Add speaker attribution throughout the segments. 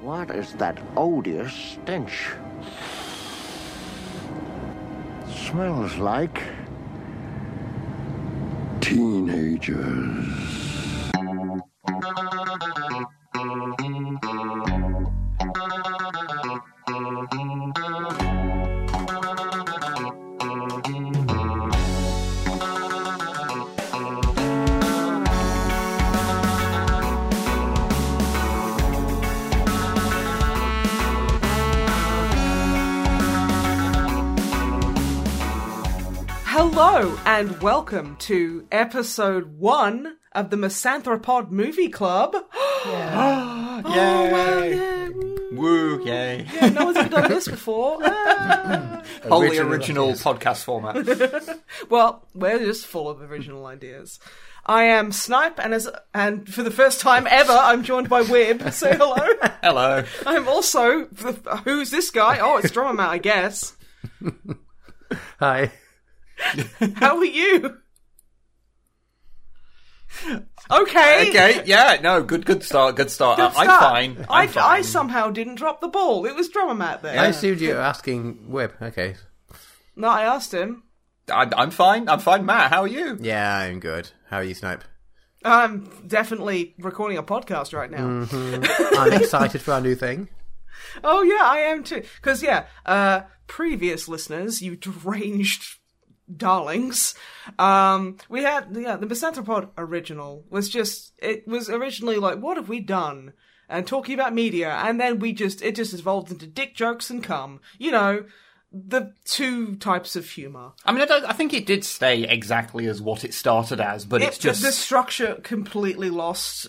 Speaker 1: What is that odious stench? Smells like teenagers.
Speaker 2: Hello and welcome to episode one of the Misanthropod Movie Club.
Speaker 3: Yay!
Speaker 2: yeah, woo.
Speaker 3: Woo, yay.
Speaker 2: yeah, no one's ever done this before. Ah.
Speaker 3: Wholly original podcast format.
Speaker 2: Well, we're just full of original ideas. I am Snipe, and as and for the first time ever, I'm joined by Wib. Say hello.
Speaker 3: Hello.
Speaker 2: I'm also who's this guy? Oh, it's Drummer Matt, I guess.
Speaker 4: Hi.
Speaker 2: How are you? Okay.
Speaker 3: Okay, yeah, no, good good start, good start.
Speaker 2: Good
Speaker 3: I- I'm
Speaker 2: start.
Speaker 3: fine.
Speaker 2: I,
Speaker 3: I'm fine.
Speaker 2: I somehow didn't drop the ball. It was drummer Matt there.
Speaker 4: I assumed you were asking Web. Okay.
Speaker 2: No, I asked him.
Speaker 3: I'm, I'm fine. I'm fine, Matt. How are you?
Speaker 4: Yeah, I'm good. How are you, Snipe?
Speaker 2: I'm definitely recording a podcast right now.
Speaker 4: I'm excited for our new thing.
Speaker 2: Oh yeah, I am too. Because yeah, uh, previous listeners, you deranged darlings, um, we had yeah the Misanthropod original was just it was originally like what have we done and talking about media, and then we just it just evolved into dick jokes and cum, you know. The two types of humor.
Speaker 3: I mean, I, don't, I think it did stay exactly as what it started as, but it's
Speaker 2: It- the-
Speaker 3: just
Speaker 2: the structure completely lost.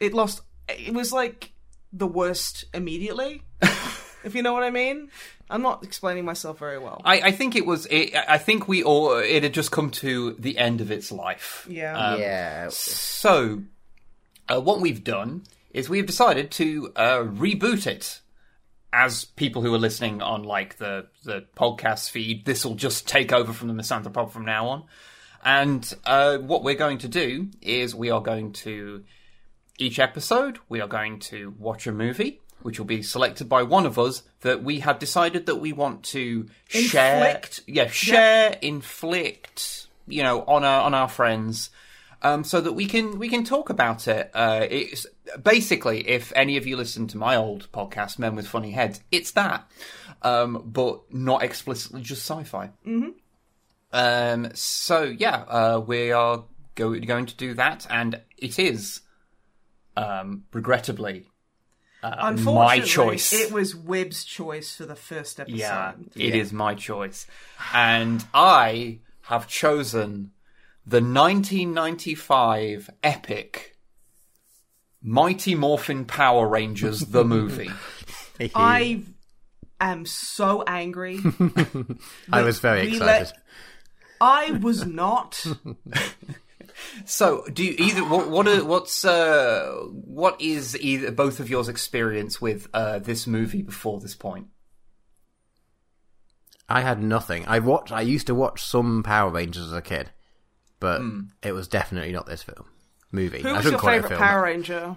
Speaker 2: It lost. It was like the worst immediately, if you know what I mean. I'm not explaining myself very well.
Speaker 3: I, I think it was. It, I think we all. It had just come to the end of its life.
Speaker 2: Yeah.
Speaker 4: yeah.
Speaker 3: So, uh, what we've done is we've decided to uh, reboot it. As people who are listening on like the the podcast feed, this will just take over from the Misanthropod from now on. And uh, what we're going to do is we are going to each episode we are going to watch a movie. Which will be selected by one of us that we have decided that we want to share,
Speaker 2: Inflict.
Speaker 3: yeah, share, inflict, you know, on our on our friends, um, so that we can we can talk about it. Uh, it's basically if any of you listen to my old podcast, Men with Funny Heads, it's that, um, but not explicitly just sci-fi. Um, so yeah, uh, we are go- going to do that, and it is, um, regrettably, uh, my
Speaker 2: Unfortunately,
Speaker 3: choice.
Speaker 2: It was Webb's choice for the first episode.
Speaker 3: yeah, it is my choice, and I have chosen the 1995 epic Mighty Morphin Power Rangers the movie.
Speaker 2: I am so angry.
Speaker 4: I was very
Speaker 2: we
Speaker 4: excited.
Speaker 2: let- I was not.
Speaker 3: So, do you either what what are, what's uh, what is either both of yours experience with uh, this movie before this point?
Speaker 4: I had nothing. I watched. I used to watch some Power Rangers as a kid, but it was definitely not this film movie.
Speaker 2: Who
Speaker 4: I
Speaker 2: was
Speaker 4: shouldn't
Speaker 2: your
Speaker 4: call it a
Speaker 2: favorite
Speaker 4: film.
Speaker 2: Power Ranger?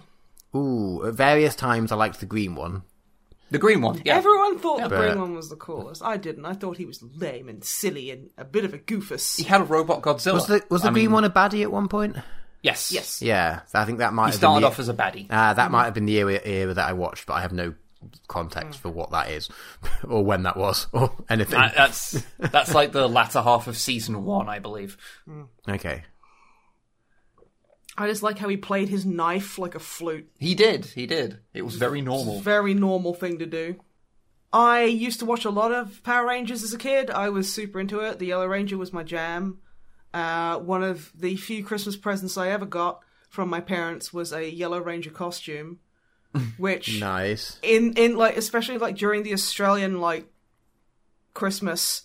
Speaker 4: Ooh, at various times I liked the green one.
Speaker 3: The green one, yeah.
Speaker 2: Everyone thought the
Speaker 4: But-
Speaker 2: green one was the coolest. I didn't. I thought he was lame and silly and a bit of a goofus.
Speaker 3: he had a robot Godzilla.
Speaker 4: Was the was the
Speaker 3: I
Speaker 4: green
Speaker 3: mean,
Speaker 4: one a baddie at one point?
Speaker 3: Yes,
Speaker 2: Yes.
Speaker 4: Yeah, I think that
Speaker 3: He
Speaker 4: might have been
Speaker 3: started
Speaker 4: the-
Speaker 3: off as a baddie.
Speaker 4: Uh, that might have been the era, era that I watched, but I have no
Speaker 3: Hmm.
Speaker 4: context for what that is, or when that was, or anything.
Speaker 3: Uh, that's that's like the latter half of season one, I believe.
Speaker 4: okay.
Speaker 2: I just like how he played his knife like a flute.
Speaker 3: He did, he did. It was very normal.
Speaker 2: Very normal thing to do. I used to watch a lot of Power Rangers as a kid. I was super into it. The Yellow Ranger was my jam. Uh, one of the few Christmas presents I ever got from my parents was a Yellow Ranger costume, which
Speaker 4: Nice.
Speaker 2: in in like especially like during the Australian like Christmas,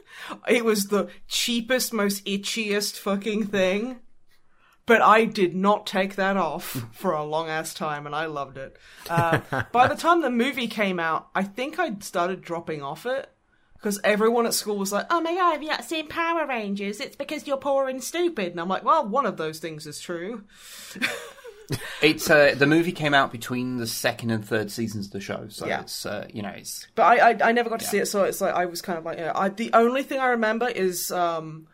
Speaker 2: it was the cheapest, most itchiest fucking thing. But I did not take that off for a long ass time, and I loved it. Uh, by the time the movie came out, I think I'd started dropping off it because everyone at school was like, "Oh my god, have you not seen Power Rangers? It's because you're poor and stupid." And I'm like, "Well, one of those things is true."
Speaker 3: It's uh, the movie came out between the second and third seasons of the show, so
Speaker 2: Yeah.
Speaker 3: it's uh, you know it's
Speaker 2: But I, I, I never got to see it, so it's like I was kind of like, yeah. I, the only thing I remember is um,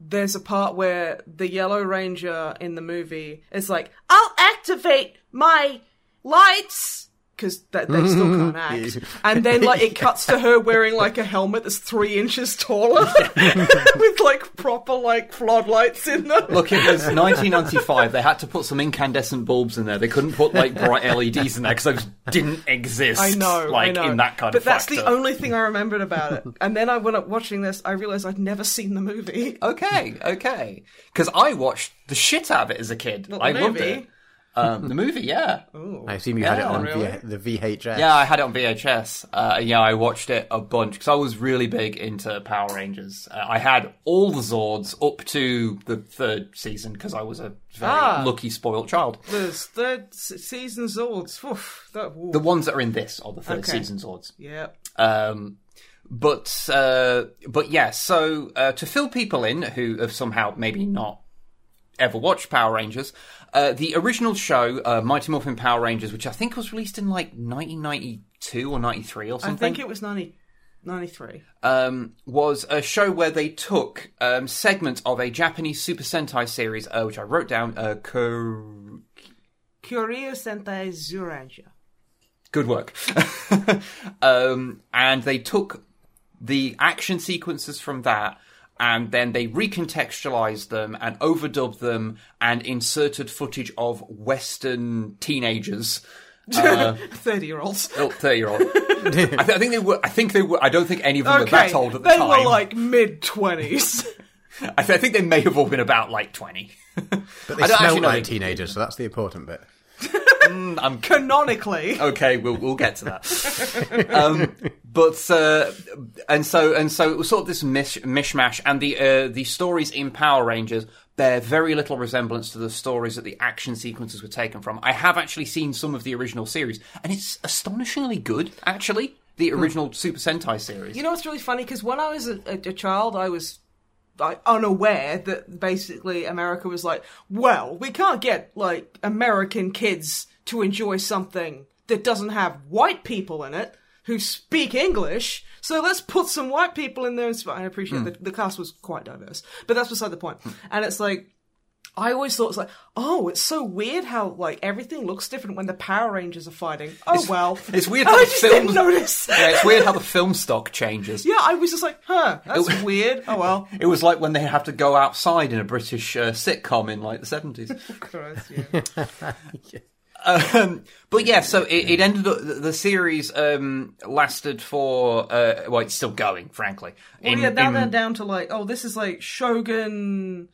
Speaker 2: there's a part where the Yellow Ranger in the movie is like, "I'll activate my lights." Because they still can't act, and then like it cuts to her wearing like a helmet that's three inches taller, with like proper like floodlights in them.
Speaker 3: Look, it was 1995. They had to put some incandescent bulbs in there. They couldn't put like bright LEDs in there because those didn't exist.
Speaker 2: I know,
Speaker 3: like
Speaker 2: I know.
Speaker 3: in that kind
Speaker 2: but
Speaker 3: of.
Speaker 2: that's
Speaker 3: factor.
Speaker 2: the only thing I remembered about it. And then I went up watching this. I realized I'd never seen the movie.
Speaker 3: Okay, okay. Because I watched the shit out of it as a kid.
Speaker 2: the
Speaker 3: I loved
Speaker 2: movie.
Speaker 3: it. Um, the movie, yeah,
Speaker 4: I assume you had it
Speaker 3: Yeah,
Speaker 4: on
Speaker 3: really?
Speaker 4: v- the VHS.
Speaker 3: yeah. I had it on VHS. Uh, yeah, I watched it a bunch because I was really big into Power Rangers. Uh, I had all the Zords up to the third season because I was a very
Speaker 2: Ah.
Speaker 3: lucky, spoiled child.
Speaker 2: The third s- season Zords. Oof, that, ooh.
Speaker 3: The ones that are in this are the third
Speaker 2: Okay.
Speaker 3: season Zords.
Speaker 2: yeah.
Speaker 3: Um, but uh, but yeah, so uh, to fill people in who have somehow maybe not ever watched Power Rangers, uh, the original show uh, Mighty Morphin Power Rangers, which I think was released in like 1992 or 93 or
Speaker 2: I
Speaker 3: something,
Speaker 2: think it was 90, 93.
Speaker 3: um, was a show where they took um, segments of a Japanese Super Sentai series, uh, which I wrote down. Uh, Kur-
Speaker 2: Curio Sentai Zuranger.
Speaker 3: good work. um, and they took the action sequences from that and then they recontextualized them and overdubbed them and inserted footage of Western teenagers.
Speaker 2: 30 year olds.
Speaker 3: Oh, 30 year old. I, th- I think they were, I think they were, I don't think any of them were
Speaker 2: Okay.
Speaker 3: that old at the
Speaker 2: they
Speaker 3: time.
Speaker 2: were like mid 20s.
Speaker 3: I, th- I think they may have all been about like 20.
Speaker 4: but
Speaker 3: I
Speaker 4: they
Speaker 3: don't actually
Speaker 4: smelled
Speaker 3: know
Speaker 4: like
Speaker 3: the-
Speaker 4: teenagers, so that's the important bit.
Speaker 3: I'm
Speaker 2: Canonically.
Speaker 3: okay, we'll we'll get to that. um, but uh, and so and so it was sort of this mish, mishmash, and the uh, the stories in Power Rangers bear very little resemblance to the stories that the action sequences were taken from. I have actually seen some of the original series, and it's astonishingly good, actually. The original Super Sentai series.
Speaker 2: Hmm. You know what's really funny? Because when I was a, a, a child, I was like, unaware that basically America was like, well, we can't get like American kids to enjoy something that doesn't have white people in it who speak English. So let's put some white people in there. and sp-" I
Speaker 3: Hmm.
Speaker 2: appreciate that the cast was quite diverse, but that's beside the point. And it's like. I always thought it's like, oh, it's so weird how like everything looks different when the Power Rangers are fighting. Oh well,
Speaker 3: it's weird
Speaker 2: I
Speaker 3: how the
Speaker 2: just didn't
Speaker 3: films-
Speaker 2: notice.
Speaker 3: yeah, it's weird how the film stock changes.
Speaker 2: Yeah, I was just like, huh, that's weird. Oh well.
Speaker 3: It was like when they have to go outside in a British uh, sitcom in like the 70s.
Speaker 2: Christ, yeah.
Speaker 3: Um, but yeah, so it, it ended up. The the series um, lasted for uh, well, it's still going, frankly.
Speaker 2: Well,
Speaker 3: In-
Speaker 2: yeah, now
Speaker 3: in-
Speaker 2: they're down to like, oh, this is like Shogun,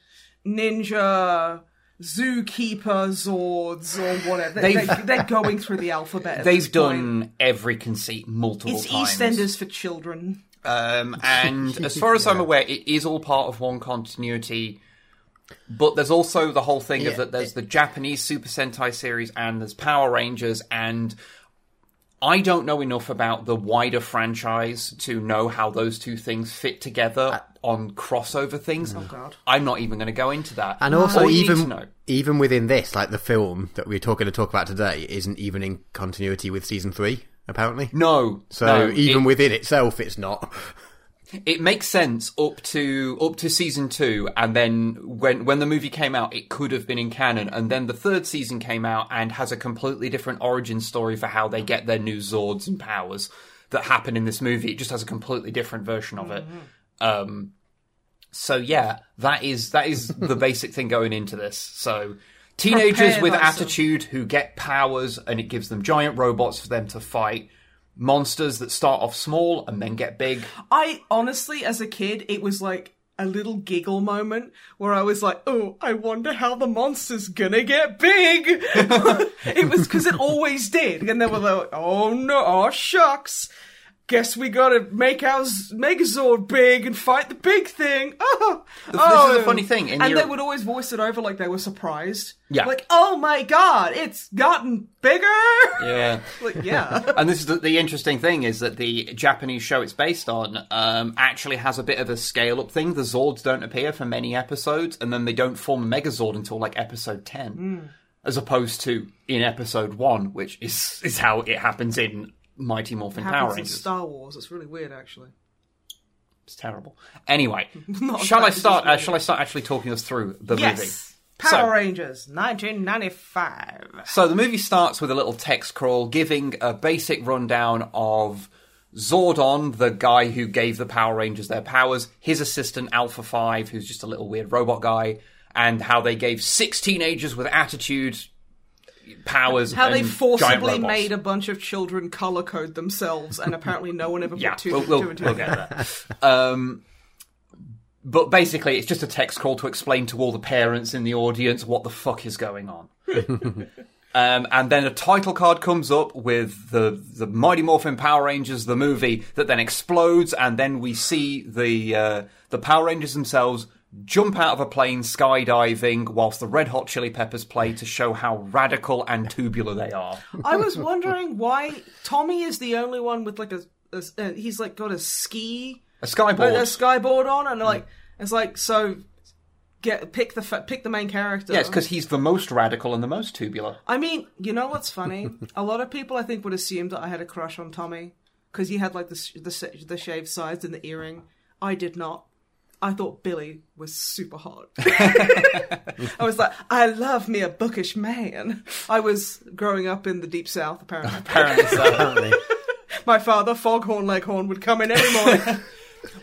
Speaker 2: Ninja, Zookeeper, Zords, or whatever. They,
Speaker 3: They've-
Speaker 2: they, they're going through the alphabet. at this point.
Speaker 3: they've done every conceit multiple
Speaker 2: It's
Speaker 3: times.
Speaker 2: EastEnders for children.
Speaker 3: um, and as far as I'm aware, it is all part of one continuity. But there's also the whole thing of
Speaker 4: Yeah,
Speaker 3: that there's the Japanese Super Sentai series and there's Power Rangers and I don't know enough about the wider franchise to know how those two things fit together on crossover things. Oh
Speaker 2: God.
Speaker 3: I'm not even going to go into that.
Speaker 4: And also,
Speaker 3: All you need to know-
Speaker 4: even even within this, like the film that we're talking to talk about today, isn't even in continuity with season three. Apparently,
Speaker 3: no,
Speaker 4: so
Speaker 3: no,
Speaker 4: even
Speaker 3: it,
Speaker 4: within itself, it's not.
Speaker 3: it makes sense up to up to season two, and then when when the movie came out, it could have been in canon, and then the third season came out and has a completely different origin story for how they get their new Zords and powers that happen in this movie. It just has a completely different version of
Speaker 2: Mm-hmm.
Speaker 3: it. Um, so yeah, that is that is the basic thing going into this. So teenagers
Speaker 2: Prepare
Speaker 3: with
Speaker 2: thyself.
Speaker 3: attitude who get powers and it gives them giant robots for them to fight. Monsters that start off small and then get big.
Speaker 2: I honestly, as a kid, it was like a little giggle moment where I was like, oh, I wonder how the monster's gonna get big. it was because it always did. And then we're like, oh no, oh shucks. Guess we gotta make our Z- Megazord big and fight the big thing. Oh,
Speaker 3: this is
Speaker 2: oh.
Speaker 3: the funny thing, in
Speaker 2: and
Speaker 3: your-
Speaker 2: they would always voice it over like they were surprised.
Speaker 3: Yeah.
Speaker 2: Like, oh my god, it's gotten bigger. Uh,
Speaker 3: Yeah.
Speaker 2: Like, yeah.
Speaker 3: and this is the, the interesting thing is that the Japanese show it's based on um, actually has a bit of a scale up thing. The
Speaker 2: Hmm.
Speaker 3: Zords don't appear for many episodes, and then they don't form a Megazord until like episode ten. as opposed to in episode one, which is is how it happens in Mighty Morphin Power
Speaker 2: happens in
Speaker 3: Rangers.
Speaker 2: Star Wars. It's really weird, actually.
Speaker 3: It's terrible. Anyway,
Speaker 2: Not
Speaker 3: shall I
Speaker 2: that, it's
Speaker 3: start?
Speaker 2: just
Speaker 3: Uh, shall I start actually talking us through the movie?
Speaker 2: Yes, Power Rangers, 1995.
Speaker 3: So the movie starts with a little text crawl giving a basic rundown of Zordon, the guy who gave the Power Rangers their powers, his assistant Alpha 5, who's just a little weird robot guy, and how they gave six teenagers with attitude powers
Speaker 2: How
Speaker 3: and
Speaker 2: they forcibly
Speaker 3: giant robots.
Speaker 2: made a bunch of children color code themselves, and apparently no one ever
Speaker 3: yeah,
Speaker 2: put 2
Speaker 3: we'll, we'll,
Speaker 2: two and 2
Speaker 3: we'll get there. Um, but basically, it's just a text call to explain to all the parents in the audience what the fuck is going on. um, and then a title card comes up with the the Mighty Morphin Power Rangers, the movie, that then explodes, and then we see the uh, the Power Rangers themselves jump out of a plane skydiving whilst the Red Hot Chili Peppers play to show how radical and tubular they are.
Speaker 2: I was wondering why Tommy is the only one with like a, a s- uh, he's like got a ski
Speaker 3: A
Speaker 2: a, a
Speaker 3: skyboard.
Speaker 2: skyboard on, and like it's like so get pick the fa- pick the main character.
Speaker 3: Yes, because he's the most radical and the most tubular.
Speaker 2: I mean, you know what's funny? a lot of people I think would assume that I had a crush on Tommy because he had like the, sh- the sh- the shaved sides and the earring. I did not. I thought Billy was super hot. I was like, I love me a bookish man. I was growing up in the deep south. Apparently,
Speaker 3: Apparently so.
Speaker 4: apparently.
Speaker 2: my father, Foghorn Leghorn, would come in every morning.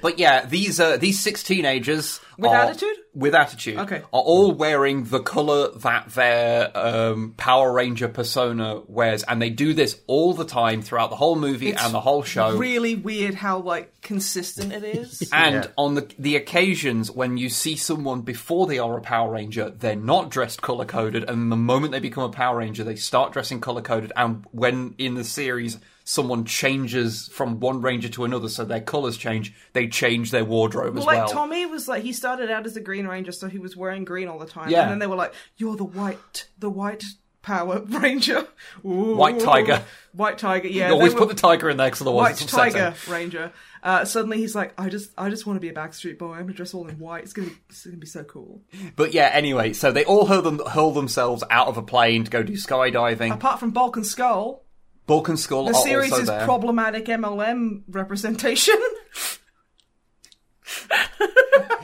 Speaker 3: But yeah, these uh, these six teenagers with
Speaker 2: attitude?
Speaker 3: with attitude,
Speaker 2: Okay.
Speaker 3: are all wearing the color that their um, Power Ranger persona wears, and they do this all the time throughout the whole movie and the whole show.
Speaker 2: really weird how like consistent it is.
Speaker 3: and
Speaker 4: Yeah.
Speaker 3: on the the occasions when you see someone before they are a Power Ranger, they're not dressed color coded, and the moment they become a Power Ranger, they start dressing color coded. And when in the series someone changes from one Ranger to another, so their colors change, they change their wardrobe as
Speaker 2: Well,
Speaker 3: well.
Speaker 2: like Tommy was like he started out as a Green Ranger, so he was wearing green all the time.
Speaker 3: Yeah.
Speaker 2: And then they were like, "You're the white, the white Power Ranger, Ooh.
Speaker 3: White Tiger.
Speaker 2: white tiger." Yeah,
Speaker 3: You always
Speaker 2: they
Speaker 3: put
Speaker 2: were
Speaker 3: the tiger in there because otherwise
Speaker 2: white
Speaker 3: it's upsetting.
Speaker 2: tiger ranger. Uh, suddenly he's like, "I just, I just want to be a Backstreet Boy. I'm gonna dress all in white. It's gonna, be, it's gonna be so cool."
Speaker 3: But yeah, anyway, so they all hurl, them, hurl themselves out of a plane to go do skydiving.
Speaker 2: Apart from Bulk and Skull,
Speaker 3: Bulk and Skull
Speaker 2: Uh, the
Speaker 3: are
Speaker 2: series
Speaker 3: Oh, also
Speaker 2: is
Speaker 3: there.
Speaker 2: problematic MLM representation.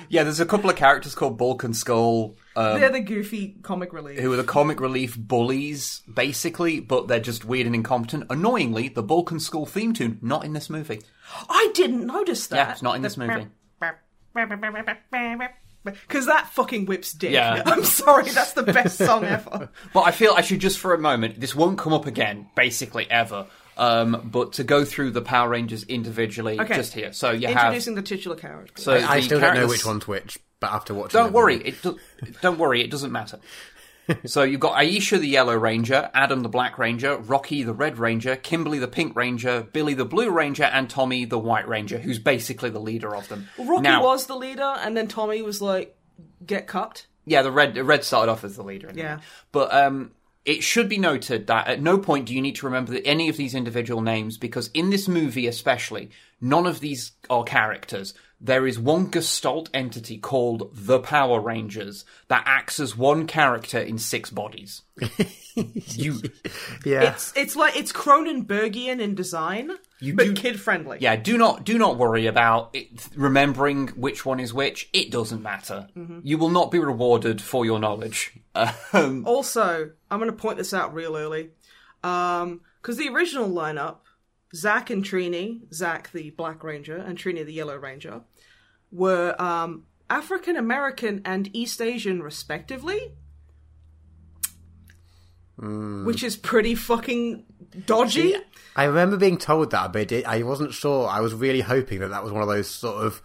Speaker 3: yeah, there's a couple of characters called Bulk and Skull um,
Speaker 2: They're the goofy comic relief.
Speaker 3: who are the comic relief bullies, basically, but they're just weird and incompetent. Annoyingly, the Bulk and Skull theme tune not in this movie.
Speaker 2: I didn't notice that.
Speaker 3: Yeah, it's not in this movie.
Speaker 2: Because that fucking whips dick.
Speaker 3: Yeah.
Speaker 2: I'm sorry, that's the best song ever.
Speaker 3: But I feel I should just for a moment. This won't come up again, basically ever. Um, but to go through the Power Rangers individually,
Speaker 2: Okay.
Speaker 3: just here. So you have
Speaker 2: Introducing the titular character.
Speaker 3: so
Speaker 4: I
Speaker 3: the
Speaker 4: still don't know
Speaker 3: characters-
Speaker 4: which one's which, but after watching,
Speaker 3: Don't
Speaker 4: them-
Speaker 3: worry, it do- don't worry, it doesn't matter. so you've got Aisha the Yellow Ranger, Adam the Black Ranger, Rocky the Red Ranger, Kimberly the Pink Ranger, Billy the Blue Ranger, and Tommy the White Ranger, who's basically the leader of them.
Speaker 2: Rocky
Speaker 3: now,
Speaker 2: was the leader, and then Tommy was like, get cut.
Speaker 3: yeah, the red the red started off as the leader. anyway.
Speaker 2: Yeah.
Speaker 3: but um. It should be noted that at no point do you need to remember that any of these individual names because in this movie especially, none of these are characters. There is one gestalt entity called the Power Rangers that acts as one character in six bodies. you
Speaker 4: Yeah,
Speaker 2: It's it's like it's Cronenbergian in design, but
Speaker 3: do-
Speaker 2: kid friendly.
Speaker 3: yeah, do not do not worry about it, remembering which one is which. It doesn't matter.
Speaker 2: Mm-hmm.
Speaker 3: You will not be rewarded for your knowledge. Um,
Speaker 2: Oh. Also, I'm going to point this out real early, because the original lineup, Zack and Trini, Zack the Black Ranger and Trini the Yellow Ranger, were um, African American and East Asian respectively,
Speaker 4: Hmm.
Speaker 2: which is pretty fucking dodgy.
Speaker 4: I remember being told that, but it, I wasn't sure. I was really hoping that that was one of those sort of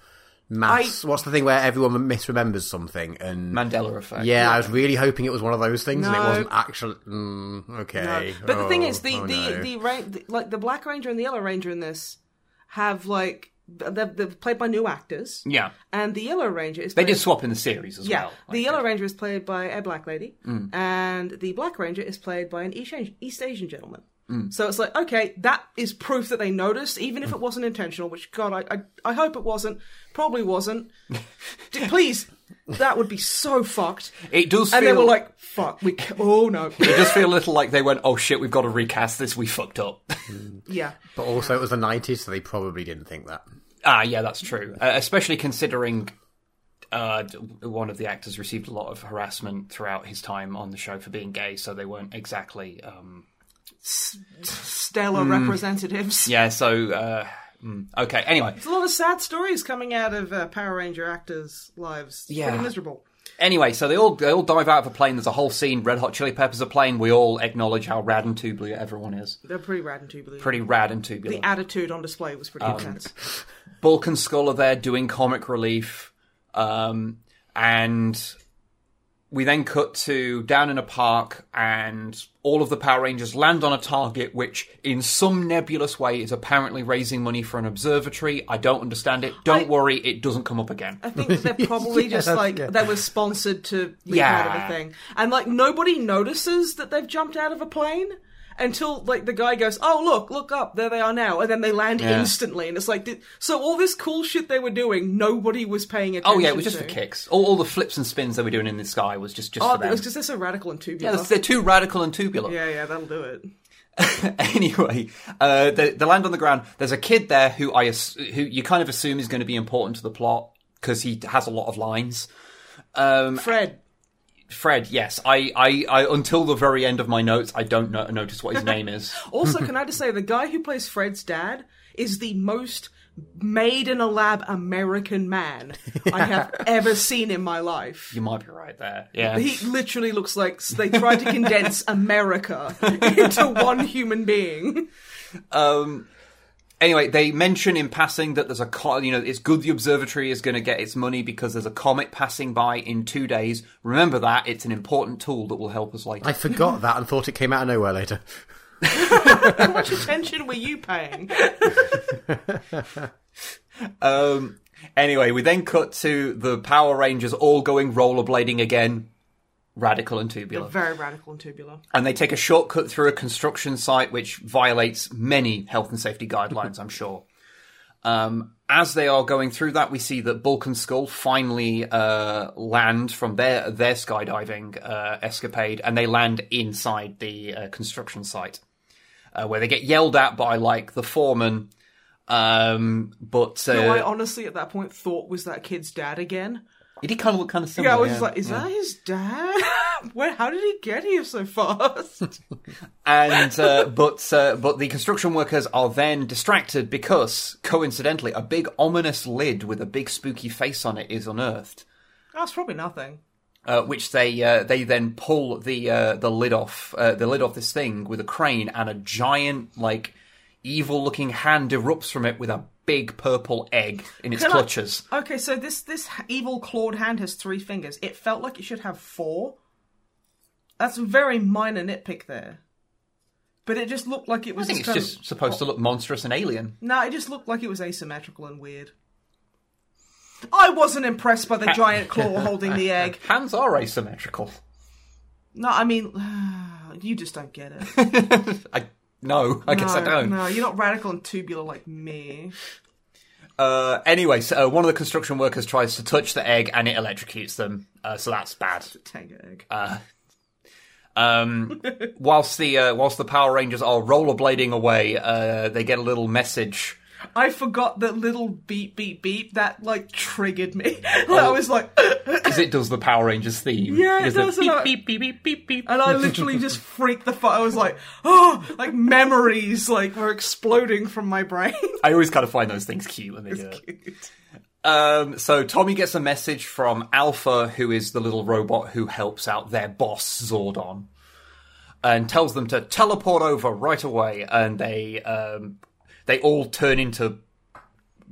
Speaker 4: mass. what's the thing where everyone misremembers something? And
Speaker 3: Mandela effect.
Speaker 4: yeah, I was really hoping it was one of those things, and
Speaker 2: No.
Speaker 4: it wasn't actually. Mm, okay,
Speaker 2: But the thing
Speaker 4: Oh,
Speaker 2: is, the
Speaker 4: oh
Speaker 2: the,
Speaker 4: no.
Speaker 2: the, ra- the like the Black Ranger and the Yellow Ranger in this have like they're, they're played by new actors.
Speaker 3: yeah.
Speaker 2: And the Yellow Ranger is
Speaker 3: They did swap in the series as
Speaker 2: Yeah,
Speaker 3: well.
Speaker 2: the Yellow Ranger
Speaker 3: Mm.
Speaker 2: is played by a black lady, and the Black Ranger is played by an East Asian, East Asian gentleman.
Speaker 3: Mm.
Speaker 2: So it's like, okay, that is proof that they noticed, even if it wasn't intentional, which, God, I, I, I hope it wasn't. Probably wasn't. D- Please, that would be so fucked.
Speaker 3: It does
Speaker 2: And
Speaker 3: feel
Speaker 2: they were like, fuck, we, ca- oh no.
Speaker 3: it does feel a little like they went, "Oh shit, we've got to recast this. We fucked up."
Speaker 2: yeah.
Speaker 4: But also, it was the 90s, so they probably didn't think that.
Speaker 3: ah, yeah, that's true. Uh, especially considering uh, d- one of the actors received a lot of harassment throughout his time on the show for being gay, so they weren't exactly. Um,
Speaker 2: Stellar representatives.
Speaker 3: mm. yeah, so uh, mm, okay. Anyway,
Speaker 2: There's a lot of sad stories coming out of uh, Power Ranger actors' lives. It's
Speaker 3: Yeah.
Speaker 2: Pretty miserable.
Speaker 3: Anyway, so they all they all dive out of a plane. There's a whole scene. Red Hot Chili Peppers are playing. We all acknowledge how rad and tubular everyone is.
Speaker 2: They're pretty rad and tubular.
Speaker 3: Pretty Um, rad and tubular.
Speaker 2: The attitude on display was pretty intense.
Speaker 3: Bulk and Skull are there doing comic relief, um, and we then cut to down in a park, and all of the Power Rangers land on a target, which in some nebulous way is apparently raising money for an observatory. I don't understand it. Don't
Speaker 2: I-
Speaker 3: worry, it doesn't come up again.
Speaker 2: I think that they're probably just
Speaker 4: Yes,
Speaker 2: like
Speaker 4: yeah.
Speaker 2: they were sponsored to leave
Speaker 3: Yeah.
Speaker 2: out of a thing, and like nobody notices that they've jumped out of a plane until like the guy goes, "Oh look, look up, there they are now," and then they land
Speaker 3: Yeah.
Speaker 2: instantly, and it's like th- so all this cool shit they were doing, nobody was paying attention.
Speaker 3: Oh yeah, it was just
Speaker 2: to.
Speaker 3: for kicks. All, all the flips and spins they were doing in the sky was just just
Speaker 2: Oh,
Speaker 3: for them.
Speaker 2: it was because they're so radical and
Speaker 3: Yeah,
Speaker 2: tubular.
Speaker 3: that's- they're too radical and tubular.
Speaker 2: yeah, yeah, that'll do it.
Speaker 3: anyway, uh, they, they land on the ground. There's a kid there who I ass- who you kind of assume is going to be important to the plot because he has a lot of lines. Um,
Speaker 2: Fred,
Speaker 3: Fred, yes, I, I, I until the very end of my notes, I don't no- notice what his name is.
Speaker 2: Also, can I just say the guy who plays Fred's dad is the most made in a lab American man I have ever seen in my life.
Speaker 3: You might be right there. Yeah,
Speaker 2: He literally looks like s- they tried to condense America into one human being.
Speaker 3: Um, anyway, they mention in passing that there's a co- you know it's good the observatory is going to get its money because there's a comet passing by in two days. Remember that it's an important tool that will help us later.
Speaker 4: I forgot that and thought it came out of nowhere later.
Speaker 2: How much attention were you paying?
Speaker 3: Um, anyway, we then cut to the Power Rangers all going rollerblading again, radical and tubular.
Speaker 2: Very radical and tubular.
Speaker 3: And they take a shortcut through a construction site which violates many health and safety guidelines, I'm sure. Um, as they are going through that, we see that Bulk and Skull finally uh, land from their their skydiving uh, escapade, and they land inside the uh, construction site, uh, where they get yelled at by like the foreman. Um, but uh,
Speaker 2: Who I honestly at that point thought was that kid's dad again.
Speaker 3: It did kind of look kind of similar.
Speaker 2: Yeah, I was
Speaker 3: Oh, yeah.
Speaker 2: just like, is that his dad? Where? How did he get here so fast?
Speaker 3: and uh, but uh, but the construction workers are then distracted because coincidentally, a big ominous lid with a big spooky face on it is unearthed,
Speaker 2: That's probably nothing.
Speaker 3: uh, which they uh, they then pull the uh, the lid off uh, the lid off this thing with a crane, and a giant like evil looking hand erupts from it with a big purple egg in its
Speaker 2: Can I-
Speaker 3: clutches.
Speaker 2: Okay, so this this evil clawed hand has three fingers. It felt like it should have four. That's a very minor nitpick there, but it just looked like it
Speaker 3: I
Speaker 2: was.
Speaker 3: think
Speaker 2: just
Speaker 3: it's
Speaker 2: kind
Speaker 3: just supposed to look monstrous and alien.
Speaker 2: of, no. It just looked like it was asymmetrical and weird. I wasn't impressed by the giant claw holding the egg.
Speaker 3: Hands are asymmetrical.
Speaker 2: No, I mean, you just don't get it.
Speaker 3: I no, I guess I
Speaker 2: No,
Speaker 3: don't.
Speaker 2: No, you're not radical and tubular like me.
Speaker 3: Uh, anyway, so uh, one of the construction workers tries to touch the egg and it electrocutes them, uh, so that's bad.
Speaker 2: Tango egg.
Speaker 3: Uh, Um, whilst the uh, whilst the Power Rangers are rollerblading away, uh, they get a little message.
Speaker 2: I forgot that little beep beep beep that like triggered me. I
Speaker 3: Oh.
Speaker 2: was like.
Speaker 3: Because it does the Power Rangers theme.
Speaker 2: Yeah, it
Speaker 3: Is the
Speaker 2: does, and
Speaker 3: Beep,
Speaker 2: I-
Speaker 3: beep, beep, beep, beep, beep.
Speaker 2: And I literally just freaked the fuck. I was like, oh, like memories like were exploding from my brain.
Speaker 3: I always kind of find those things cute when they do it. Um, so Tommy gets a message from Alpha, who is the little robot who helps out their boss Zordon, and tells them to teleport over right away. And they um, they all turn into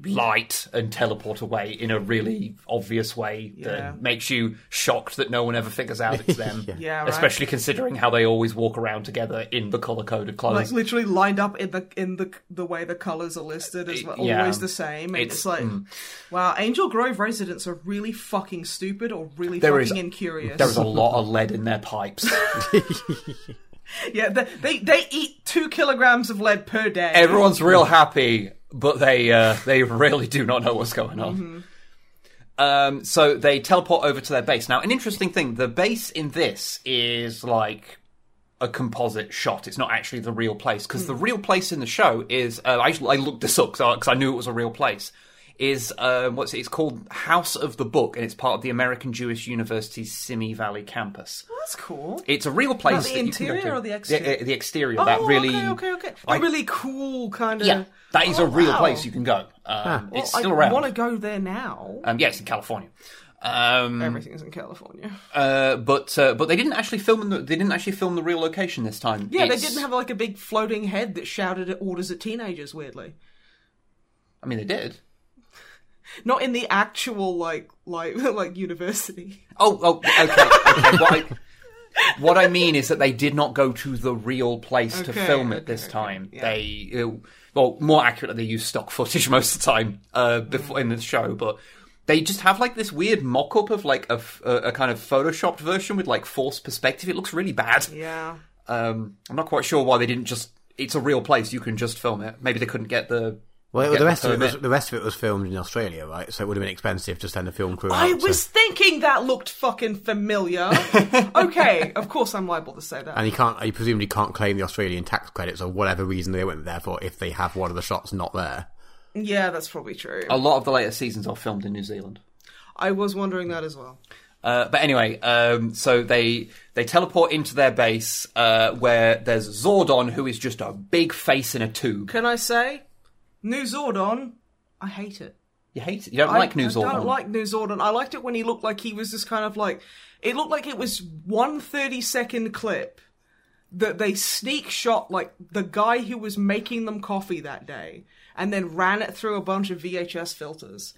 Speaker 3: light and teleport away in a really obvious way
Speaker 2: Yeah.
Speaker 3: that makes you shocked that no one ever figures out it's them.
Speaker 2: Yeah, right.
Speaker 3: Especially considering how they always walk around together in the color coded
Speaker 2: like
Speaker 3: clothes.
Speaker 2: literally lined up in the in the the way the colors are listed as well,
Speaker 3: Yeah.
Speaker 2: always the same. And it's,
Speaker 3: It's- mm.
Speaker 2: like, wow, Angel Grove residents are really fucking stupid or really
Speaker 3: There is-
Speaker 2: fucking incurious.
Speaker 3: there is a lot of lead in their pipes.
Speaker 2: Yeah, they, they they eat two kilograms of lead per day.
Speaker 3: Everyone's real happy, but they uh, they really do not know what's going on.
Speaker 2: Mm-hmm.
Speaker 3: Um, so they teleport over to their base. Now, an interesting thing: the base in this is like a composite shot. It's not actually the real place because
Speaker 2: Hmm.
Speaker 3: the real place in the show is. Uh, I, I looked this up because I, knew it was a real place. Is uh, what's it? It's called House of the Book, and it's part of the American Jewish University's Simi Valley campus.
Speaker 2: That's cool.
Speaker 3: It's a real place.
Speaker 2: the
Speaker 3: that you can go
Speaker 2: interior
Speaker 3: to.
Speaker 2: or the exterior?
Speaker 3: The, the exterior.
Speaker 2: oh,
Speaker 3: that really.
Speaker 2: okay, okay, okay. A
Speaker 3: I-
Speaker 2: really cool kind of.
Speaker 3: Yeah, that is a
Speaker 2: Oh,
Speaker 3: real
Speaker 2: wow.
Speaker 3: place you can go. Um,
Speaker 2: Well,
Speaker 3: It's still
Speaker 2: I
Speaker 3: around.
Speaker 2: want to go there now.
Speaker 3: Um, yeah, it's in California. Um,
Speaker 2: Everything's in California.
Speaker 3: uh, but uh, but they didn't actually film. In the, they didn't actually film the real location this time.
Speaker 2: Yeah,
Speaker 3: It's-
Speaker 2: they didn't have like a big floating head that shouted at orders at teenagers. Weirdly,
Speaker 3: I mean, they did.
Speaker 2: not in the actual like like like university.
Speaker 3: Oh, oh, okay, okay. what, I, what I mean is that they did not go to the real place to
Speaker 2: Okay,
Speaker 3: film it
Speaker 2: okay,
Speaker 3: this
Speaker 2: okay,
Speaker 3: time.
Speaker 2: yeah.
Speaker 3: They, uh, well, more accurately, they use stock footage most of the time uh, before in the show, but they just have like this weird mock-up of like a, f- a- a kind of photoshopped version with like forced perspective. It looks really bad.
Speaker 2: Yeah.
Speaker 3: Um, I'm not quite sure why they didn't just. It's a real place. You can just film it. Maybe they couldn't get the.
Speaker 4: Well,
Speaker 3: get
Speaker 4: the rest of it
Speaker 3: permit.
Speaker 4: was, the rest of it was filmed in Australia, right? So it would have been expensive to send a film crew.
Speaker 2: I
Speaker 4: out to-
Speaker 2: was thinking that looked fucking familiar. okay, of course I'm liable to say that.
Speaker 4: and you can't. You presumably can't claim the Australian tax credits or whatever reason they went there for if they have one of the shots not there.
Speaker 2: yeah, that's probably true.
Speaker 3: A lot of the later seasons are filmed in New Zealand.
Speaker 2: I was wondering that as well.
Speaker 3: Uh, but anyway, um, so they they teleport into their base uh, where there's Zordon, who is just a big face in a tube.
Speaker 2: Can I say, New Zordon? I hate it.
Speaker 3: You hate it. You don't
Speaker 2: I-
Speaker 3: like New Zordon.
Speaker 2: I don't like New Zordon. I liked it when he looked like he was just kind of like. It looked like it was one 30 second clip that they sneak shot like the guy who was making them coffee that day and then ran it through a bunch of VHS filters.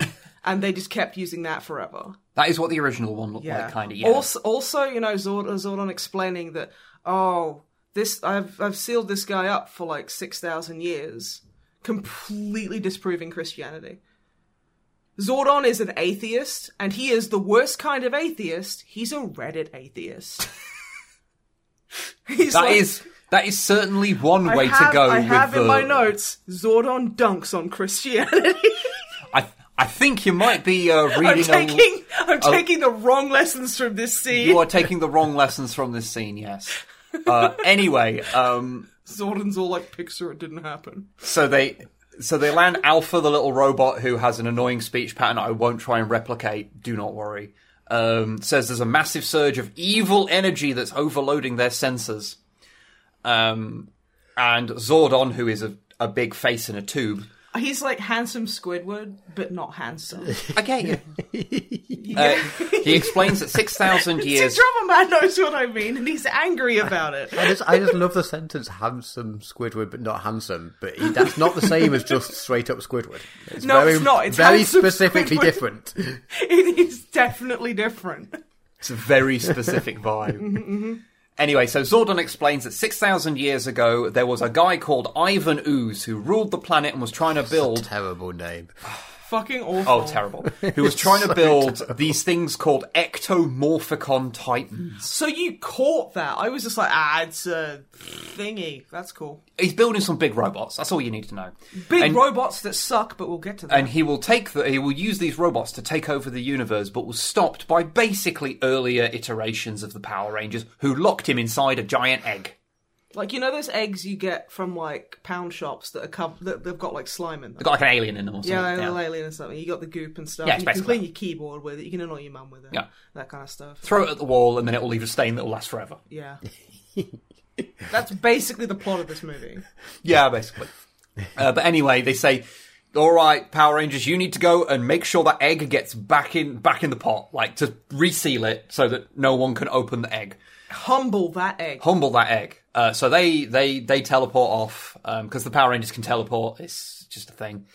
Speaker 2: and they just kept using that forever.
Speaker 3: that is what the original one looked like, kind of. Yeah.
Speaker 2: Also, also, you know, Zord- Zordon explaining that, oh, this I've I've sealed this guy up for like six thousand years, completely disproving Christianity. Zordon is an atheist, and he is the worst kind of atheist. He's a Reddit atheist. He's
Speaker 3: That
Speaker 2: like,
Speaker 3: is- that is certainly one way
Speaker 2: I have,
Speaker 3: to go.
Speaker 2: I have
Speaker 3: with
Speaker 2: in
Speaker 3: the,
Speaker 2: my notes Zordon dunks on Christianity.
Speaker 3: I I think you might be uh, reading.
Speaker 2: I'm
Speaker 3: a-
Speaker 2: taking I'm taking the wrong lessons from this scene.
Speaker 3: you are taking the wrong lessons from this scene. Yes. Uh, anyway, um,
Speaker 2: Zordon's all like, "Pixar, it didn't happen."
Speaker 3: So they so they land Alpha, the little robot who has an annoying speech pattern I won't try and replicate, do not worry. Um, says there's a massive surge of evil energy that's overloading their sensors. Um, and Zordon, who is a, a big face in a tube.
Speaker 2: He's like handsome Squidward, but not handsome.
Speaker 3: Okay. uh, he explains that 6,000
Speaker 2: See,
Speaker 3: years.
Speaker 2: Drummer Man knows what I mean, and he's angry about it.
Speaker 4: I just, I just love the sentence "handsome Squidward, but not handsome." But he, that's not the same as just straight up Squidward. It's
Speaker 2: No,
Speaker 4: very,
Speaker 2: it's not. It's
Speaker 4: very
Speaker 2: handsome
Speaker 4: specifically
Speaker 2: Squidward.
Speaker 4: different.
Speaker 2: It is definitely different.
Speaker 3: It's a very specific vibe.
Speaker 2: Mm-hmm,
Speaker 3: Anyway, so Zordon explains that 6,000 years ago, there was a guy called Ivan Ooze who ruled the planet and was trying to build.
Speaker 4: Terrible name.
Speaker 2: Fucking awful.
Speaker 3: Oh, terrible. Who was trying to build these things called ectomorphicon titans.
Speaker 2: So you caught that? I was just like, ah, it's a thingy. That's cool.
Speaker 3: He's building some big robots. That's all you need to know.
Speaker 2: Big
Speaker 3: and,
Speaker 2: robots that suck, but we'll get to that.
Speaker 3: and he will take the, he will use these robots to take over the universe, but was stopped by basically earlier iterations of the Power Rangers who locked him inside a giant egg.
Speaker 2: like you know those eggs you get from like pound shops that are cov that they've got like slime in them.
Speaker 3: They've got like an alien in them or something.
Speaker 2: Yeah, like little alien or something. You got the goop and stuff.
Speaker 3: Yeah, it's
Speaker 2: you can
Speaker 3: basically-
Speaker 2: clean your keyboard with it. You can annoy your mum with it.
Speaker 3: Yeah.
Speaker 2: that kind of stuff.
Speaker 3: Throw it at the wall and then it will leave a stain that will last forever.
Speaker 2: Yeah. That's basically the plot of this movie.
Speaker 3: Yeah, basically. uh, but anyway, they say, "All right, Power Rangers, you need to go and make sure that egg gets back in back in the pot, like to reseal it so that no one can open the egg.
Speaker 2: Humble that egg.
Speaker 3: Humble that egg." Uh, so they they they teleport off because the Power Rangers can teleport. It's just a thing.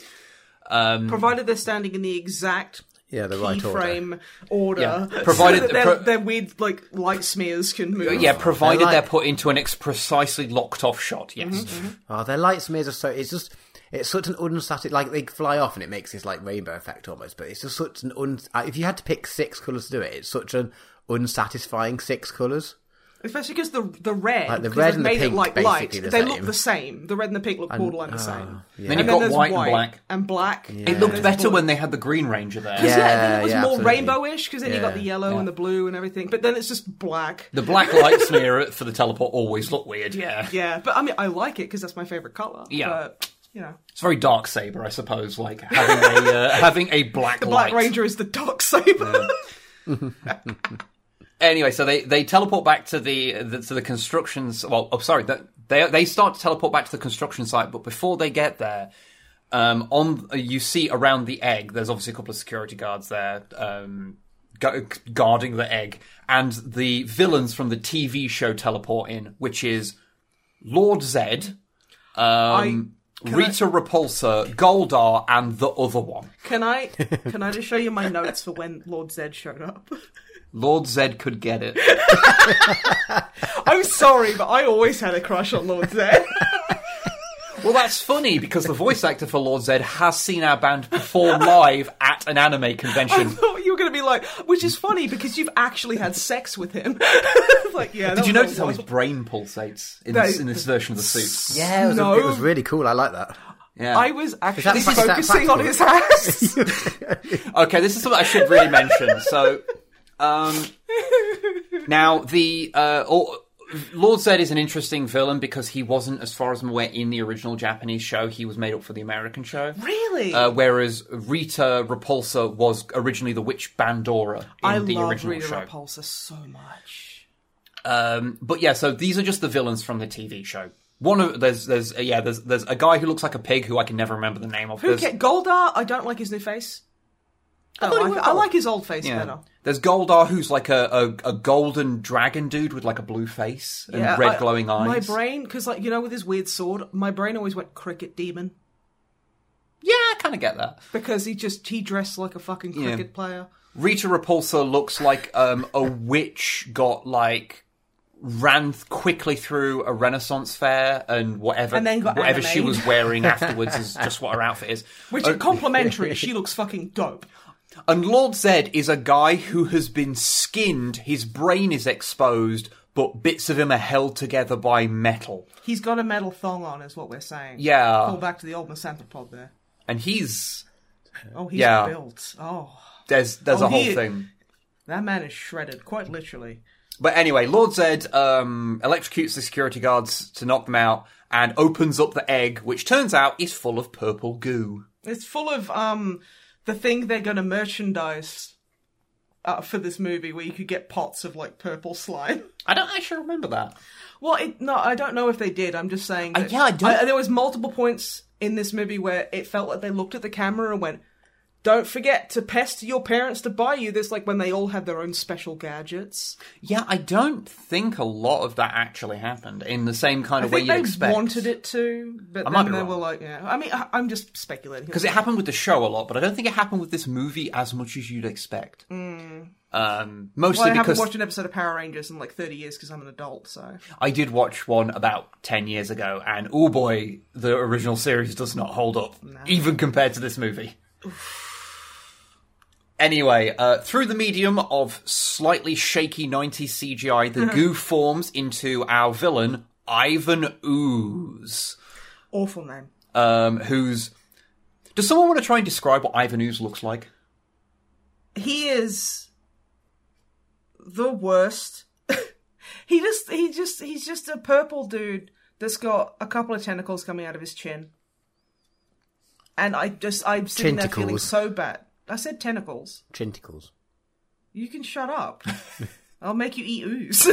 Speaker 2: Provided they're standing in the exact
Speaker 4: Hmm. Yeah, the right order.
Speaker 2: keyframe order.
Speaker 3: Yeah.
Speaker 2: so
Speaker 3: Provided-
Speaker 2: that their,
Speaker 3: pro-
Speaker 2: their weird like light smears can move.
Speaker 3: Yeah, provided
Speaker 4: like-
Speaker 3: Oh, they're Mm-hmm, put into an ex- precisely locked off shot. Yes.
Speaker 4: Oh, their light smears are so. It's just. It's such an unsatisfying. Like they fly off, and it makes this like rainbow effect almost. But it's just such an un. uh, If you had to pick six colors to do it, it's such an unsatisfying six colors.
Speaker 2: Especially because the the red,
Speaker 4: Like, the
Speaker 2: 'cause
Speaker 4: red
Speaker 2: they've
Speaker 4: and the
Speaker 2: made it
Speaker 4: pink
Speaker 2: like light.
Speaker 4: basically the
Speaker 2: they
Speaker 4: same. uh,
Speaker 2: look the same. The red and the pink look borderline the same.
Speaker 4: yeah.
Speaker 3: Then you've got
Speaker 2: there's
Speaker 3: white and black.
Speaker 2: and black.
Speaker 3: It looked better when they had the Green Ranger there.
Speaker 2: Yeah, then it was
Speaker 4: Yeah, yeah,
Speaker 2: more
Speaker 4: absolutely.
Speaker 2: rainbowish because then you got
Speaker 4: Yeah.
Speaker 2: the yellow and the blue and everything. But then it's just black.
Speaker 3: The black lights near it for the teleport always look weird. Yeah,
Speaker 2: Yeah, but I mean, I like it because that's my favorite color.
Speaker 3: Yeah.
Speaker 2: but, you know,
Speaker 3: it's very dark saber, I suppose. Like having a uh, having a black
Speaker 2: the Black
Speaker 3: light.
Speaker 2: Ranger is the dark saber.
Speaker 3: Anyway, so they, they teleport back to the, the to the constructions. Well, oh, sorry, that they they start to teleport back to the construction site, but before they get there, um, on you see around the egg. There's obviously a couple of security guards there, um, gu- guarding the egg, and the villains from the TV show teleport in, which is Lord Zed, um, Rita Repulsa, Goldar, and the other one.
Speaker 2: can I? Can I just show you my notes for when Lord Zed showed up?
Speaker 3: Lord Zed could get it.
Speaker 2: I'm sorry, but I always had a crush on Lord Zed.
Speaker 3: Well, that's funny because the voice actor for Lord Zed has seen our band perform live at an anime
Speaker 2: I
Speaker 3: convention.
Speaker 2: thought you were going to be like, which is funny because you've actually had sex with him. like, yeah.
Speaker 3: Did you notice how his brain pulsates in, this,
Speaker 2: No.
Speaker 3: in this version of the suit?
Speaker 4: Yeah, it was,
Speaker 2: No.
Speaker 4: it was really cool. I like that.
Speaker 3: Yeah.
Speaker 2: I was actually
Speaker 4: that fact- is that
Speaker 2: focusing on his ass.
Speaker 3: Okay, this is something I should really mention. So, um, now the uh, all, Lord Zed is an interesting villain because he wasn't, as far as I'm aware, in the original Japanese show. He was made up for the American show.
Speaker 2: really?
Speaker 3: Uh, whereas Rita Repulsa was originally the witch Bandora in
Speaker 2: I
Speaker 3: the
Speaker 2: love
Speaker 3: original
Speaker 2: Rita
Speaker 3: show.
Speaker 2: Repulsa so much.
Speaker 3: Um, but yeah, so these are just the villains from the TV show. One of there's there's uh, yeah there's there's a guy who looks like a pig who I can never remember the name of.
Speaker 2: Who
Speaker 3: There's,
Speaker 2: ca- Goldar? I don't like his new face. I,
Speaker 3: thought he
Speaker 2: don't like,
Speaker 3: was
Speaker 2: it. I
Speaker 3: Gold.
Speaker 2: like his old face
Speaker 3: yeah.
Speaker 2: better.
Speaker 3: There's Goldar who's like a, a, a golden dragon dude with like a blue face and
Speaker 2: Yeah,
Speaker 3: red
Speaker 2: I-
Speaker 3: glowing eyes.
Speaker 2: My brain, because like you know, with his weird sword, my brain always went cricket demon
Speaker 3: Yeah, I kind of get that.
Speaker 2: because he just he dressed like a fucking cricket player.
Speaker 3: Rita Repulsa looks like um, a witch got like ran th- quickly through a Renaissance fair and whatever
Speaker 2: And then got
Speaker 3: whatever she
Speaker 2: anime.
Speaker 3: was wearing afterwards is just what her outfit is.
Speaker 2: Which
Speaker 3: Uh,
Speaker 2: is complimentary. she looks fucking dope.
Speaker 3: And Lord Zed is a guy who has been skinned, his brain is exposed, but bits of him are held together by metal.
Speaker 2: He's got a metal thong on, is what we're saying.
Speaker 3: Yeah.
Speaker 2: Call back to the old Misanthropod there.
Speaker 3: And he's
Speaker 2: Oh, he's
Speaker 3: Yeah.
Speaker 2: built. Oh,
Speaker 3: there's there's a
Speaker 2: Oh,
Speaker 3: whole
Speaker 2: he-
Speaker 3: thing.
Speaker 2: that man is shredded, quite literally.
Speaker 3: But anyway, Lord Zed um, electrocutes the security guards to knock them out and opens up the egg, which turns out is full of purple goo.
Speaker 2: It's full of um the thing they're going to merchandise uh, for this movie, where you could get pots of like purple slime.
Speaker 3: I don't actually remember that.
Speaker 2: Well, it, no, I don't know if they did. I'm just saying. That,
Speaker 3: Uh, yeah, I don't-
Speaker 2: there was multiple points in this movie where it felt like they looked at the camera and went, "Don't forget to pester your parents to buy you this." Like when they all had their own special gadgets.
Speaker 3: Yeah, I don't think a lot of that actually happened in the same kind
Speaker 2: I
Speaker 3: of way
Speaker 2: think
Speaker 3: you'd
Speaker 2: they
Speaker 3: expect.
Speaker 2: wanted it to, but
Speaker 3: might
Speaker 2: then
Speaker 3: be
Speaker 2: they
Speaker 3: wrong.
Speaker 2: were like, "Yeah." I mean, I, I'm just speculating
Speaker 3: because it happened with the show a lot, but I don't think it happened with this movie as much as you'd expect. Um, mostly
Speaker 2: Hmm. Well, I haven't
Speaker 3: because
Speaker 2: watched an episode of Power Rangers in like 30 years because I'm an adult. So
Speaker 3: I did watch one about ten years ago, and oh boy, the original series does not hold up, even compared to this movie. Anyway, uh, through the medium of slightly shaky 90s CGI, the goo forms into our villain, Ivan Ooze.
Speaker 2: awful name.
Speaker 3: um, who's. Does someone want to try and describe what Ivan Ooze looks like?
Speaker 2: He is the worst. he just he just he's just a purple dude that's got a couple of tentacles coming out of his chin. And I just I'm sitting there feeling
Speaker 4: Tentacles.
Speaker 2: so bad. I said tentacles.
Speaker 4: Tentacles.
Speaker 2: You can shut up. I'll make you eat ooze.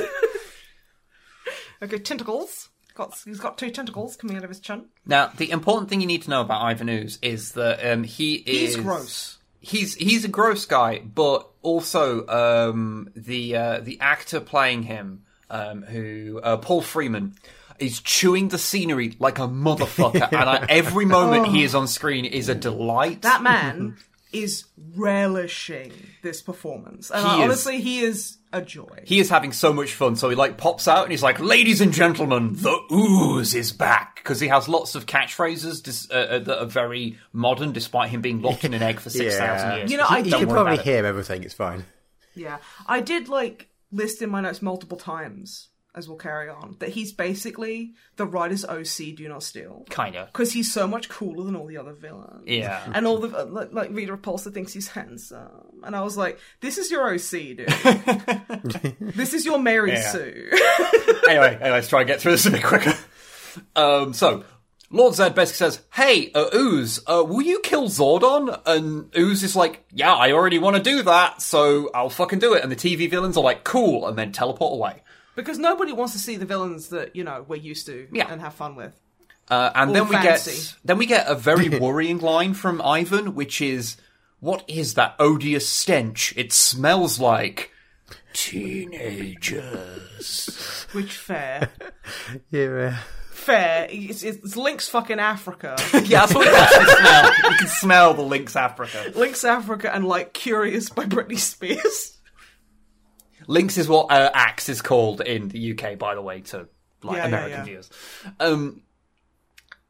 Speaker 2: okay, tentacles. Got, he's got two tentacles coming out of his chin.
Speaker 3: Now, the important thing you need to know about Ivan Ooze is that um, he is
Speaker 2: He's gross.
Speaker 3: He's he's a gross guy, but also um, the uh, the actor playing him, um, who uh, Paul Freeman, is chewing the scenery like a motherfucker, and I, every moment he is on screen is a delight.
Speaker 2: Oh. that man is relishing this performance. And I-
Speaker 3: He is-
Speaker 2: honestly, he is a joy.
Speaker 3: he is having so much fun. So he like pops out and he's like, "Ladies and gentlemen, the ooze is back," because he has lots of catchphrases dis- uh, uh, that are very modern, despite him being locked in an egg for six thousand years.
Speaker 2: You know, I
Speaker 4: you
Speaker 2: did-
Speaker 4: can
Speaker 3: worry about
Speaker 4: probably
Speaker 3: it.
Speaker 4: hear everything. It's fine.
Speaker 2: Yeah. I did like list in my notes multiple times as we'll carry on, that he's basically the writer's OC Do Not Steal.
Speaker 3: Kinda.
Speaker 2: Because he's so much cooler than all the other villains.
Speaker 3: Yeah.
Speaker 2: And all the, like, like Rita Repulsa thinks he's handsome. And I was like, this is your OC, dude. this is your Mary
Speaker 3: Yeah.
Speaker 2: Sue.
Speaker 3: anyway, anyway, let's try and get through this a bit quicker. Um, so, Lord Zed basically says, Hey, uh, Ooze, uh, will you kill Zordon? And Ooze is like, Yeah, I already want to do that, so I'll fucking do it. And the TV villains are like, Cool, and then teleport away.
Speaker 2: because nobody wants to see the villains that, you know, we're used to
Speaker 3: Yeah.
Speaker 2: and have fun with.
Speaker 3: Uh, and then we
Speaker 2: fancy.
Speaker 3: get then we get a very worrying line from Ivan, which is, "What is that odious stench? It smells like teenagers."
Speaker 2: Which fair.
Speaker 4: Yeah.
Speaker 2: fair. It's, it's Link's fucking Africa.
Speaker 3: yeah, that's what it actually smells. You can smell the Lynx Africa.
Speaker 2: Link's Africa and like Curious by Britney Spears.
Speaker 3: Lynx is what uh, Axe is called in the UK, by the way, to like
Speaker 2: Yeah, yeah,
Speaker 3: American
Speaker 2: yeah.
Speaker 3: viewers. Um,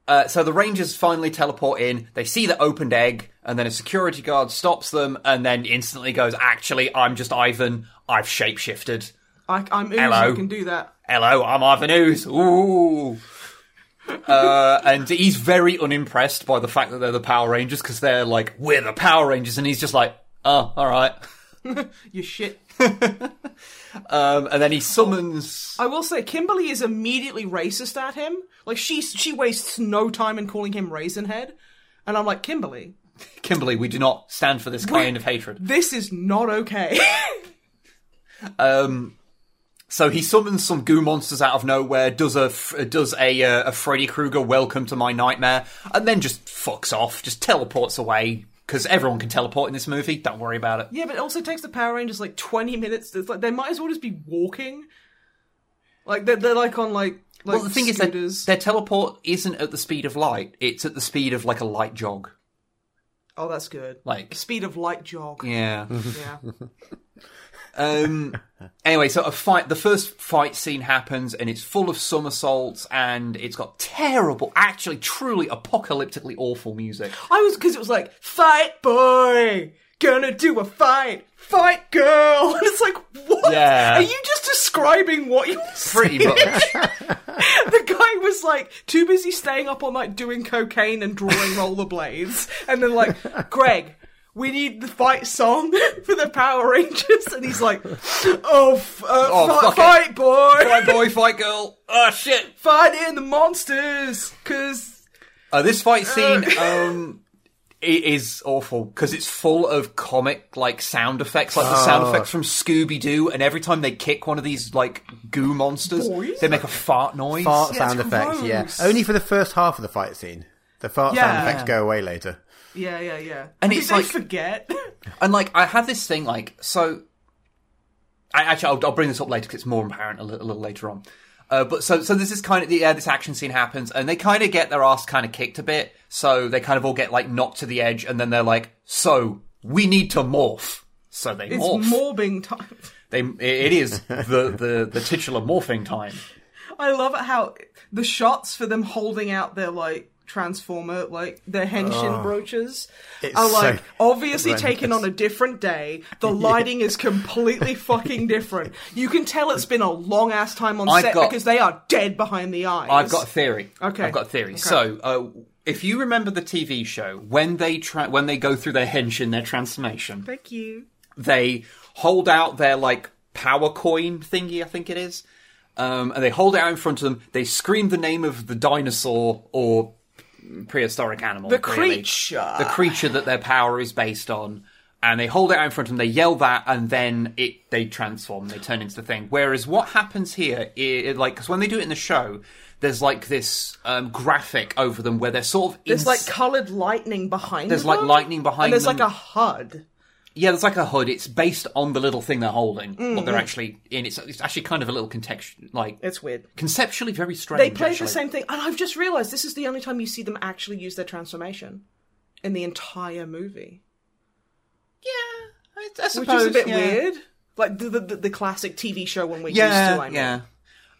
Speaker 3: uh, so the Rangers finally teleport in. They see the opened egg, and then a security guard stops them, and then instantly goes, "Actually, I'm just Ivan. I've shapeshifted.
Speaker 2: I, I'm Uzi
Speaker 3: Hello.
Speaker 2: who can do that.
Speaker 3: Hello, I'm Ivan Ooze. Ooh." uh, and he's very unimpressed by the fact that they're the Power Rangers because they're like, "We're the Power Rangers," and he's just like, "Oh, all right."
Speaker 2: You shit.
Speaker 3: Um, and then he summons.
Speaker 2: I will say, Kimberly is immediately racist at him. Like she she wastes no time in calling him raisin head, and I'm like, Kimberly,
Speaker 3: Kimberly, we do not stand for this kind of hatred.
Speaker 2: this is not okay.
Speaker 3: Um, so he summons some goo monsters out of nowhere, does a f- does a uh, a Freddy Krueger welcome to my nightmare, and then just fucks off, just teleports away because everyone can teleport in this movie. Don't worry about it.
Speaker 2: yeah, but it also takes the Power Rangers like 20 minutes. It's like they might as well just be walking. Like they're, they're like on like like
Speaker 3: well, the thing
Speaker 2: scooters.
Speaker 3: is that their teleport isn't at the speed of light; it's at the speed of like a light jog.
Speaker 2: oh, that's good.
Speaker 3: Like,
Speaker 2: Speed of light jog.
Speaker 3: yeah.
Speaker 2: yeah.
Speaker 3: Um, anyway, so a fight, the first fight scene happens and it's full of somersaults and it's got terrible, actually truly apocalyptically awful music.
Speaker 2: I was because it was like fight boy, gonna do a fight, fight girl. And it's like what?
Speaker 3: Yeah.
Speaker 2: Are you just describing what you?
Speaker 3: Pretty much.
Speaker 2: the guy was like too busy staying up all night doing cocaine and drawing rollerblades, and then like Greg. We need the fight song for the Power Rangers, and he's like, "Oh, f- uh,
Speaker 3: Oh,
Speaker 2: fi-
Speaker 3: fuck it.
Speaker 2: fight, boy,
Speaker 3: fight boy, fight girl. Oh shit.
Speaker 2: fight in the monsters!" Because
Speaker 3: Uh, this fight scene, um, it is awful because it's full of comic like sound effects, like the
Speaker 4: Oh.
Speaker 3: sound effects from Scooby Doo, and every time they kick one of these like goo monsters,
Speaker 2: Boys?
Speaker 3: they make a fart noise.
Speaker 4: Fart
Speaker 2: Yeah,
Speaker 4: sound
Speaker 2: it's
Speaker 4: effects, yeah. Oh,
Speaker 2: gross.
Speaker 4: Only for the first half of the fight scene. The fart
Speaker 2: Yeah.
Speaker 4: sound effects go away later.
Speaker 2: yeah, yeah, yeah,
Speaker 3: And
Speaker 2: Did
Speaker 3: it's
Speaker 2: they
Speaker 3: like-
Speaker 2: forget.
Speaker 3: And like, I have this thing like so. I actually, I'll, I'll bring this up later because it's more apparent a li- a little, later on. Uh, but so, so this is kind of yeah, this action scene happens, and they kind of get their ass kind of kicked a bit. So they kind of all get like knocked to the edge, and then they're like, "So we need to morph." So they
Speaker 2: it's
Speaker 3: morph.
Speaker 2: morbing time.
Speaker 3: they it- it is the, the the titular morphing time.
Speaker 2: I love it how the shots for them holding out their like transformer, like their henshin brooches,
Speaker 4: Ah. It's
Speaker 2: are
Speaker 4: so
Speaker 2: like obviously
Speaker 4: horrendous.
Speaker 2: taken on a different day. The lighting is completely fucking different. You can tell it's been a long ass time on
Speaker 3: I've
Speaker 2: set
Speaker 3: got-
Speaker 2: because they are dead behind the eyes.
Speaker 3: I've got a theory.
Speaker 2: Okay.
Speaker 3: I've got a theory.
Speaker 2: Okay.
Speaker 3: So, uh, if you remember the TV show, when they tra- when they go through their henshin, their transformation,
Speaker 2: thank you.
Speaker 3: they hold out their like power coin thingy, I think it is, um, and they hold it out in front of them. They scream the name of the dinosaur or prehistoric animal, the
Speaker 2: creature.
Speaker 3: the creature that their power is based on. And they hold it out in front of them. They yell that, and then it they transform. They turn into the thing. Whereas what happens here, is, like, because when they do it in the show, there's like this um, graphic over them where they're sort of
Speaker 2: There's
Speaker 3: ins-
Speaker 2: like coloured lightning behind.
Speaker 3: There's, like,
Speaker 2: them,
Speaker 3: lightning behind
Speaker 2: and there's
Speaker 3: them.
Speaker 2: like a HUD.
Speaker 3: Yeah, there's like a hood. It's based on the little thing they're holding, what they're actually in. It's, it's actually kind of a little contextual, like
Speaker 2: Mm-hmm. It's weird.
Speaker 3: conceptually very strange.
Speaker 2: They play
Speaker 3: actually.
Speaker 2: the same thing, and I've just realised this is the only time you see them actually use their transformation in the entire movie.
Speaker 3: Yeah, I, I
Speaker 2: which
Speaker 3: suppose
Speaker 2: is a bit
Speaker 3: yeah.
Speaker 2: weird. Like the, the the classic TV show when we're used to.
Speaker 3: Yeah,
Speaker 2: I mean.
Speaker 3: yeah.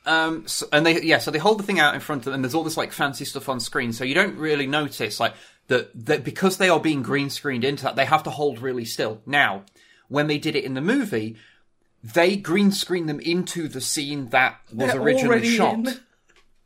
Speaker 3: Um, so, and they yeah, so they hold the thing out in front of them, and there's all this like fancy stuff on screen, so you don't really notice like that that because they are being green screened into that, they have to hold really still. Now, when they did it in the movie, they green screen them into the scene that was
Speaker 2: They're
Speaker 3: originally
Speaker 2: already
Speaker 3: shot.
Speaker 2: in.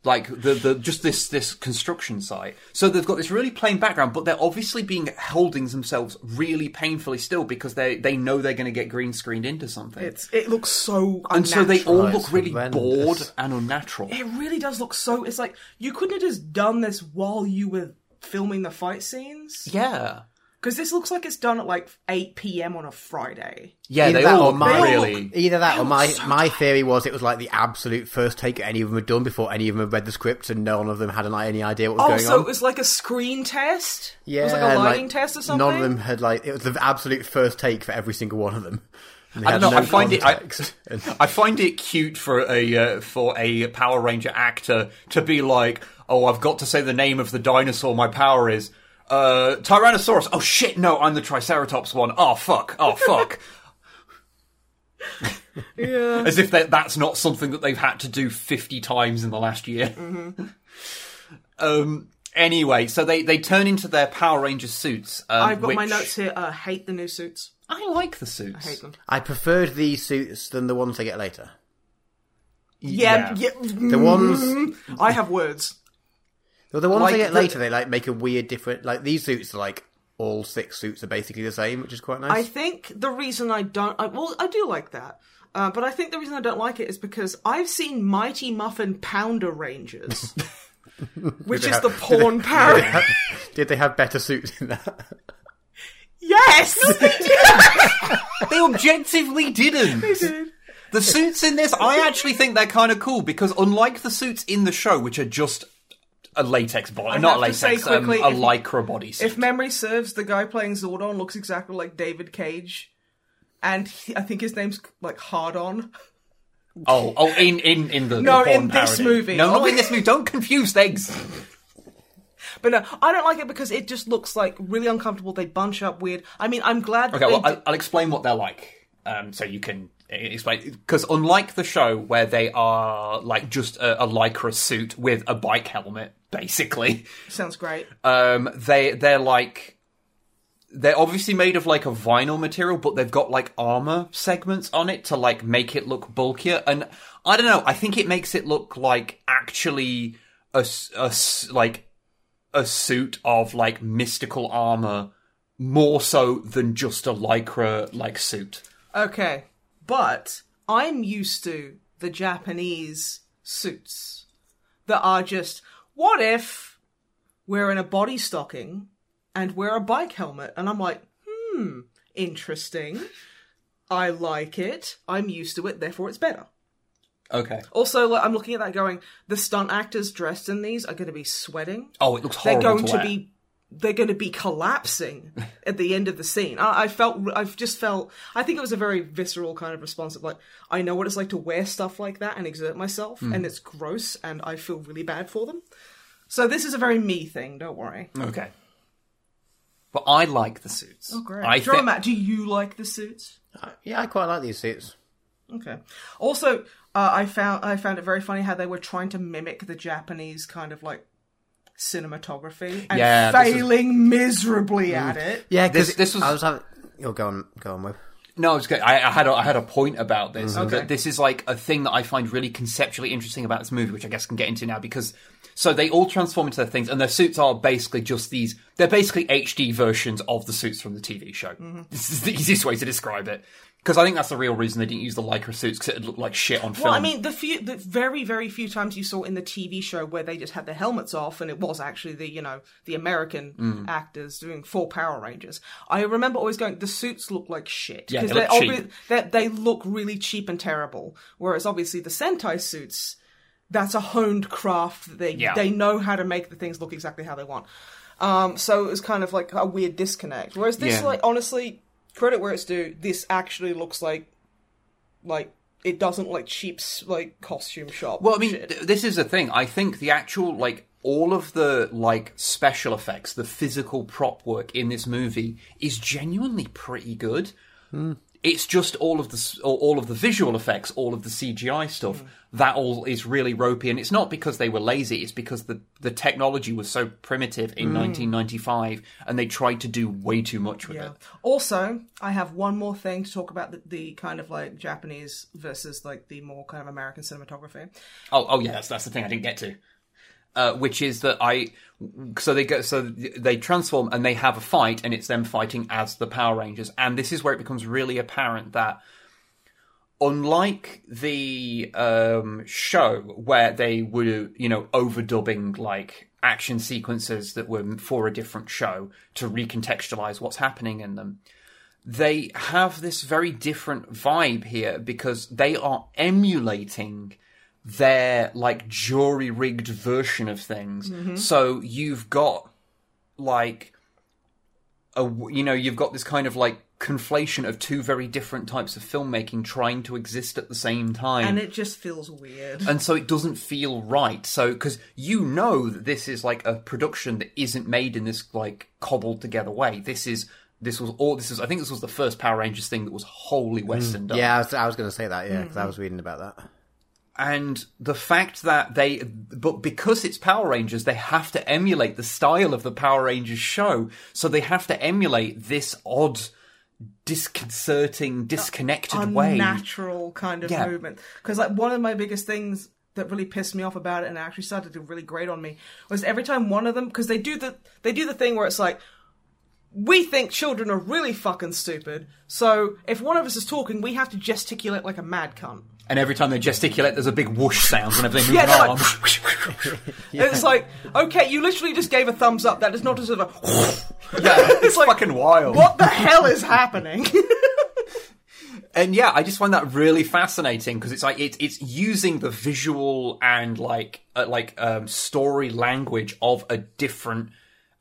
Speaker 3: Like the, the just this this construction site. So they've got this really plain background, but they're obviously being holding themselves really painfully still because they they know they're going to get green screened into something.
Speaker 2: It's it looks so unnatural.
Speaker 3: and so they all
Speaker 4: Right,
Speaker 3: look really
Speaker 4: horrendous.
Speaker 3: bored and unnatural.
Speaker 2: it really does look so. It's like you couldn't have just done this while you were filming the fight scenes
Speaker 3: Yeah,
Speaker 2: because this looks like it's done at like 8 p.m. on a Friday.
Speaker 3: yeah,
Speaker 4: Either
Speaker 3: they
Speaker 4: that
Speaker 3: all
Speaker 4: or
Speaker 3: look
Speaker 4: my-
Speaker 3: really.
Speaker 4: Either that, or my my theory was it was like the absolute first take any of them had done before any of them had read the script, and none of them had an, any idea what was
Speaker 2: Oh,
Speaker 4: going
Speaker 2: so
Speaker 4: on.
Speaker 2: it was like a screen test.
Speaker 4: yeah,
Speaker 2: it was like a
Speaker 4: and,
Speaker 2: lighting test or something.
Speaker 4: None of them had like it was the absolute first take for every single one of them. And they
Speaker 3: I don't
Speaker 4: had
Speaker 3: know, I find it- I-
Speaker 4: context. And-
Speaker 3: I find it cute for a uh, for a Power Ranger actor to be like, "Oh, I've got to say the name of the dinosaur my power is." Uh, Tyrannosaurus. Oh shit! No, I'm the Triceratops one. Oh fuck! Oh fuck!
Speaker 2: Yeah.
Speaker 3: As if that that's not something that they've had to do 50 times in the last year.
Speaker 2: Mm-hmm.
Speaker 3: um. Anyway, so they they turn into their Power Ranger suits. Um,
Speaker 2: I've got my
Speaker 3: which-
Speaker 2: notes here. Uh, hate the new suits.
Speaker 3: I like the suits.
Speaker 2: Hate them.
Speaker 4: I preferred these suits than the ones they get later.
Speaker 2: Yeah, yeah.
Speaker 4: The
Speaker 2: Mm-hmm.
Speaker 4: ones,
Speaker 2: I have words.
Speaker 4: the ones
Speaker 3: Like
Speaker 4: they get
Speaker 3: the-
Speaker 4: later, they like make a weird different. Like these suits are like all six suits are basically the same, which is quite nice.
Speaker 2: I think the reason I don't, I, well, I do like that, uh, but I think the reason I don't like it is because I've seen Mighty Muffin Pounder Rangers, which is the porn parody.
Speaker 4: Did they have better suits in that?
Speaker 2: yes,
Speaker 3: They objectively didn't. The suits in this, I actually think they're kind of cool because unlike the suits in the show, which are just a latex body,
Speaker 2: have
Speaker 3: not
Speaker 2: to
Speaker 3: latex,
Speaker 2: say quickly,
Speaker 3: um, a
Speaker 2: if-
Speaker 3: lycra body suit.
Speaker 2: if memory serves, the guy playing Zordon looks exactly like David Cage, and he, I think his name's like Hardon.
Speaker 3: oh, oh, in in in the
Speaker 2: No,
Speaker 3: the porn
Speaker 2: in this
Speaker 3: parody.
Speaker 2: movie. Oh.
Speaker 3: No, not in this movie. Don't confuse things.
Speaker 2: But no, I don't like it because it just looks like really uncomfortable. They bunch up weird. I mean, I'm glad.
Speaker 3: Okay,
Speaker 2: that
Speaker 3: well,
Speaker 2: they
Speaker 3: I'll, I'll explain what they're like, um, so you can uh, explain. Because unlike the show, where they are like just a, a lycra suit with a bike helmet, basically.
Speaker 2: did- sounds great.
Speaker 3: um they they're like they're obviously made of like a vinyl material but they've got like armor segments on it to like make it look bulkier and i don't know i think it makes it look like actually a, s- a s- like a suit of like mystical armor more so than just a lycra like suit
Speaker 2: Okay, but I'm used to the Japanese suits that are just what if we're in a body stocking and wear a bike helmet, and I'm like, hmm, interesting. I like it. I'm used to it, therefore it's better.
Speaker 3: okay
Speaker 2: Also, like, I'm looking at that going, the stunt actors dressed in these are going to be sweating.
Speaker 3: oh it looks
Speaker 2: They're
Speaker 3: horrible
Speaker 2: going
Speaker 3: to,
Speaker 2: to
Speaker 3: wear.
Speaker 2: be they're going to be collapsing at the end of the scene. I, I felt, I've just felt, I think it was a very visceral kind of response of like, I know what it's like to wear stuff like that and exert myself,
Speaker 3: Hmm.
Speaker 2: and it's gross, and I feel really bad for them. So this is a very me thing. Don't worry.
Speaker 3: okay but i like the suits oh
Speaker 2: Great.
Speaker 3: I
Speaker 2: Drum
Speaker 3: thi-
Speaker 2: Matt, do you like the suits?
Speaker 4: Uh, yeah, I quite like these suits.
Speaker 2: Okay. Also, uh, I found I found it very funny how they were trying to mimic the Japanese kind of like cinematography and
Speaker 3: Yeah, this is-
Speaker 2: failing miserably at it.
Speaker 4: Yeah,
Speaker 3: This-
Speaker 4: because
Speaker 3: this was-
Speaker 4: I was having. Oh, go on, go on, Web.
Speaker 3: No, I was going I, I had a, I had a point about this.
Speaker 2: Mm-hmm. Okay.
Speaker 3: That this is like a thing that I find really conceptually interesting about this movie, which I guess can get into now because so they all transform into their things, and their suits are basically just these. They're basically HD versions of the suits from the TV show.
Speaker 2: Mm-hmm.
Speaker 3: This is the easiest way to describe it because I think that's the real reason they didn't use the lycra suits because it looked like shit on film.
Speaker 2: Well, I mean, the few, the very, very few times you saw in the TV show where they just had their helmets off, and it was actually the, you know, the American
Speaker 3: Mm.
Speaker 2: actors doing full Power Rangers. I remember always going, the suits look like shit
Speaker 3: Yeah, they
Speaker 2: they're
Speaker 3: look cheap.
Speaker 2: they they look really cheap and terrible. Whereas obviously the Sentai suits, that's a honed craft. that They
Speaker 3: Yeah.
Speaker 2: they know how to make the things look exactly how they want. Um, so it was kind of like a weird disconnect. Whereas this,
Speaker 3: Yeah.
Speaker 2: like, honestly, credit where it's due, this actually looks like like it doesn't look like cheap like costume shop.
Speaker 3: Well, I mean,
Speaker 2: shit.
Speaker 3: th- this is the thing. I think the actual like all of the like special effects, the physical prop work in this movie is genuinely pretty good. It's just all of the s- all- all of the visual effects, all of the CGI stuff. That all is really ropey, and it's not because they were lazy. It's because the the technology was so primitive in 1995, and they tried to do way too much with it.
Speaker 2: Also, I have one more thing to talk about the, the kind of like Japanese versus like the more kind of American cinematography.
Speaker 3: Oh, oh yeah, that's that's the thing I didn't get to, uh, which is that I so they go so they transform and they have a fight and it's them fighting as the Power Rangers and this is where it becomes really apparent that unlike the um, show where they were you know overdubbing like action sequences that were for a different show to recontextualize what's happening in them they have this very different vibe here because they are emulating their like jury rigged version of things. So you've got like a w- you know you've got this kind of like conflation of two very different types of filmmaking trying to exist at the same time
Speaker 2: And it just feels weird.
Speaker 3: and so it doesn't feel right. So because you know that this is like a production that isn't made in this like cobbled together way. This is this was all this is. I think this was the first Power Rangers thing that was
Speaker 2: Mm,
Speaker 3: wholly Western done.
Speaker 4: Yeah, I was, I was going to say that. Yeah, because I was reading about that.
Speaker 3: and the fact that they but because it's power rangers they have to emulate the style of the power rangers show so they have to emulate this odd disconcerting disconnected way
Speaker 2: Unnatural kind of
Speaker 3: Yeah.
Speaker 2: movement. Because like one of my biggest things that really pissed me off about it and actually started to really grate on me was every time one of them because they do the they do the thing where it's like we think children are really fucking stupid, so if one of us is talking, we have to gesticulate like a mad cunt.
Speaker 3: and every time they gesticulate there's a big whoosh sound whenever they move
Speaker 2: Yeah,
Speaker 3: an
Speaker 2: they're
Speaker 3: arm
Speaker 2: It's like, okay, you literally just gave a thumbs up. That is not deserve a.
Speaker 3: yeah it's,
Speaker 2: like,
Speaker 3: fucking wild
Speaker 2: what the hell is happening?
Speaker 3: and yeah, I just find that really fascinating because it's like it's it's using the visual and like uh, like um, story language of a different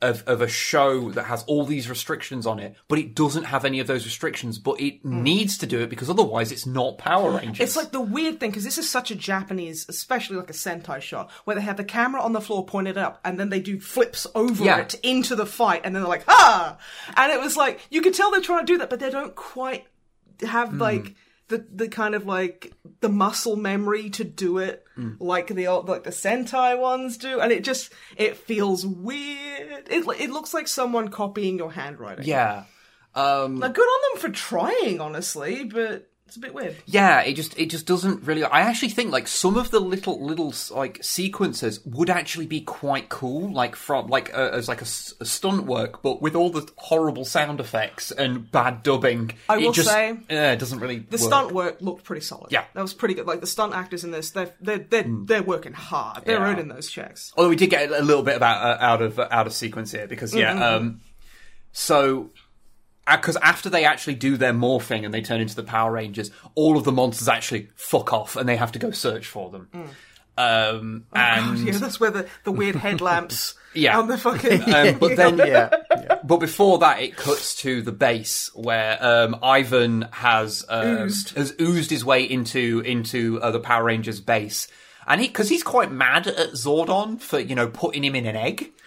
Speaker 3: of of a show that has all these restrictions on it, but it doesn't have any of those restrictions. But it needs to do it because otherwise, it's not Power Rangers.
Speaker 2: Hmm. it's like the weird thing because this is such a Japanese, especially like a Sentai shot, where they have the camera on the floor pointed up, and then they do flips over
Speaker 3: Yeah.
Speaker 2: it into the fight, and then they're like, ah! And it was like you could tell they're trying to do that, but they don't quite have
Speaker 3: Hmm.
Speaker 2: like. The, the kind of like the muscle memory to do it
Speaker 3: Hmm.
Speaker 2: like the old like the sentai ones do and it just it feels weird it, it looks like someone copying your handwriting
Speaker 3: yeah. Um,
Speaker 2: Like, good on them for trying, honestly, but it's a bit weird.
Speaker 3: yeah, it just it just doesn't really. I actually think like some of the little little like sequences would actually be quite cool, like from like uh, as like a, s- a stunt work, but with all the horrible sound effects and bad dubbing,
Speaker 2: I
Speaker 3: it
Speaker 2: will
Speaker 3: just,
Speaker 2: say,
Speaker 3: yeah, it doesn't really
Speaker 2: The stunt work looked pretty solid.
Speaker 3: Yeah. Mm.
Speaker 2: that was pretty good. Like the stunt actors in this, they're they're they're, they're working hard. They're
Speaker 3: Yeah.
Speaker 2: earning those checks.
Speaker 3: Although we did get a little bit about uh, out of out of sequence here because yeah,
Speaker 2: Mm-hmm.
Speaker 3: um, so because after they actually do their morphing and they turn into the Power Rangers, all of the monsters actually fuck off and they have to go search for them.
Speaker 2: Mm.
Speaker 3: Um,
Speaker 2: Oh
Speaker 3: and
Speaker 2: yeah, that's where the, the weird headlamps.
Speaker 3: Yeah.
Speaker 2: on the fucking.
Speaker 3: Um, but then,
Speaker 4: Yeah.
Speaker 3: but before that, it cuts to the base where um, Ivan has um,
Speaker 2: Oozed.
Speaker 3: uh,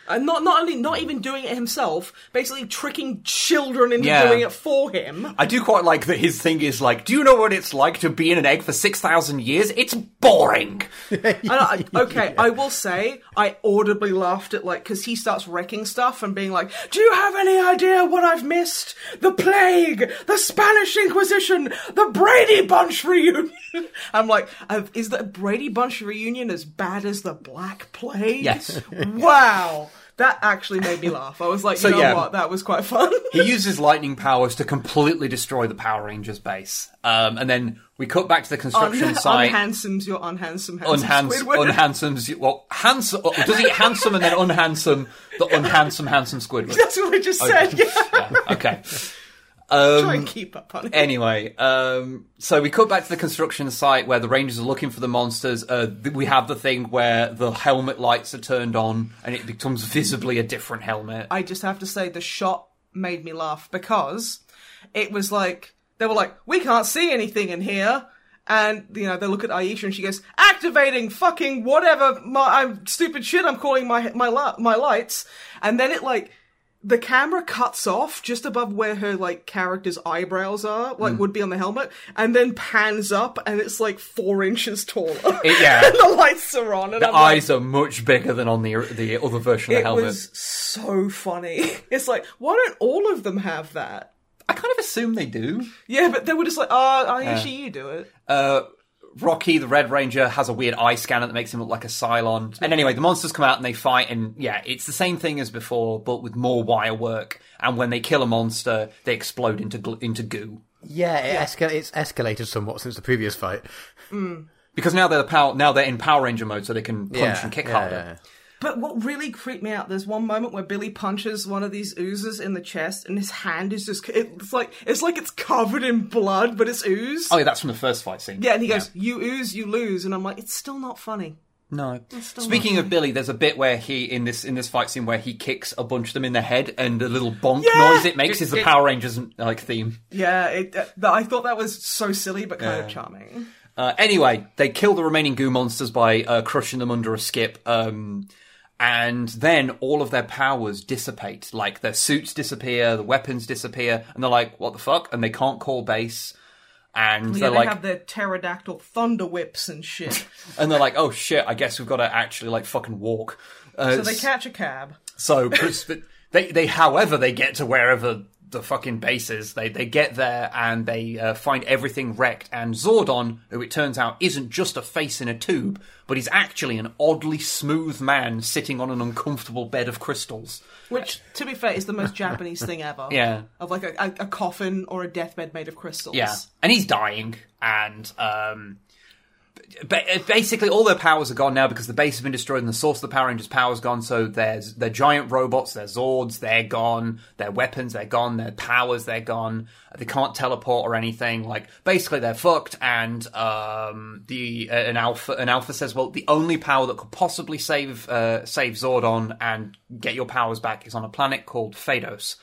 Speaker 2: and not not only not even doing it himself, basically tricking children into
Speaker 3: Yeah.
Speaker 2: doing it for him.
Speaker 3: I do quite like that his thing is like, do you know what it's like to be in an egg for six thousand years? It's boring.
Speaker 2: And I, okay, I will say I audibly laughed at like because he starts wrecking stuff and being like, "Do you have any idea what I've missed? The plague, the Spanish Inquisition, the Brady Bunch reunion." I'm like, uh, "Is the Brady Bunch reunion as bad as the Black Plague?"
Speaker 3: Yes.
Speaker 2: wow, that actually made me laugh. I was like, "You know
Speaker 3: yeah.
Speaker 2: what? That was quite fun."
Speaker 3: he uses lightning powers to completely destroy the Power Rangers base, um, and then we cut back to the construction site.
Speaker 2: unhandsome's your unhandsome, handsome
Speaker 3: unhandsome,
Speaker 2: Squidward.
Speaker 3: unhandsome's well, handsome. Oh, does he get handsome and then unhandsome? The unhandsome, handsome Squidward.
Speaker 2: That's what I just said. Yeah.
Speaker 3: Yeah, okay.
Speaker 2: Try and keep up on it.
Speaker 3: Anyway, um, so we cut back to the construction site where the Rangers are looking for the monsters. Uh, th- we have the thing where the helmet lights are turned on and it becomes visibly a different helmet.
Speaker 2: I just have to say the shot made me laugh because it was like they were like, we can't see anything in here. And you know they look at Aisha and she goes, "Activating fucking whatever my I'm stupid shit I'm calling my my la- my lights." And then it like the camera cuts off just above where her like character's eyebrows are,
Speaker 3: Hmm.
Speaker 2: like would be on the helmet, and then pans up, and it's like four inches taller.
Speaker 3: It- yeah.
Speaker 2: and the lights are on, and
Speaker 3: The
Speaker 2: I'm like,
Speaker 3: eyes are much bigger than on the the other version of the
Speaker 2: it
Speaker 3: helmet.
Speaker 2: was so funny. It's like, why don't all of them have that?
Speaker 3: I kind of assume they do.
Speaker 2: Yeah, but they were just like, oh, oh actually, you do it.
Speaker 3: Uh, Rocky, the Red Ranger, has a weird eye scanner that makes him look like a Cylon. And anyway, the monsters come out and they fight, and yeah, it's the same thing as before, but with more wire work. And when they kill a monster, they explode into gl- into goo.
Speaker 4: Yeah, it esca- it's escalated somewhat since the previous fight.
Speaker 3: Because now they're the power, now they're in Power Ranger mode, so they can punch
Speaker 4: yeah,
Speaker 3: and kick
Speaker 4: yeah,
Speaker 3: harder.
Speaker 4: yeah.
Speaker 2: But what really creeped me out, there's one moment where Billy punches one of these oozes in the chest, and his hand is just—it's like it's like it's covered in blood, but it's ooze.
Speaker 3: Oh, yeah, that's from the first fight scene.
Speaker 2: Yeah, and he goes, "You ooze, you lose," and I'm like, "It's still not funny."
Speaker 3: No. Speaking of Billy, there's a bit where he in this in this fight scene where he kicks a bunch of them in the head, and the little bonk
Speaker 2: Yeah!
Speaker 3: noise it makes is the Power Rangers like theme.
Speaker 2: Yeah, it, uh, th- I thought that was so silly but kind of charming.
Speaker 3: Uh, anyway, they kill the remaining goo monsters by uh, crushing them under a skip. Um, and then all of their powers dissipate. Like their suits disappear, the weapons disappear, and they're like, what the fuck? And they can't call base. And
Speaker 2: Yeah,
Speaker 3: they're
Speaker 2: they
Speaker 3: like,
Speaker 2: have their pterodactyl thunder whips and shit.
Speaker 3: and they're like, oh shit, I guess we've got to actually like fucking walk. Uh,
Speaker 2: so they catch a cab.
Speaker 3: So, pres- but they, they, however, they get to wherever the fucking base is. They, they get there and they uh, find everything wrecked. And Zordon, who it turns out isn't just a face in a tube, but he's actually an oddly smooth man sitting on an uncomfortable bed of crystals.
Speaker 2: Which, to be fair, is the most Japanese thing ever.
Speaker 3: Yeah.
Speaker 2: Of like a, a, a coffin or a deathbed made of crystals.
Speaker 3: Yeah, and he's dying, and um, ba- basically all their powers are gone now because the base has been destroyed and the source of the Power Rangers' power is gone. So there's their giant robots, their Zords, they're gone. Their weapons, they're gone. Their powers, they're gone. They can't teleport or anything. Like basically, they're fucked. And um, the uh, an alpha an alpha says, well, the only power that could possibly save uh, save Zordon and get your powers back is on a planet called Phaedos.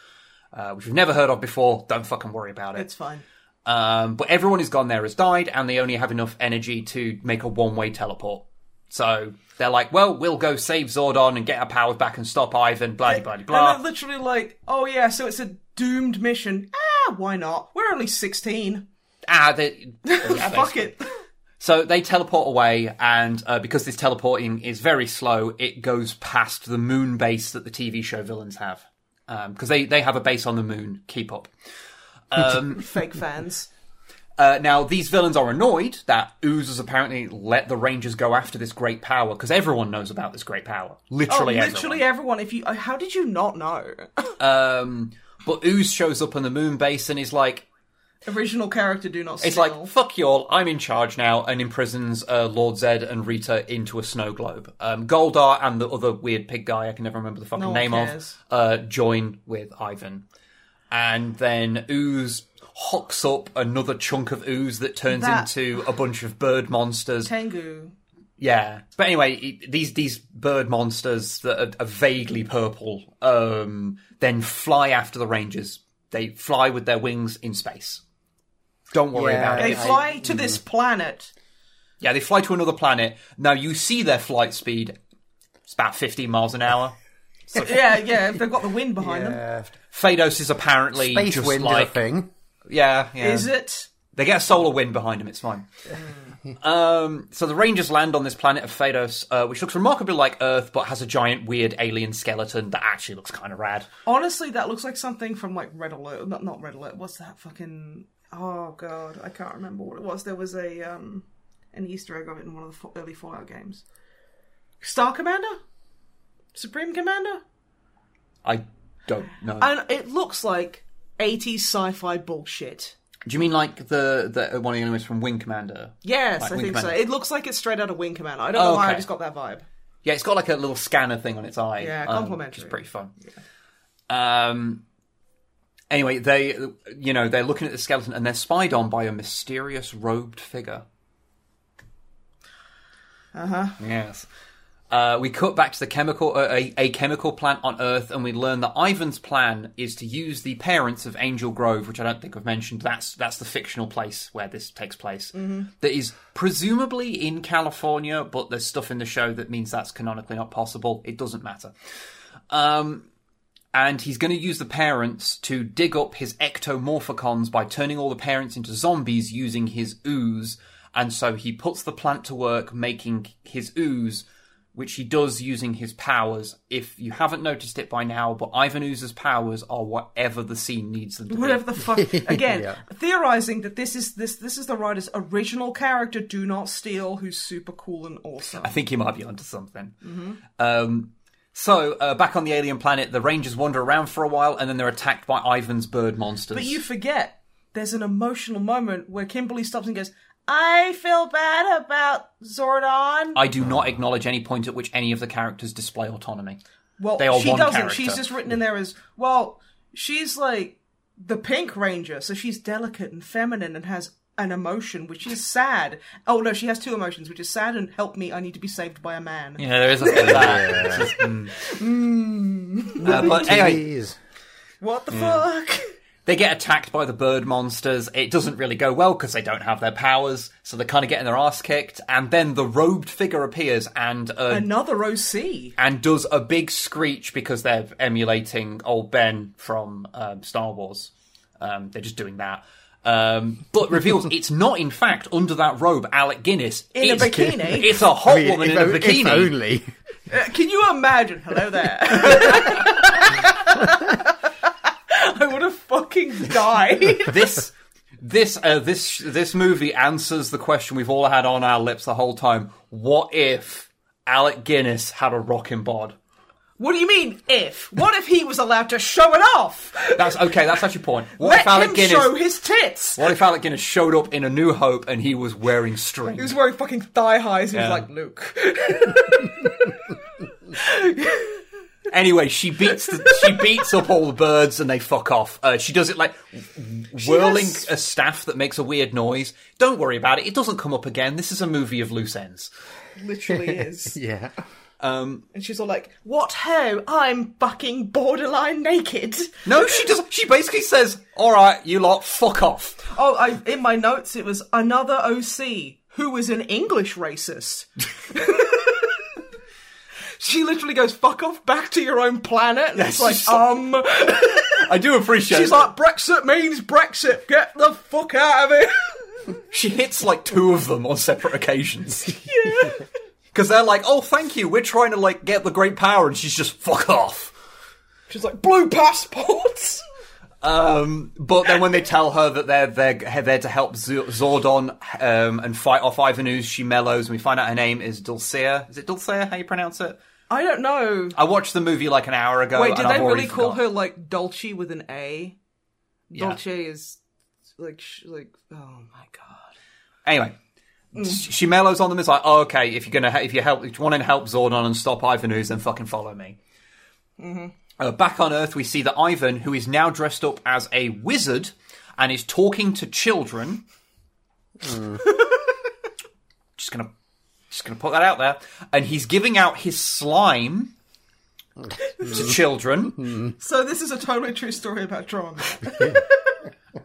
Speaker 3: Uh, which we've never heard of before. Don't fucking worry about it.
Speaker 2: It's fine.
Speaker 3: Um, but everyone who's gone there has died, and they only have enough energy to make a one way teleport. So they're like, well, we'll go save Zordon and get our powers back and stop Ivan, blah, blah,
Speaker 2: And
Speaker 3: blah.
Speaker 2: they're literally like, oh yeah, so it's a doomed mission. Ah, why not? We're only 16.
Speaker 3: ah, they,
Speaker 2: Fuck it.
Speaker 3: So they teleport away, and uh, because this teleporting is very slow, it goes past the moon base that the TV show villains have. Because they, they have a base on the moon. Keep up.
Speaker 2: Fake fans.
Speaker 3: Uh, now, these villains are annoyed that Ooze has apparently let the Rangers go after this great power, because everyone knows about this great power. Literally,
Speaker 2: oh,
Speaker 3: everyone.
Speaker 2: literally everyone. If you, uh, how did you not know?
Speaker 3: Um, but Ooze shows up on the moon base and is like,
Speaker 2: Original character do not.
Speaker 3: it's
Speaker 2: steal.
Speaker 3: like, fuck you all, I'm in charge now, and imprisons uh, Lord Zed and Rita into a snow globe. Um, Goldar and the other weird pig guy I can never remember the fucking
Speaker 2: one
Speaker 3: name
Speaker 2: cares.
Speaker 3: of uh, join with Ivan, and then Ooze hocks up another chunk of ooze that turns
Speaker 2: That-
Speaker 3: into a bunch of bird monsters.
Speaker 2: Tengu.
Speaker 3: Yeah, but anyway, e- these these bird monsters that are, are vaguely purple um, then fly after the Rangers. They fly with their wings in space. Don't worry
Speaker 4: Yeah.
Speaker 3: about
Speaker 2: They
Speaker 3: it.
Speaker 4: I-
Speaker 2: fly to
Speaker 3: Mm-hmm.
Speaker 2: this planet.
Speaker 3: Yeah, they fly to another planet. Now you see their flight speed. It's about 15 miles an hour.
Speaker 2: yeah, yeah. They've got the wind behind them.
Speaker 4: Yeah.
Speaker 3: Phaedos is apparently
Speaker 4: Space
Speaker 3: just
Speaker 4: wind
Speaker 3: like
Speaker 4: is a thing.
Speaker 3: yeah, yeah.
Speaker 2: Is it?
Speaker 3: They get a solar wind behind them. It's fine. um, so the Rangers land on this planet of Phaedos, uh, which looks remarkably like Earth, but has a giant weird alien skeleton that actually looks kind of rad.
Speaker 2: Honestly, that looks like something from like Red Alert. Not not Red Alert. What's that fucking? Oh god, I can't remember what it was. There was a um an Easter egg of it in one of the fa- early Fallout games. Star Commander, Supreme Commander,
Speaker 3: I don't know.
Speaker 2: and it looks like 80s sci-fi bullshit.
Speaker 3: Do you mean like the, the one of the enemies from Wing Commander?
Speaker 2: Yes,
Speaker 3: Like
Speaker 2: I
Speaker 3: Wing
Speaker 2: think so.
Speaker 3: Commander. Oh,
Speaker 2: It looks like it's straight out of Wing Commander. I don't know why I
Speaker 3: Okay.
Speaker 2: just got that vibe.
Speaker 3: Yeah, it's got like a little scanner thing on its eye.
Speaker 2: Yeah,
Speaker 3: um,
Speaker 2: complimentary.
Speaker 3: which is pretty fun. Um. Anyway, they you know they're looking at the skeleton and they're spied on by a mysterious robed figure.
Speaker 2: Uh-huh.
Speaker 3: Uh huh. Yes. Uh, we cut back to the chemical uh, a, a chemical plant on Earth, and we learn that Ivan's plan is to use the parents of Angel Grove, which I don't think I've mentioned. That's that's the fictional place where this takes place. That is presumably in California, but there's stuff in the show that means that's canonically not possible. It doesn't matter. Um, and he's going to use the parents to dig up his ectomorphicons by turning all the parents into zombies using his ooze. And so he puts the plant to work making his ooze, which he does using his powers. If you haven't noticed it by now, but Ivan Ooze's powers are whatever the scene needs them to
Speaker 2: whatever
Speaker 3: be.
Speaker 2: the fuck. Again,
Speaker 4: Yeah.
Speaker 2: theorizing that this is this this is the writer's original character, Do Not Steal, who's super cool and awesome.
Speaker 3: I think he might be onto something.
Speaker 2: Mm-hmm.
Speaker 3: Um, so uh, back on the alien planet, the Rangers wander around for a while, and then they're attacked by Ivan's bird monsters.
Speaker 2: But you forget there's an emotional moment where Kimberly stops and goes, "I feel bad about Zordon."
Speaker 3: I do not acknowledge any point at which any of the characters display autonomy.
Speaker 2: well,
Speaker 3: they are
Speaker 2: she
Speaker 3: one
Speaker 2: doesn't.
Speaker 3: character.
Speaker 2: She's just written in there as well. She's like the Pink Ranger, so she's delicate and feminine and has an emotion which is sad. Oh no, she has two emotions, which is sad and help me, I need to be saved by a man.
Speaker 3: Yeah, there is a bit of that. It's just, mm. Uh, but anyway,
Speaker 4: Jeez.
Speaker 2: What
Speaker 3: Mm.
Speaker 2: the fuck?
Speaker 3: they get attacked by the bird monsters. It doesn't really go well because they don't have their powers, so they're kind of getting their ass kicked. And then the robed figure appears and uh,
Speaker 2: Another OC.
Speaker 3: and does a big screech because they're emulating old Ben from um, Star Wars. Um, they're just doing that. Um, but reveals it's not, in fact, under that robe, Alec Guinness.
Speaker 2: In a
Speaker 3: It's-
Speaker 2: bikini?
Speaker 3: It's a hot
Speaker 4: I mean,
Speaker 3: woman in
Speaker 4: if,
Speaker 3: a
Speaker 4: o- if
Speaker 3: bikini.
Speaker 4: only.
Speaker 2: Uh, Can you imagine? Hello there. I would have fucking died.
Speaker 3: this this uh, this this movie answers the question we've all had on our lips the whole time. What if Alec Guinness had a rockin' bod?
Speaker 2: What do you mean if? What if he was allowed to show it off?
Speaker 3: That's okay. That's actually your point. What
Speaker 2: Let
Speaker 3: if Alec
Speaker 2: him
Speaker 3: Guinness?
Speaker 2: show his tits.
Speaker 3: what if Alec Guinness showed up in A New Hope and he was wearing string?
Speaker 2: He was wearing fucking thigh highs. He
Speaker 3: Yeah.
Speaker 2: was like Luke.
Speaker 3: Anyway, she beats the, she beats up all the birds and they fuck off. Uh, she does it like whirling
Speaker 2: has-
Speaker 3: a staff that makes a weird noise. Don't worry about it; it doesn't come up again. This is a movie of loose ends.
Speaker 2: Literally is.
Speaker 4: Yeah.
Speaker 2: And she's all like, "What ho? I'm fucking borderline naked."
Speaker 3: No, she does. She basically says, "All right, you lot, fuck off."
Speaker 2: Oh, I, in my notes it was another OC who was an English racist. she literally goes, "Fuck off, back to your own planet." And it's
Speaker 3: Yes,
Speaker 2: like,
Speaker 3: she's-
Speaker 2: um,
Speaker 3: I do appreciate.
Speaker 2: she's like,
Speaker 3: that.
Speaker 2: "Brexit means Brexit. Get the fuck out of here."
Speaker 3: she hits like two of them on separate occasions. yeah, because they're like, "Oh, thank you. We're trying to like get the great power," and she's just fuck off.
Speaker 2: She's like, "Blue passports."
Speaker 3: Um, but then when they tell her that they're they're there to help Z- Zordon um, and fight off Ivan Ooze, she mellows, and we find out her name is Dulcea. Is it Dulcea? How you pronounce it?
Speaker 2: I don't know.
Speaker 3: I watched the movie like an hour ago.
Speaker 2: Wait,
Speaker 3: Oh, and
Speaker 2: did
Speaker 3: I've
Speaker 2: they
Speaker 3: already
Speaker 2: really call her
Speaker 3: forgotten.
Speaker 2: like Dolce with an A?
Speaker 3: Yeah.
Speaker 2: Dolce is like sh- like oh my god.
Speaker 3: Anyway,
Speaker 2: Mm.
Speaker 3: sh- she mellows on them. It's like, oh, okay, if you're gonna he- if you help if you want to help Zordon and stop Ivan Ooze, then fucking follow me.
Speaker 2: Mm-hmm.
Speaker 3: Uh, back on Earth, we see that Ivan, who is now dressed up as a wizard and is talking to children.
Speaker 2: Mm.
Speaker 3: just gonna, just gonna put that out there, and he's giving out his slime to
Speaker 2: Mm.
Speaker 3: children.
Speaker 2: So this is a totally true story about drama.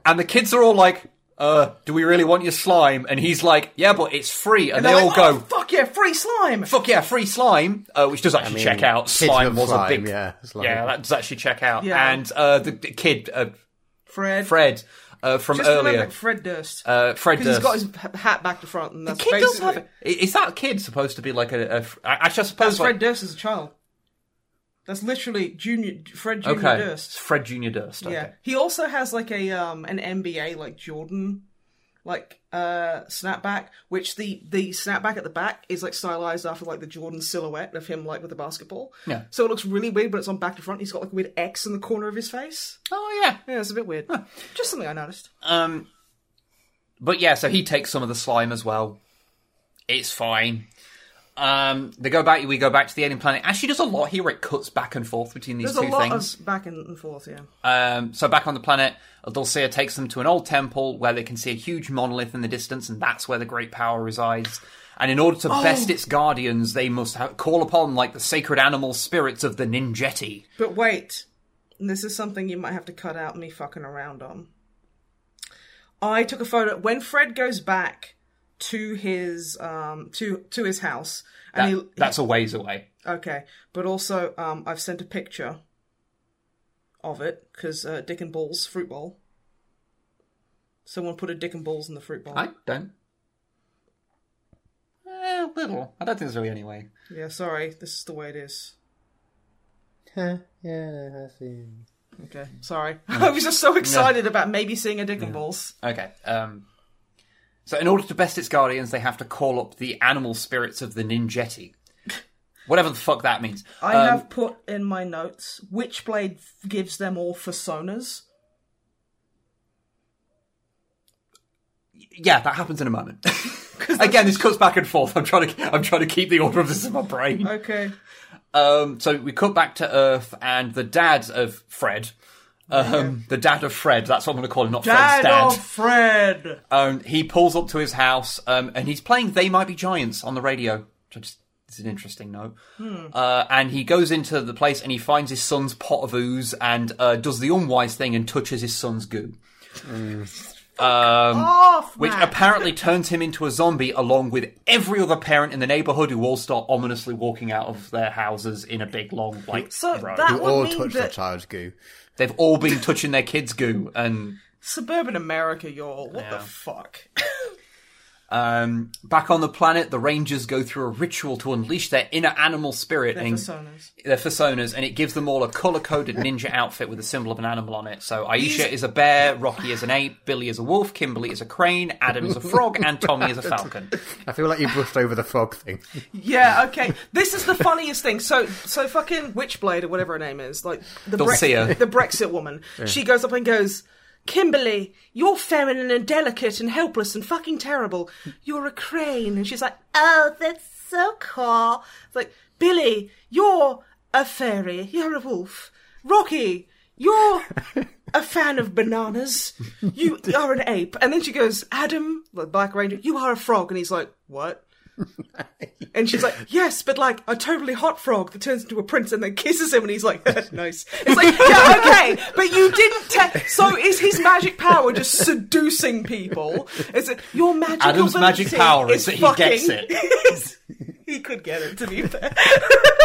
Speaker 3: And the kids are all like, uh, do we really want your slime? And he's like, yeah, but it's free. And, they
Speaker 2: They're
Speaker 3: all
Speaker 2: like,
Speaker 3: go,
Speaker 2: "Oh, fuck yeah, free slime.
Speaker 3: fuck yeah, free slime, uh, which does actually check out.
Speaker 4: kids
Speaker 3: Slime
Speaker 4: love
Speaker 3: was
Speaker 4: slime,
Speaker 3: a big,
Speaker 4: yeah, slime.
Speaker 3: yeah, that does actually check out.
Speaker 2: Yeah.
Speaker 3: And uh, the, the kid uh,
Speaker 2: Fred.
Speaker 3: Fred uh, from
Speaker 2: Just
Speaker 3: earlier,
Speaker 2: remember Fred Durst.
Speaker 3: uh, Fred
Speaker 2: because he's
Speaker 3: Durst.
Speaker 2: got his h- hat back to front, and that's
Speaker 3: kid does
Speaker 2: basically
Speaker 3: have it. I- Is that kid supposed to be like a? a fr- I I just suppose
Speaker 2: That's Fred
Speaker 3: like,
Speaker 2: Durst as a child. That's literally Junior Fred Junior
Speaker 3: okay, it's
Speaker 2: Durst.
Speaker 3: Fred Junior Durst. Okay.
Speaker 2: Yeah, he also has like a um an MBA like Jordan, like uh snapback, which the the snapback at the back is like stylized after like the Jordan silhouette of him like with the basketball.
Speaker 3: Yeah.
Speaker 2: So it looks really weird, but it's on back to front. He's got like a weird X in the corner of his face.
Speaker 3: Oh yeah.
Speaker 2: Yeah, it's a bit weird. Just something I noticed.
Speaker 3: Um, but yeah, so he takes some of the slime as well. It's fine. Um, they go back. We go back to the alien planet. Actually, there's a lot here. where It cuts back and forth between these
Speaker 2: There's a
Speaker 3: two
Speaker 2: lot
Speaker 3: things.
Speaker 2: of back and forth. Yeah.
Speaker 3: Um, so back on the planet, Dulcea takes them to an old temple where they can see a huge monolith in the distance, and that's where the great power resides. And in order to
Speaker 2: Oh.
Speaker 3: best its guardians, they must ha- call upon like the sacred animal spirits of the Ninjeti.
Speaker 2: But wait, this is something you might have to cut out me fucking around on. I took a photo when Fred goes back to his um to to his house and
Speaker 3: That-
Speaker 2: he
Speaker 3: that's a ways away.
Speaker 2: okay, but also um I've sent a picture of it because uh, Dick and Balls fruit bowl. Someone put a Dick and Balls in the fruit bowl.
Speaker 3: I don't. eh, A little. I don't think there's really any way.
Speaker 2: Yeah, sorry, this is the way it is.
Speaker 4: yeah, I see.
Speaker 2: Okay, sorry. I was just so excited about maybe seeing a Dick and Balls.
Speaker 3: Okay. Um, so, in order to best its guardians, they have to call up the animal spirits of the Ninjetti. Whatever the fuck that means.
Speaker 2: I
Speaker 3: Um,
Speaker 2: have put in my notes Witchblade f- gives them all personas.
Speaker 3: Yeah, that happens in a moment. Again, this cuts back and forth. I'm trying to, I'm trying to keep the order of this in my brain.
Speaker 2: Okay.
Speaker 3: Um, so we cut back to Earth, and the dad of Fred, um, the dad of Fred. That's what I'm going to call him, not Fred's
Speaker 2: Dad
Speaker 3: dad.
Speaker 2: of Fred!
Speaker 3: Um, he pulls up to his house, um, and he's playing "They Might Be Giants" on the radio, which is, is an interesting note.
Speaker 2: Hmm.
Speaker 3: Uh, and he goes into the place, and he finds his son's pot of ooze, and uh, does the unwise thing and touches his son's goo. Um,
Speaker 2: Off,
Speaker 3: which
Speaker 2: Matt.
Speaker 3: apparently turns him into a zombie along with every other parent in the neighborhood who all start ominously walking out of their houses in a big long like
Speaker 2: So
Speaker 3: row.
Speaker 2: that
Speaker 4: You
Speaker 2: would
Speaker 4: all
Speaker 2: mean
Speaker 4: oh, touch
Speaker 2: that
Speaker 4: the child's goo.
Speaker 3: They've all been touching their kids' goo and
Speaker 2: suburban America, y'all. What the
Speaker 3: Yeah.
Speaker 2: fuck?
Speaker 3: um, back on the planet the rangers go through a ritual to unleash their inner animal spirit
Speaker 2: Their
Speaker 3: and
Speaker 2: personas.
Speaker 3: their personas and it gives them all a color-coded ninja outfit with a symbol of an animal on it. So Aisha
Speaker 2: These-
Speaker 3: is a bear, Rocky is an ape, Billy is a wolf, Kimberly is a crane, Adam is a frog, and Tommy is a falcon.
Speaker 4: I feel like you brushed over the frog thing.
Speaker 2: Yeah, okay. This is the funniest thing. So, so fucking Witchblade or whatever her name is, like the
Speaker 3: Dulcea.
Speaker 2: Brexit, the Brexit woman. She goes up and goes, Kimberly, you're feminine and delicate and helpless and fucking terrible. You're a crane, and she's like, oh, that's so cool. It's like Billy, you're a fairy. You're a wolf. Rocky, you're a fan of bananas. You are an ape. And then she goes, Adam, the Black Ranger, you are a frog. And he's like, what? And she's like, yes, but like a totally hot frog that turns into a prince and then kisses him, and he's like, nice. It's like, yeah, okay, but you didn't. Te- so is his magic power just seducing people? Is it your magic?
Speaker 3: Adam's magic power is that he gets it.
Speaker 2: he could get it to be fair.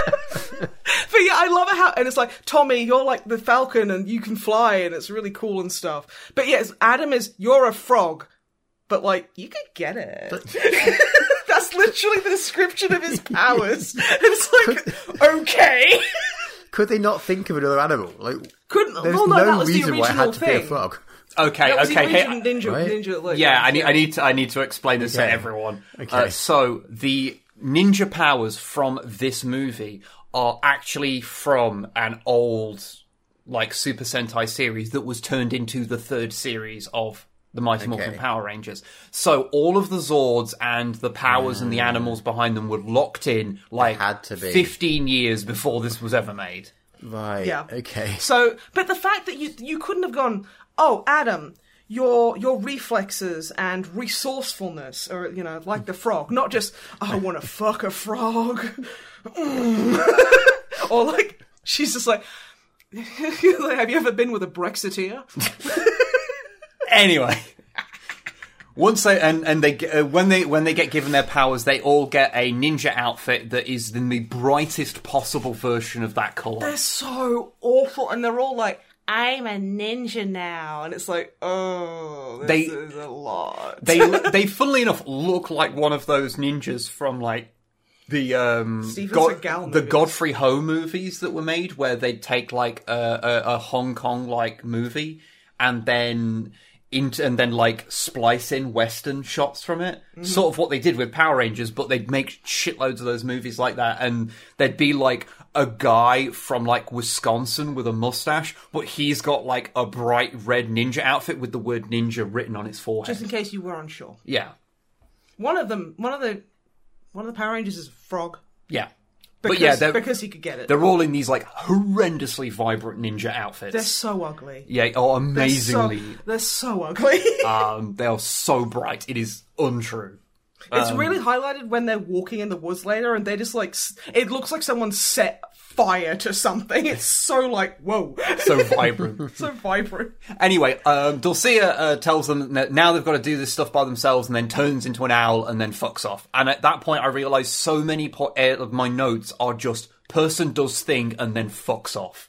Speaker 2: But yeah, I love it how, and it's like Tommy, you're like the Falcon, and you can fly, and it's really cool and stuff. But yes, Adam is you're a frog, but like you could get it. That's literally the description of his powers. And it's like okay,
Speaker 4: Could they not think of another animal? Like,
Speaker 2: couldn't.
Speaker 4: there's
Speaker 2: well, Oh, no,
Speaker 4: no,
Speaker 2: that was the
Speaker 4: reason
Speaker 2: original
Speaker 4: why it had to
Speaker 2: thing.
Speaker 4: be a frog.
Speaker 3: Okay,
Speaker 2: That was
Speaker 3: okay.
Speaker 2: the
Speaker 3: hey,
Speaker 2: original ninja,
Speaker 4: Right?
Speaker 2: ninja. Like,
Speaker 3: Yeah, I need, I need to, I need to explain this to
Speaker 4: Okay.
Speaker 3: everyone.
Speaker 4: Okay.
Speaker 3: Uh, so the ninja powers from this movie are actually from an old, like Super Sentai series that was turned into the third series of the Mighty Morphin
Speaker 4: Okay.
Speaker 3: Power Rangers. So all of the Zords and the powers and the animals behind them were locked in like
Speaker 4: Mm. had to be.
Speaker 3: fifteen years before this was ever made.
Speaker 4: Right.
Speaker 2: Yeah.
Speaker 4: Okay.
Speaker 2: So, but the fact that you you couldn't have gone, oh, Adam, your your reflexes and resourcefulness, or you know, like the frog, not just I want to fuck a frog, Mm. or like she's just like, have you ever been with a Brexiteer?
Speaker 3: anyway once they and, and they get- uh, when they when they get given their powers they all get a ninja outfit that is in the brightest possible version of that color
Speaker 2: They're so awful, and they're all like. I'm a ninja now, and it's like, oh, this
Speaker 3: They-
Speaker 2: is a lot.
Speaker 3: they they funnily enough look like one of those ninjas from like the um
Speaker 2: Steven Seagal
Speaker 3: the
Speaker 2: movies.
Speaker 3: Godfrey Ho movies that were made where they'd take like a, a, a Hong Kong like movie and then into and then like splice in western shots from it
Speaker 2: Mm-hmm.
Speaker 3: sort of what they did with Power Rangers but they'd make shitloads of those movies like that and there'd be like a guy from like Wisconsin with a mustache but he's got like a bright red ninja outfit with the word ninja written on his forehead
Speaker 2: Just in case you were unsure.
Speaker 3: yeah.
Speaker 2: One of them, one of the, one of the Power Rangers is a frog.
Speaker 3: Yeah.
Speaker 2: Because,
Speaker 3: but yeah, they're,
Speaker 2: because he could get it. They're,
Speaker 3: they're all in these like horrendously vibrant ninja outfits.
Speaker 2: so ugly.
Speaker 3: yeah, oh,
Speaker 2: They're
Speaker 3: amazingly.
Speaker 2: so, they're so ugly.
Speaker 3: um, they are so bright. It is untrue. um,
Speaker 2: it's really highlighted when they're walking in the woods later, and they just like s- it looks like someone set fire to something. It's so like whoa,
Speaker 3: So vibrant.
Speaker 2: so vibrant.
Speaker 3: anyway, um, Dulcea uh, tells them that now they've got to do this stuff by themselves and then turns into an owl and then fucks off. And at that point, I realised so many po- uh, of my notes are just person does thing and then fucks off.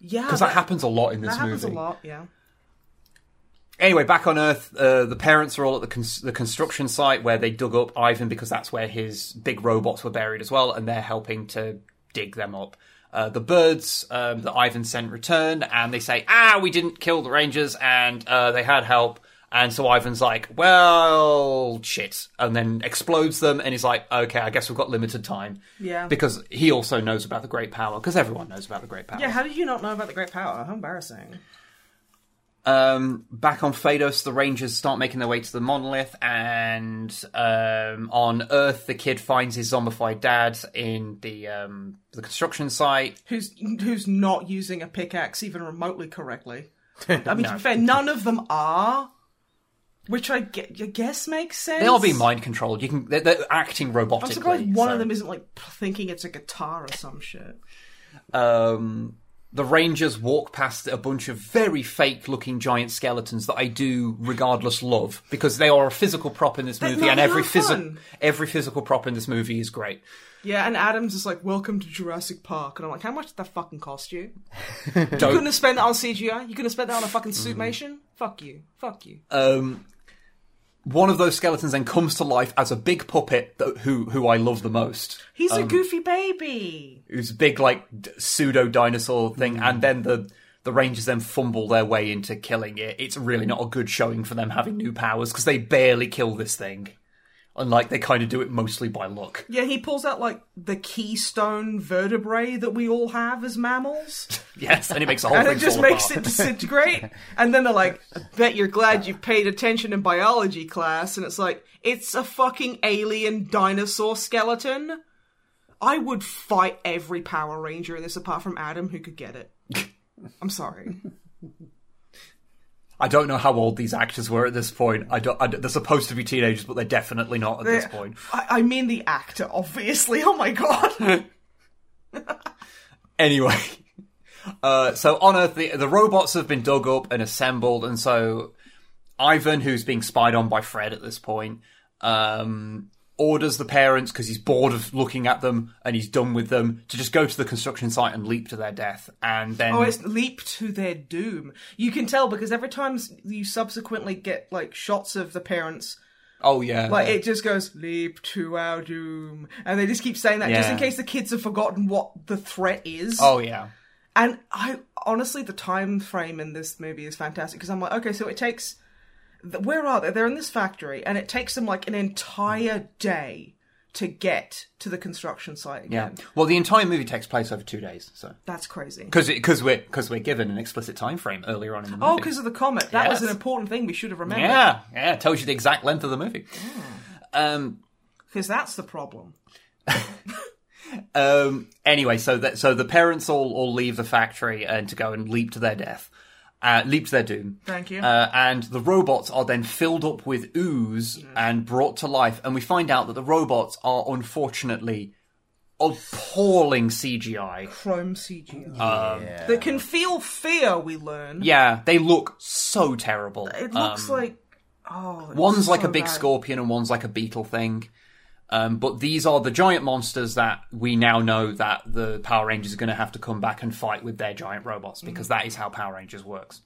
Speaker 2: Yeah,
Speaker 3: because that happens a lot in this
Speaker 2: that happens
Speaker 3: movie.
Speaker 2: a lot. Yeah.
Speaker 3: Anyway, back on Earth, uh, the parents are all at the, cons- the construction site where they dug up Ivan because that's where his big robots were buried as well, and they're helping to dig them up. Uh, the birds um, that Ivan sent return, and they say, "Ah, we didn't kill the Rangers, and uh, they had help." And so Ivan's like, "Well, shit," and then explodes them, and he's like, "Okay, I guess we've got limited time."
Speaker 2: Yeah.
Speaker 3: because he also knows about the Great Power, because everyone knows about the Great Power.
Speaker 2: Yeah. How did you not know about the Great Power? How embarrassing.
Speaker 3: Um, back on Phaedos, the Rangers start making their way to the monolith, and um, on Earth, the kid finds his zombified dad in the um, the construction site.
Speaker 2: Who's who's not using a pickaxe even remotely correctly? I mean, to be fair, none of them are. Which I, ge- I guess makes sense.
Speaker 3: They'll be mind controlled. You can they're, they're acting robotically.
Speaker 2: I'm surprised one
Speaker 3: so,
Speaker 2: of them isn't like p- thinking it's a guitar or some shit.
Speaker 3: Um, the Rangers walk past a bunch of very fake-looking giant skeletons that I do, regardless, love because they are a physical prop in this movie,
Speaker 2: not
Speaker 3: and every
Speaker 2: enough
Speaker 3: physical
Speaker 2: fun.
Speaker 3: every physical prop in this movie is great.
Speaker 2: Yeah, and Adams is like, "Welcome to Jurassic Park," and I'm like, "How much did that fucking cost you? you couldn't have spent that on CGI. You couldn't have spent that on a fucking suitmation. Fuck you. Fuck you.
Speaker 3: um, one of those skeletons then comes to life as a big puppet that, who who I love the most,
Speaker 2: He's a goofy baby.
Speaker 3: who's a big like d- pseudo dinosaur thing,
Speaker 2: Mm.
Speaker 3: and then the the rangers then fumble their way into killing it. It's really not a good showing for them having new powers because they barely kill this thing, unlike they kind of do it mostly by luck.
Speaker 2: Yeah, he pulls out like the keystone vertebrae that we all have as mammals,
Speaker 3: Yes, and it makes the whole
Speaker 2: and
Speaker 3: thing
Speaker 2: it just
Speaker 3: fall
Speaker 2: makes it
Speaker 3: apart.
Speaker 2: disintegrate. and then they're like, I "Bet you're glad you paid attention in biology class." And it's like, it's a fucking alien dinosaur skeleton. I would fight every Power Ranger in this, apart from Adam, who could get it. I'm sorry.
Speaker 3: I don't know how old these actors were at this point. I don't, I don't- they're supposed to be teenagers, but they're definitely not at this point.
Speaker 2: I, I mean the actor, obviously. Oh my god.
Speaker 3: Anyway, uh, so on Earth, the, the robots have been dug up and assembled, and so Ivan, who's being spied on by Fred at this point, um, orders the parents because he's bored of looking at them and he's done with them to just go to the construction site and leap to their death, and then
Speaker 2: Oh, it's leap to their doom. You can tell because every time s- you subsequently get like shots of the parents,
Speaker 3: oh yeah,
Speaker 2: like it just goes leap to our doom, and they just keep saying that just in
Speaker 3: Yeah.
Speaker 2: case the kids have forgotten what the threat is.
Speaker 3: oh yeah.
Speaker 2: And I honestly, the time frame in this movie is fantastic because I'm like, okay, so it takes. th- Where are they? They're in this factory, and it takes them like an entire day to get to the construction site
Speaker 3: Yeah.
Speaker 2: again.
Speaker 3: Well, the entire movie takes place over two days, so
Speaker 2: That's crazy.
Speaker 3: because because we're because we're given an explicit time frame earlier on in the movie.
Speaker 2: Oh, because of the comet. That was
Speaker 3: Yes.
Speaker 2: an important thing we should have remembered.
Speaker 3: yeah, yeah, it tells you the exact length of the movie.
Speaker 2: Oh.
Speaker 3: Um,
Speaker 2: Because that's the problem.
Speaker 3: Um, anyway, so that so the parents all all leave the factory and to go and leap to their death, uh, leap to their doom.
Speaker 2: Thank you.
Speaker 3: Uh, and the robots are then filled up with ooze
Speaker 2: Mm.
Speaker 3: and brought to life, and we find out that the robots are unfortunately appalling CGI.
Speaker 2: Chrome CGI.
Speaker 3: Um,
Speaker 2: That can feel fear, we learn.
Speaker 3: Yeah, they look so terrible.
Speaker 2: It
Speaker 3: Um,
Speaker 2: looks like. Oh. it
Speaker 3: One's
Speaker 2: looks
Speaker 3: like
Speaker 2: so
Speaker 3: a big
Speaker 2: bad.
Speaker 3: scorpion and one's like a beetle thing. Um, but these are the giant monsters that we now know that the Power Rangers are going to have to come back and fight with their giant robots
Speaker 2: Mm-hmm.
Speaker 3: because that is how Power Rangers works.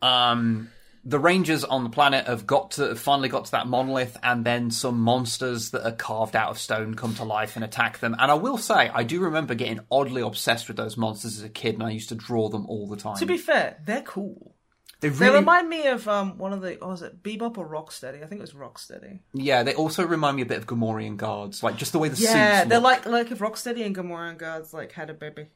Speaker 3: Um, the Rangers on the planet have got to have finally got to that monolith, and then some monsters that are carved out of stone come to life and attack them. And I will say, I do remember getting oddly obsessed with those monsters as a kid, and I used to draw them all the time.
Speaker 2: To be fair, they're cool.
Speaker 3: they
Speaker 2: They
Speaker 3: really,
Speaker 2: remind me of um one of the. Oh, was it Bebop or Rocksteady? I think it was Rocksteady.
Speaker 3: yeah, they also remind me a bit of Gamorrean guards, like just the way the
Speaker 2: Yeah,
Speaker 3: suits
Speaker 2: they're
Speaker 3: look.
Speaker 2: like like if Rocksteady and Gamorrean guards like had a baby.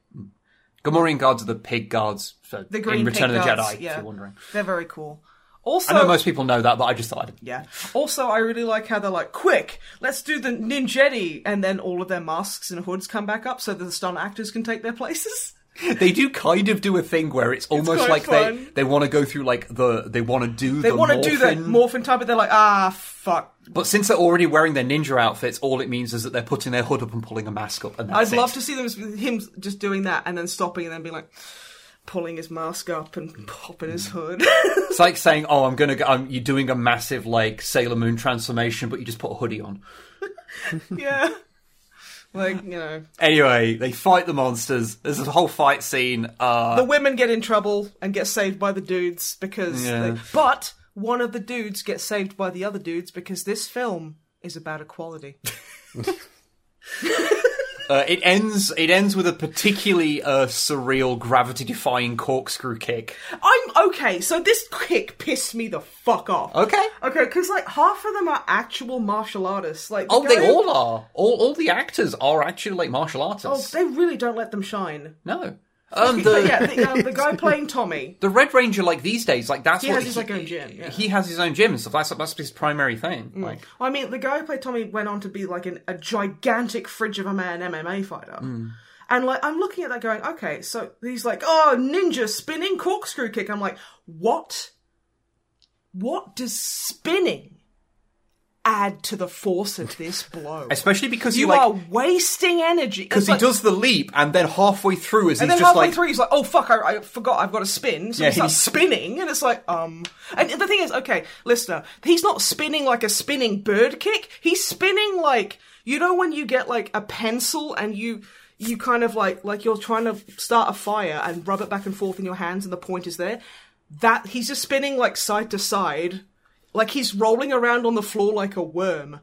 Speaker 3: Gamorrean guards are the pig guards so
Speaker 2: The green
Speaker 3: in Return
Speaker 2: pig
Speaker 3: of the
Speaker 2: guards,
Speaker 3: Jedi,
Speaker 2: yeah.
Speaker 3: if you're wondering.
Speaker 2: They're very cool. Also,
Speaker 3: I know most people know that, but I just thought I'd...
Speaker 2: Yeah. Also, I really like how they're like, quick, let's do the ninjetti. And then all of their masks and hoods come back up so that the stunt actors can take their places.
Speaker 3: they do kind of do a thing where it's almost
Speaker 2: quite
Speaker 3: like
Speaker 2: fun.
Speaker 3: they they want to go through like the they want to do
Speaker 2: They
Speaker 3: the
Speaker 2: want to do the
Speaker 3: morphin-
Speaker 2: morphin type, but they're like, ah, fuck.
Speaker 3: but since they're already wearing their ninja outfits, all it means is that they're putting their hood up and pulling a mask up, and that's
Speaker 2: I'd love
Speaker 3: it.
Speaker 2: to see them, him just doing that and then stopping and then being like, pulling his mask up and popping his hood.
Speaker 3: It's like saying, "Oh, I'm gonna go, I'm, you're doing a massive like Sailor Moon transformation, but you just put a hoodie on."
Speaker 2: yeah. Like, you know.
Speaker 3: Anyway, they fight the monsters. There's a whole fight scene. Uh,
Speaker 2: The women get in trouble and get saved by the dudes because.
Speaker 3: Yeah.
Speaker 2: They, but one of the dudes gets saved by the other dudes because this film is about equality.
Speaker 3: uh, it ends. It ends with a particularly uh, surreal, gravity-defying corkscrew kick.
Speaker 2: I'm okay, so this kick pissed me the fuck off.
Speaker 3: Okay.
Speaker 2: Okay, because like half of them are actual martial artists. Like, the
Speaker 3: Oh, they
Speaker 2: guy-
Speaker 3: all are. All all the actors are actually like martial
Speaker 2: Oh,
Speaker 3: artists.
Speaker 2: they really don't let them shine.
Speaker 3: No. Um,
Speaker 2: But
Speaker 3: the,
Speaker 2: yeah, the, uh, the guy playing Tommy.
Speaker 3: the Red Ranger, like these days, like that's
Speaker 2: He
Speaker 3: what
Speaker 2: has his, like, own gym, yeah. Mm.
Speaker 3: He has his own gym and stuff. That's that's his primary thing. Like,
Speaker 2: I mean, the guy who played Tommy went on to be like an, a gigantic fridge of a man MMA fighter.
Speaker 3: Hmm.
Speaker 2: And like, I'm looking at that going, okay, so he's like, oh, ninja spinning corkscrew kick. I'm like, what? What does spinning add to the force of this blow?
Speaker 3: especially because
Speaker 2: you
Speaker 3: you like,
Speaker 2: are wasting energy
Speaker 3: Because he does the leap, and then halfway through, as
Speaker 2: And
Speaker 3: he's
Speaker 2: then
Speaker 3: just
Speaker 2: halfway
Speaker 3: like,
Speaker 2: through, he's like, "Oh fuck, I, I forgot I've got to spin." So
Speaker 3: Yeah,
Speaker 2: he starts
Speaker 3: he's-
Speaker 2: spinning, and it's like, um. And the thing is, okay, listener, he's not spinning like a spinning bird kick. He's spinning like you know when you get like a pencil and you you kind of like like you're trying to start a fire and rub it back and forth in your hands, and the point is there. That he's just spinning like side to side, like he's rolling around on the floor like a worm.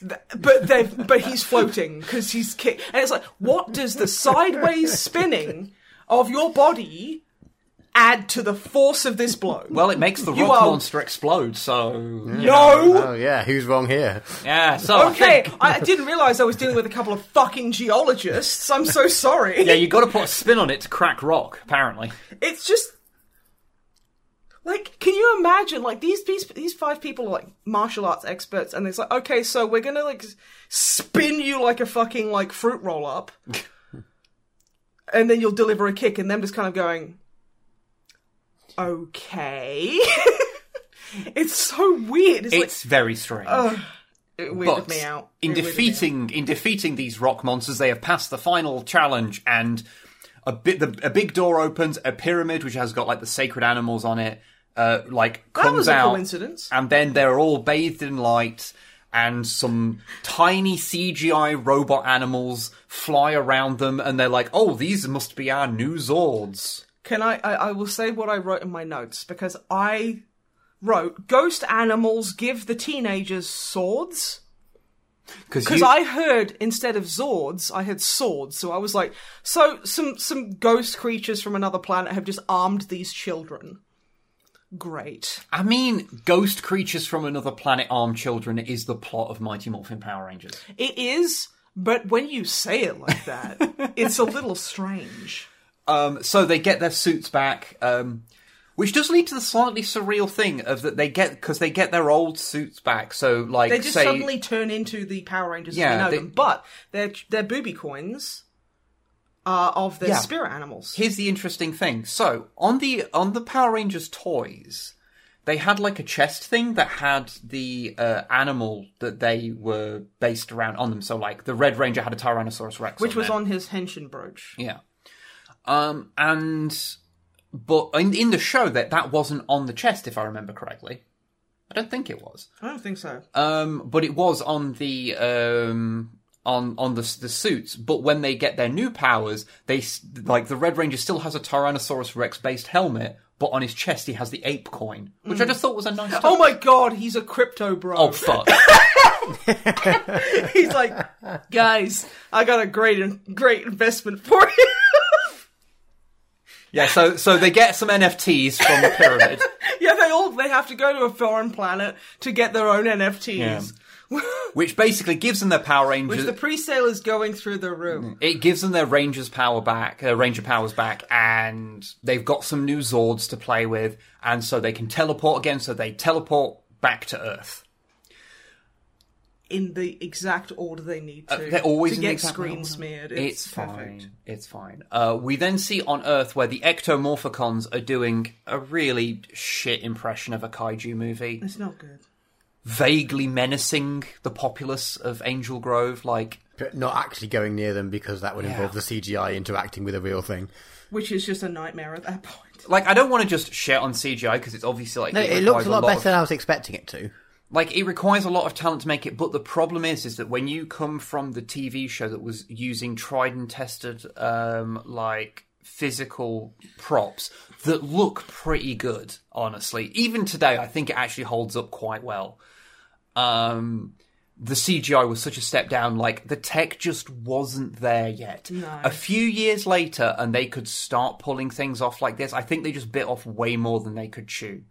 Speaker 2: Th- but they but he's floating because he's kick and it's like what does the sideways spinning of your body add to the force of this blow
Speaker 3: well, it makes the
Speaker 2: You
Speaker 3: rock
Speaker 2: are-
Speaker 3: monster explode. So
Speaker 2: no
Speaker 4: Oh yeah, who's wrong here?
Speaker 3: yeah, so I
Speaker 2: okay
Speaker 3: think-
Speaker 2: i didn't realize i was dealing with a couple of fucking geologists i'm so sorry
Speaker 3: yeah, you got to put a spin on it to crack rock. Apparently,
Speaker 2: it's just like can you imagine like these these these five people are like martial arts experts and it's like okay so we're gonna like s- spin you like a fucking like fruit roll up and then you'll deliver a kick and them just kind of going okay it's so weird it's,
Speaker 3: it's very strange.
Speaker 2: Oh, like it weirded
Speaker 3: but
Speaker 2: me out
Speaker 3: in
Speaker 2: It weirded me
Speaker 3: defeating in defeating these rock monsters, they have passed the final challenge, and a bit the, a big door opens, a pyramid which has got like the sacred animals on it, uh, like comes
Speaker 2: out. that was a
Speaker 3: out,
Speaker 2: coincidence
Speaker 3: and then they're all bathed in light and some tiny CGI robot animals fly around them and they're like, oh, these must be our new Zords.
Speaker 2: Can I, I? I will say what I wrote in my notes because I wrote ghost animals give the teenagers swords because
Speaker 3: you-
Speaker 2: I heard instead of zords I had swords, so I was like, so some some ghost creatures from another planet have just armed these children. Great.
Speaker 3: I mean, ghost creatures from another planet armed children is the plot of Mighty Morphin Power Rangers.
Speaker 2: It is, but when you say it like that, it's a little strange.
Speaker 3: Um, so they get their suits back, um, which does lead to the slightly surreal thing of that they get because they get their old suits back. So like,
Speaker 2: They just
Speaker 3: say,
Speaker 2: suddenly turn into the Power Rangers as
Speaker 3: Yeah,
Speaker 2: we know
Speaker 3: they-
Speaker 2: them, but their their booby coins are of their
Speaker 3: Yeah.
Speaker 2: spirit animals.
Speaker 3: here's the interesting thing. So on the on the Power Rangers toys, they had like a chest thing that had the uh, animal that they were based around on them. So like the Red Ranger had a Tyrannosaurus Rex,
Speaker 2: which was
Speaker 3: there.
Speaker 2: on his henshin brooch.
Speaker 3: yeah. Um and but in in the show that that wasn't on the chest if I remember correctly. I don't think it was.
Speaker 2: I don't think so.
Speaker 3: Um, but it was on the um on on the the suits. But when they get their new powers, they s- like the Red Ranger still has a Tyrannosaurus Rex based helmet, but on his chest he has the ape coin, which I just thought was a nice. Touch.
Speaker 2: oh my god, he's a crypto bro.
Speaker 3: Oh fuck!
Speaker 2: he's like, guys, I got a great in- great investment for you.
Speaker 3: yeah, so so they get some NFTs from the pyramid.
Speaker 2: yeah, they all they have to go to a foreign planet to get their own NFTs.
Speaker 3: Which basically gives them their Power Rangers.
Speaker 2: the pre-sale is going through the room.
Speaker 3: It gives them their Rangers power back, uh, Ranger powers back, and they've got some new Zords to play with, and so they can teleport again. So they teleport back to Earth.
Speaker 2: In the exact order they need to.
Speaker 3: Uh, They're always
Speaker 2: to
Speaker 3: in the
Speaker 2: get
Speaker 3: exact
Speaker 2: screen
Speaker 3: order.
Speaker 2: smeared.
Speaker 3: It's,
Speaker 2: It's, perfect.
Speaker 3: fine. It's fine. Uh, we then see on Earth where the Ectomorphicons are doing a really shit impression of a kaiju movie,
Speaker 2: It's not good.
Speaker 3: vaguely menacing the populace of Angel Grove. Like,
Speaker 4: But not actually going near them because that would involve the CGI interacting with a real thing.
Speaker 2: Which is just a nightmare at that point.
Speaker 3: like I don't want to just shit on CGI because it's obviously like
Speaker 4: No, it
Speaker 3: requires
Speaker 4: looked a lot
Speaker 3: of-
Speaker 4: better than I was expecting it to.
Speaker 3: Like it requires a lot of talent to make it, but the problem is, is that when you come from the TV show that was using tried and tested, um, like physical props that look pretty good, honestly. Even today, I think it actually holds up quite well. Um, the CGI was such a step down. Like the tech just wasn't there yet. A few years later, and they could start pulling things off like this. I think they just bit off way more than they could chew.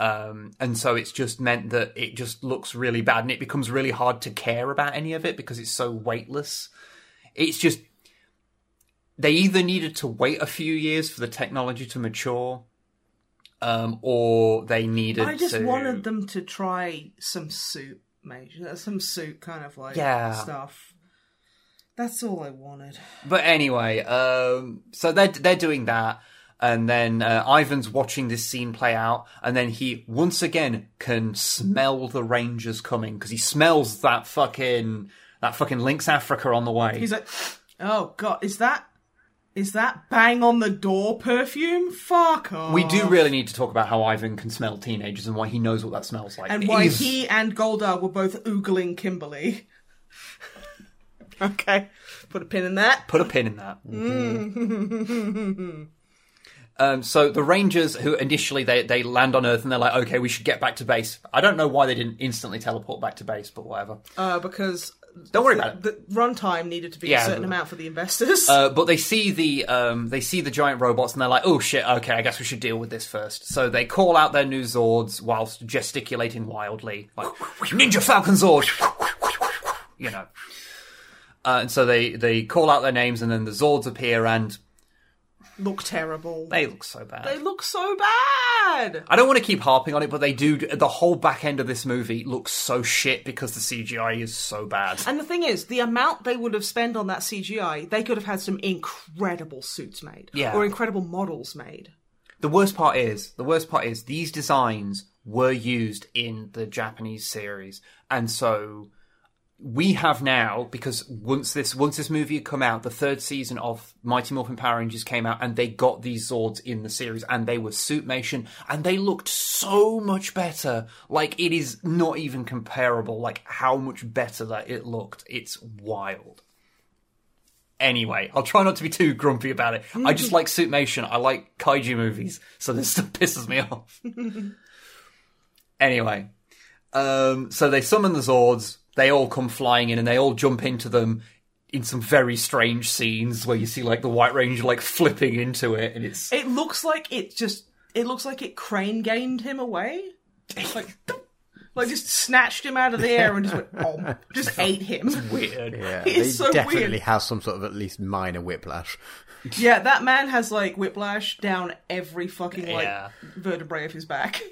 Speaker 3: Um, and so it's just meant that it just looks really bad and it becomes really hard to care about any of it because it's so weightless. It's just, they either needed to wait a few years for the technology to mature, um, or they needed
Speaker 2: I just
Speaker 3: to-
Speaker 2: wanted them to try some suit major, some suit kind of like
Speaker 3: Yeah.
Speaker 2: stuff. That's all I wanted.
Speaker 3: But anyway, um, so they're they're doing that, and then uh, Ivan's watching this scene play out, and then he once again can smell the Rangers coming because he smells that fucking that fucking Lynx Africa on the way.
Speaker 2: He's like, oh god, is that is that bang on the door perfume? Fuck off.
Speaker 3: we do really need to talk about how Ivan can smell teenagers and why he knows what that smells like.
Speaker 2: and
Speaker 3: It
Speaker 2: why
Speaker 3: is-
Speaker 2: he and Goldar were both oogling Kimberly. okay, put a pin in that.
Speaker 3: Put a pin in that.
Speaker 2: Mm.
Speaker 3: um, so the Rangers, who initially they, they land on Earth and they're like, okay, we should get back to base. I don't know why they didn't instantly teleport back to base, but whatever.
Speaker 2: Uh, because
Speaker 3: Don't worry
Speaker 2: the,
Speaker 3: about it.
Speaker 2: the runtime needed to be
Speaker 3: Yeah.
Speaker 2: a certain amount for the investors.
Speaker 3: Uh, but they see the um, they see the giant robots and they're like, oh shit, okay, I guess we should deal with this first. So they call out their new Zords whilst gesticulating wildly, like Ninja Falcon Zord, you know. Uh, and so they they call out their names and then the Zords appear and
Speaker 2: look terrible.
Speaker 3: they look so bad.
Speaker 2: They look so bad.
Speaker 3: I don't want to keep harping on it, but they do. The whole back end of this movie looks so shit because the CGI is so bad.
Speaker 2: And the thing is, the amount they would have spent on that CGI, they could have had some incredible suits made,
Speaker 3: Yeah.
Speaker 2: or incredible models made.
Speaker 3: The worst part is, the worst part is these designs were used in the Japanese series, and so we have now because once this once this movie had come out, the third season of Mighty Morphin Power Rangers came out, and they got these Zords in the series, and they were suitmation, and they looked so much better. Like it is not even comparable. Like how much better that it looked. It's wild. Anyway, I'll try not to be too grumpy about it. I just like suitmation. I like kaiju movies, so this stuff pisses me off. anyway, um, so they summon the Zords. They all come flying in, and they all jump into them in some very strange scenes where you see like the White Ranger like flipping into it, and it's
Speaker 2: It looks like it just. It looks like it crane gained him away, like, like just snatched him out of the air and just went, oh, just ate him.
Speaker 3: weird.
Speaker 4: Yeah,
Speaker 2: It
Speaker 4: they
Speaker 2: is so
Speaker 4: definitely
Speaker 2: weird.
Speaker 4: has some sort of at least minor whiplash.
Speaker 2: Yeah, that man has like whiplash down every fucking like
Speaker 3: Yeah.
Speaker 2: vertebrae of his back.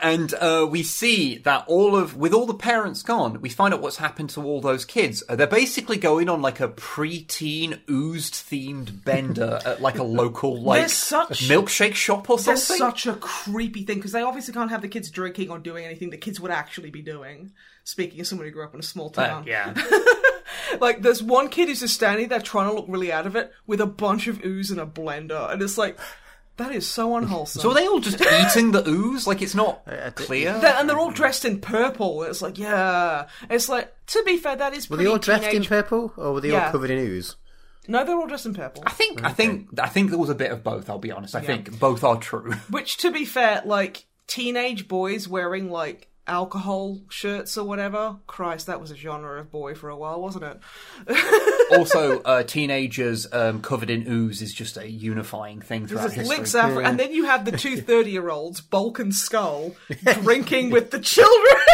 Speaker 3: And uh, we see that all of, with all the parents gone, we find out what's happened to all those kids. Uh, They're basically going on like a preteen oozed themed bender at like a local like
Speaker 2: There's such-
Speaker 3: milkshake shop or
Speaker 2: That's
Speaker 3: something.
Speaker 2: such a creepy thing because they obviously can't have the kids drinking or doing anything the kids would actually be doing. Speaking as someone who grew up in a small
Speaker 3: Uh,
Speaker 2: town,
Speaker 3: yeah.
Speaker 2: Like, there's one kid who's just standing there trying to look really out of it with a bunch of ooze and a blender, and it's like, that is so unwholesome.
Speaker 3: so are they all just eating the ooze? Like it's not
Speaker 2: Uh,
Speaker 3: clear.
Speaker 2: They're- and they're all dressed in purple. It's like, yeah. It's like, to be fair, that is
Speaker 4: Were
Speaker 2: pretty
Speaker 4: they all
Speaker 2: teenage.
Speaker 4: dressed in purple, or were they
Speaker 2: Yeah.
Speaker 4: all covered in ooze?
Speaker 2: no, they're all dressed in purple.
Speaker 3: I think I think I think there was a bit of both. I'll be honest. I think both are true.
Speaker 2: Which, to be fair, like teenage boys wearing like alcohol shirts or whatever. Christ, that was a genre of boy for a while, wasn't it?
Speaker 3: also, uh, teenagers um, covered in ooze is just a unifying thing throughout
Speaker 2: Just
Speaker 3: history.
Speaker 2: licks after, and then you have the two 30 year olds, Bulk and Skull, drinking with the children.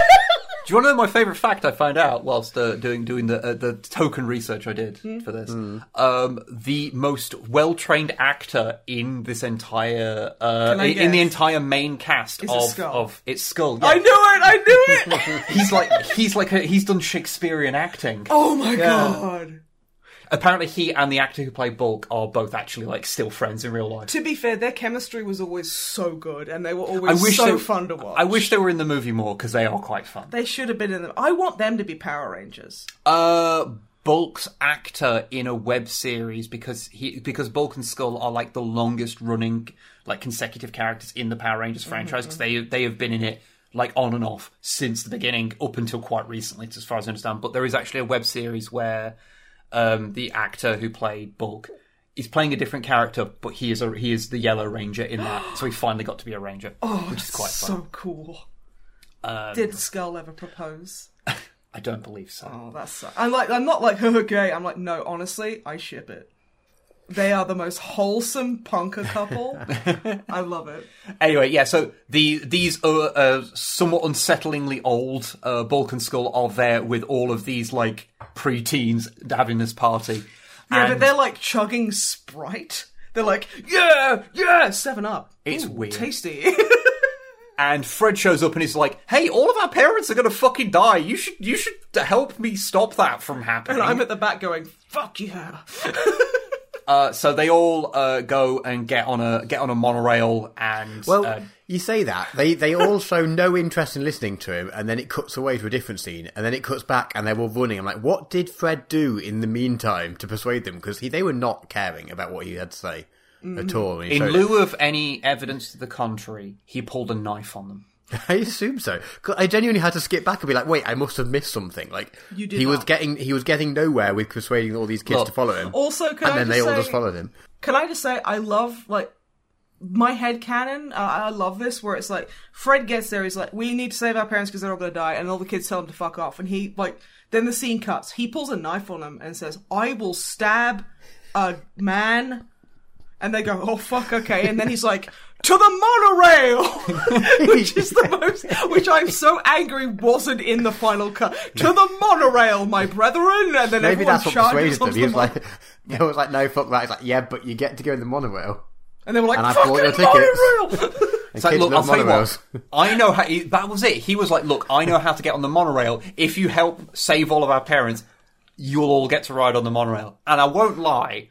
Speaker 3: Do you want to know my favourite fact I found out whilst uh, doing doing the uh, the token research I did
Speaker 2: Hmm.
Speaker 3: for this? Um, the most well trained actor in this entire uh,
Speaker 2: Can I
Speaker 3: in, in the
Speaker 2: guess?
Speaker 3: entire main cast
Speaker 2: a
Speaker 3: of
Speaker 2: skull.
Speaker 3: of it's skull.
Speaker 2: I
Speaker 3: yeah.
Speaker 2: knew it! I knew it!
Speaker 3: He's like he's like a, he's done Shakespearean acting.
Speaker 2: Oh my god.
Speaker 3: Apparently, he and the actor who played Bulk are both actually like still friends in real life.
Speaker 2: To be fair, their chemistry was always so good and they were
Speaker 3: I
Speaker 2: always
Speaker 3: wish
Speaker 2: so
Speaker 3: they were-
Speaker 2: fun to watch.
Speaker 3: I wish they were in the movie more because they are quite fun.
Speaker 2: they should have been in them. I want them to be Power Rangers.
Speaker 3: uh Bulk's actor in a web series because he because Bulk and Skull are like the longest running like consecutive characters in the Power Rangers franchise because they they have been in it like on and off since the beginning up until quite recently, as far as I understand. But there is actually a web series where um, the actor who played Bulk is playing a different character, but he is a, he is the Yellow Ranger in that. so he finally got to be a ranger, which is quite fun.
Speaker 2: So cool. Did Skull ever propose?
Speaker 3: I don't believe so.
Speaker 2: Oh, that's. So- I'm like, I'm not like, "Huh, gay. I'm like, no, honestly, I ship it. They are the most wholesome punker couple. I love it.
Speaker 3: Anyway, yeah. So the these uh, uh, somewhat unsettlingly old uh, Balkan Skull are there with all of these like pre-teens having this party.
Speaker 2: Yeah, but
Speaker 3: And
Speaker 2: they're like chugging Sprite. They're like, yeah, yeah, Seven Up.
Speaker 3: It's
Speaker 2: Ooh,
Speaker 3: weird.
Speaker 2: tasty.
Speaker 3: and Fred shows up and he's like, "Hey, all of our parents are gonna fucking die. You should you should help me stop that from happening."
Speaker 2: and I'm at the back going, fuck yeah.
Speaker 3: uh, so they all uh, go and get on a get on a monorail and
Speaker 4: Well,
Speaker 2: um,
Speaker 3: uh,
Speaker 4: you say that they they all show no interest in listening to him, and then it cuts away to a different scene, and then it cuts back, and they're all running. I'm like, what did Fred do in the meantime to persuade them? Because they were not caring about what he had to say
Speaker 2: Mm.
Speaker 4: at all. when he
Speaker 3: in
Speaker 4: showed
Speaker 3: lieu of any evidence to the contrary, he pulled a knife on them.
Speaker 4: it. I assume so. 'Cause I genuinely had to skip back and be like, wait, I must have missed something. Like
Speaker 2: You did
Speaker 4: he was
Speaker 2: not.
Speaker 4: getting he was getting nowhere with persuading all these kids
Speaker 3: Look,
Speaker 4: to follow him,
Speaker 2: Also, can
Speaker 4: and
Speaker 2: I
Speaker 4: then
Speaker 2: just
Speaker 4: they all
Speaker 2: say,
Speaker 4: just followed him.
Speaker 2: can I just say, I love like my head canon. Uh, I love this where it's like Fred gets there. He's like, we need to save our parents because they're all gonna die, and all the kids tell him to fuck off. And he like, then the scene cuts. He pulls a knife on him and says, "I will stab a man." And they go, "Oh fuck, okay." And then he's like, "To the monorail," which is the most, which I'm so angry wasn't in the final cut. To the monorail, my brethren. And then
Speaker 4: Maybe
Speaker 2: everyone
Speaker 4: that's what
Speaker 2: charges
Speaker 4: persuaded them.
Speaker 2: onto
Speaker 4: He
Speaker 2: the
Speaker 4: was
Speaker 2: mon-
Speaker 4: like, he was like, no, fuck that. He's like, yeah, but you get to go in the monorail.
Speaker 2: and they were like,
Speaker 4: and I
Speaker 2: "Fucking
Speaker 4: bought your tickets."
Speaker 2: monorail."
Speaker 3: It's like,
Speaker 4: Kids
Speaker 3: look, I'll
Speaker 4: love
Speaker 3: tell you what,
Speaker 4: monorails.
Speaker 3: I know how. He, that was it. He was like, look, I know how to get on the monorail. If you help save all of our parents, you'll all get to ride on the monorail. And I won't lie,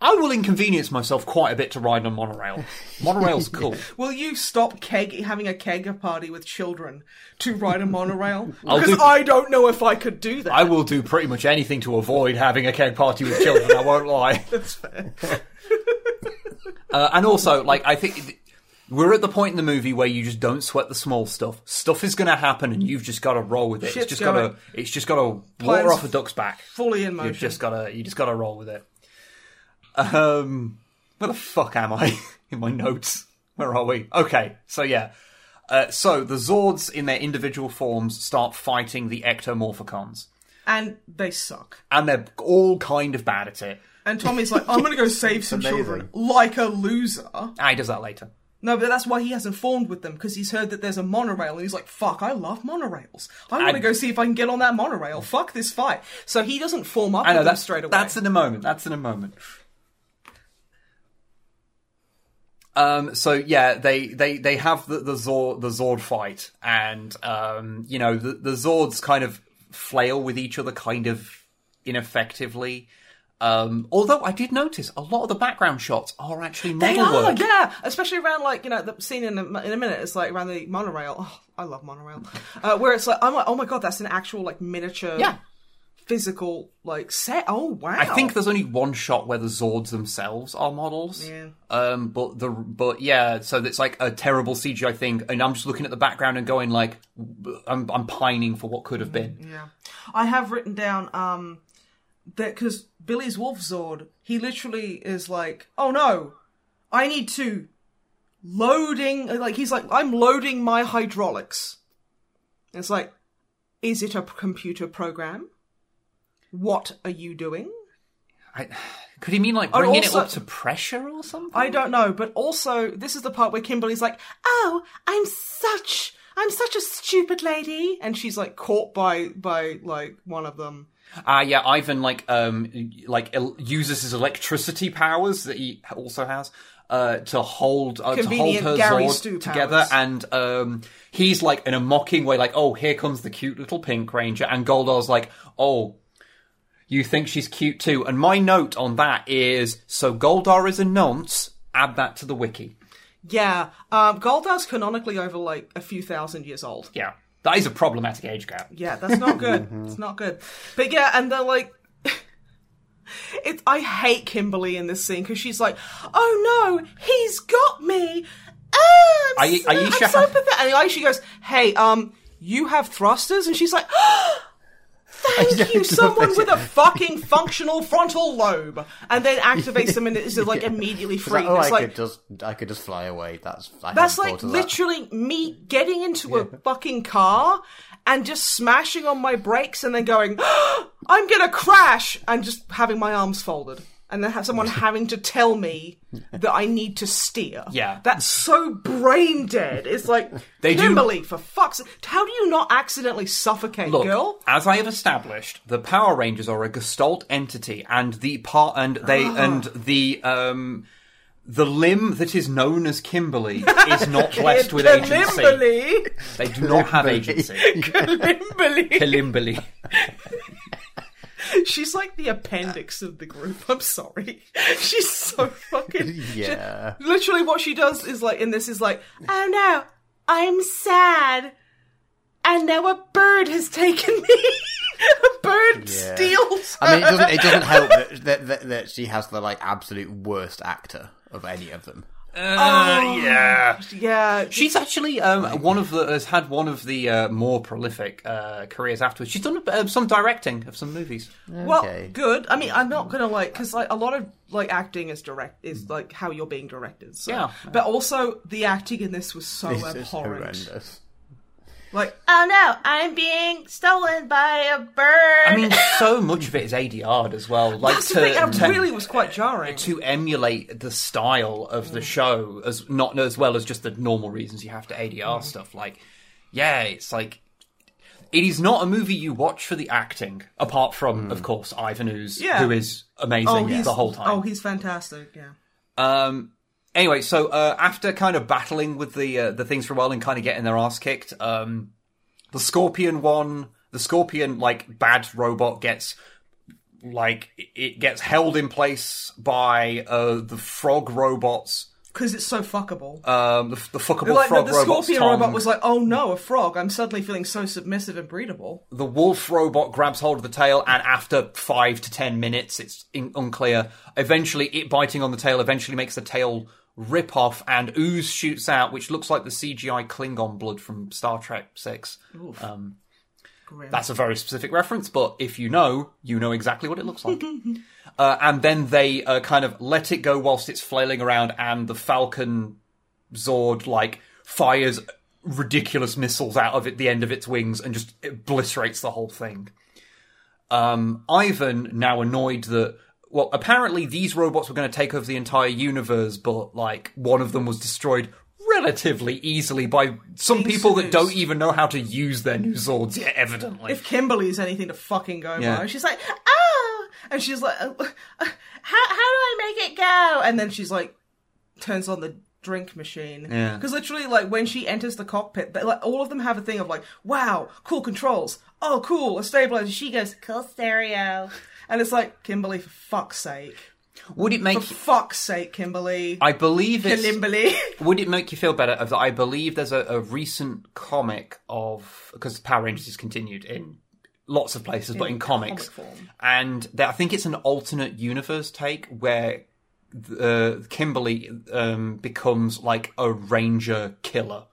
Speaker 3: I will inconvenience myself quite a bit to ride on monorail. Monorail's cool.
Speaker 2: Will you stop keg having a kegger party with children to ride a monorail?
Speaker 3: I'll
Speaker 2: Because
Speaker 3: do-
Speaker 2: I don't know if I could do that.
Speaker 3: I will do pretty much anything to avoid having a keg party with children. I won't lie.
Speaker 2: That's fair.
Speaker 3: Uh, and also, like, I think th- we're at the point in the movie where you just don't sweat the small stuff. Stuff is going to happen, and you've just got to roll with it.
Speaker 2: Shit's
Speaker 3: it's just got to.
Speaker 2: going.
Speaker 3: It's just got to water
Speaker 2: Plans
Speaker 3: off a duck's back.
Speaker 2: Fully in motion.
Speaker 3: You've just got to. You just got to roll with it. Um, where the fuck am I in my notes? Where are we? Okay, so yeah. Uh, so the Zords, in their individual forms, start fighting the Ectomorphicons,
Speaker 2: And they suck.
Speaker 3: and they're all kind of bad at it.
Speaker 2: And Tommy's like, I'm going to go save some
Speaker 4: amazing.
Speaker 2: children. Like a loser.
Speaker 3: Ah, he does that later.
Speaker 2: No, but that's why he hasn't formed with them, because he's heard that there's a monorail, and he's like, fuck, I love monorails. I want to
Speaker 3: And-
Speaker 2: go see if I can get on that monorail. Fuck this fight. So he doesn't form up
Speaker 3: I know
Speaker 2: with them
Speaker 3: that's
Speaker 2: straight away.
Speaker 3: That's in a moment. That's in a moment. Um, so yeah, they, they, they have the, the Zord the Zord fight, and um, you know the, the Zords kind of flail with each other, kind of ineffectively. Um, although I did notice a lot of the background shots are actually model
Speaker 2: They are,
Speaker 3: work.
Speaker 2: yeah. Especially around like you know the scene in a, in a minute. It's like around the monorail. Oh, I love monorail. Uh, where it's like I'm like, oh my god, that's an actual like miniature,
Speaker 3: Yeah.
Speaker 2: physical like set. Oh wow.
Speaker 3: I think there's only one shot where the Zords themselves are models.
Speaker 2: Yeah.
Speaker 3: Um, but the but yeah, so it's like a terrible CGI thing, and I'm just looking at the background and going like, I'm I'm pining for what could have been.
Speaker 2: Yeah. I have written down um that because Billy's Wolf Zord, he literally is like, oh no, I need to loading like he's like I'm loading my hydraulics. And it's like, is it a p- computer program? What are you doing?
Speaker 3: I, could he mean like
Speaker 2: And
Speaker 3: bringing
Speaker 2: also-
Speaker 3: it up to pressure or something?
Speaker 2: I don't know, but also this is the part where Kimberly's like, "Oh, I'm such, I'm such a stupid lady," and she's like caught by by like one of them.
Speaker 3: Ah, yeah, Ivan like um like el- uses his electricity powers that he also has uh to hold uh, to hold
Speaker 2: Convenient
Speaker 3: her
Speaker 2: Gary
Speaker 3: Zord
Speaker 2: Stu
Speaker 3: together,
Speaker 2: powers.
Speaker 3: and um he's like in a mocking way, like, "Oh, here comes the cute little pink ranger," and Goldar's like, "Oh." You think she's cute too, and my note on that is so Goldar is a nonce. Add that to the wiki.
Speaker 2: Yeah, um, Goldar's canonically over like a few thousand years old.
Speaker 3: Yeah, that is a problematic age gap.
Speaker 2: Yeah, that's not good.
Speaker 4: Mm-hmm.
Speaker 2: it's not good. But yeah, and they're like, it, I hate Kimberly in this scene because she's like, "Oh no, he's got me." Ah,
Speaker 3: Ai- Aisha
Speaker 2: I'm so pathetic. And Aisha goes, "Hey, um, you have thrusters," and she's like, "Thank you, someone with a fucking functional frontal lobe," and then activates them, and it's like immediately
Speaker 4: It's like,
Speaker 2: free.
Speaker 4: oh, I
Speaker 2: it's like
Speaker 4: could just, I could just fly away. That's I
Speaker 2: that's
Speaker 4: hadn't
Speaker 2: like
Speaker 4: thought of that.
Speaker 2: literally me getting into a fucking car and just smashing on my brakes and then going, I'm gonna crash, and just having my arms folded. And then have someone having to tell me that I need to steer.
Speaker 3: Yeah.
Speaker 2: That's so brain dead. It's like,
Speaker 3: They do-
Speaker 2: Kimberly, for fuck's How do you not accidentally suffocate,
Speaker 3: Look,
Speaker 2: girl?
Speaker 3: as I have established, the Power Rangers are a Gestalt entity, and the part and they
Speaker 2: Ah.
Speaker 3: and the um the limb that is known as Kimberly is not blessed with agency.
Speaker 2: Kimberly!
Speaker 3: They do not have agency.
Speaker 2: Kimberly!
Speaker 3: Kilimbali.
Speaker 2: She's like the appendix of the group. I'm sorry. She's so fucking.
Speaker 4: Yeah.
Speaker 2: literally what she does is like in this is like oh no i'm sad and now a bird has taken me a bird
Speaker 4: Yeah.
Speaker 2: steals her.
Speaker 4: I mean, it doesn't, it doesn't help that, that, that, that she has the like absolute worst actor of any of them.
Speaker 3: Uh, yeah.
Speaker 2: yeah
Speaker 3: She's actually um, one of the has had one of the uh, more prolific uh, careers afterwards. She's done uh, some directing of some movies.
Speaker 2: well
Speaker 4: okay.
Speaker 2: good i mean i'm not gonna like because like a lot of like acting is direct is like how you're being directed so.
Speaker 3: Yeah.
Speaker 2: but also the acting in this was so
Speaker 4: It's just
Speaker 2: Oh, abhorrent
Speaker 4: horrendous.
Speaker 2: like oh no i'm being stolen by a bird
Speaker 3: I mean, so much of it is ADR'd as well. Like
Speaker 2: that's
Speaker 3: to,
Speaker 2: the thing and it
Speaker 3: to-
Speaker 2: really was quite jarring
Speaker 3: to emulate the style of
Speaker 2: Mm.
Speaker 3: the show as not as well as just the normal reasons you have to ADR
Speaker 2: Mm.
Speaker 3: stuff. Like, yeah, it's like it is not a movie you watch for the acting, apart from of course Ivan Ooze,
Speaker 2: Mm. Yeah.
Speaker 3: who is amazing
Speaker 2: oh he's
Speaker 3: the whole time.
Speaker 2: oh he's fantastic yeah
Speaker 3: Um, anyway, so uh, after kind of battling with the uh, the things for a while and kind of getting their ass kicked, um, the Scorpion one, the Scorpion like bad robot gets like it- it gets held in place by uh, the frog robots.
Speaker 2: because it's so fuckable
Speaker 3: Um, the, the fuckable
Speaker 2: like the,
Speaker 3: frog
Speaker 2: the
Speaker 3: robot's
Speaker 2: scorpion
Speaker 3: tongue.
Speaker 2: robot was like, "Oh no, a frog! I'm suddenly feeling so submissive and breedable."
Speaker 3: the wolf robot grabs hold of the tail, and after five to ten minutes, it's in- unclear. Eventually, it biting on the tail eventually makes the tail rip off, and ooze shoots out, which looks like the CGI Klingon blood from Star Trek Six. Um,
Speaker 2: Grim.
Speaker 3: that's a very specific reference, but if you know, you know exactly what it looks like. uh, and then they uh, kind of let it go whilst it's flailing around, and the Falcon Zord like fires ridiculous missiles out of it, the end of its wings and just obliterates the whole thing. Um, Ivan now annoyed that well, apparently these robots were going to take over the entire universe, but like one of them was destroyed relatively easily by some
Speaker 2: Thanks
Speaker 3: people
Speaker 2: to this.
Speaker 3: that don't even know how to use their new Zords yet. Evidently,
Speaker 2: If Kimberly's anything to fucking go
Speaker 3: Yeah.
Speaker 2: by, she's like, "Oh," and she's like, "How how do I make it go?" And then she's like, turns on the drink machine.
Speaker 3: Yeah.
Speaker 2: Because literally, like when she enters the cockpit, they, like all of them have a thing of like, "Wow, cool controls. Oh, cool, a stabilizer." She goes, "Cool stereo," and it's like, Kimberly, for fuck's sake,
Speaker 3: would it make?
Speaker 2: for fuck's sake, Kimberly,
Speaker 3: I believe it's.
Speaker 2: Kimberly.
Speaker 3: Would it make you feel better of that? I believe there's a, a recent comic of because Power Rangers is continued in lots of places, but
Speaker 2: In
Speaker 3: in comics,
Speaker 2: comic form.
Speaker 3: and there, I think it's an alternate universe take where uh, Kimberly um, becomes like a ranger killer.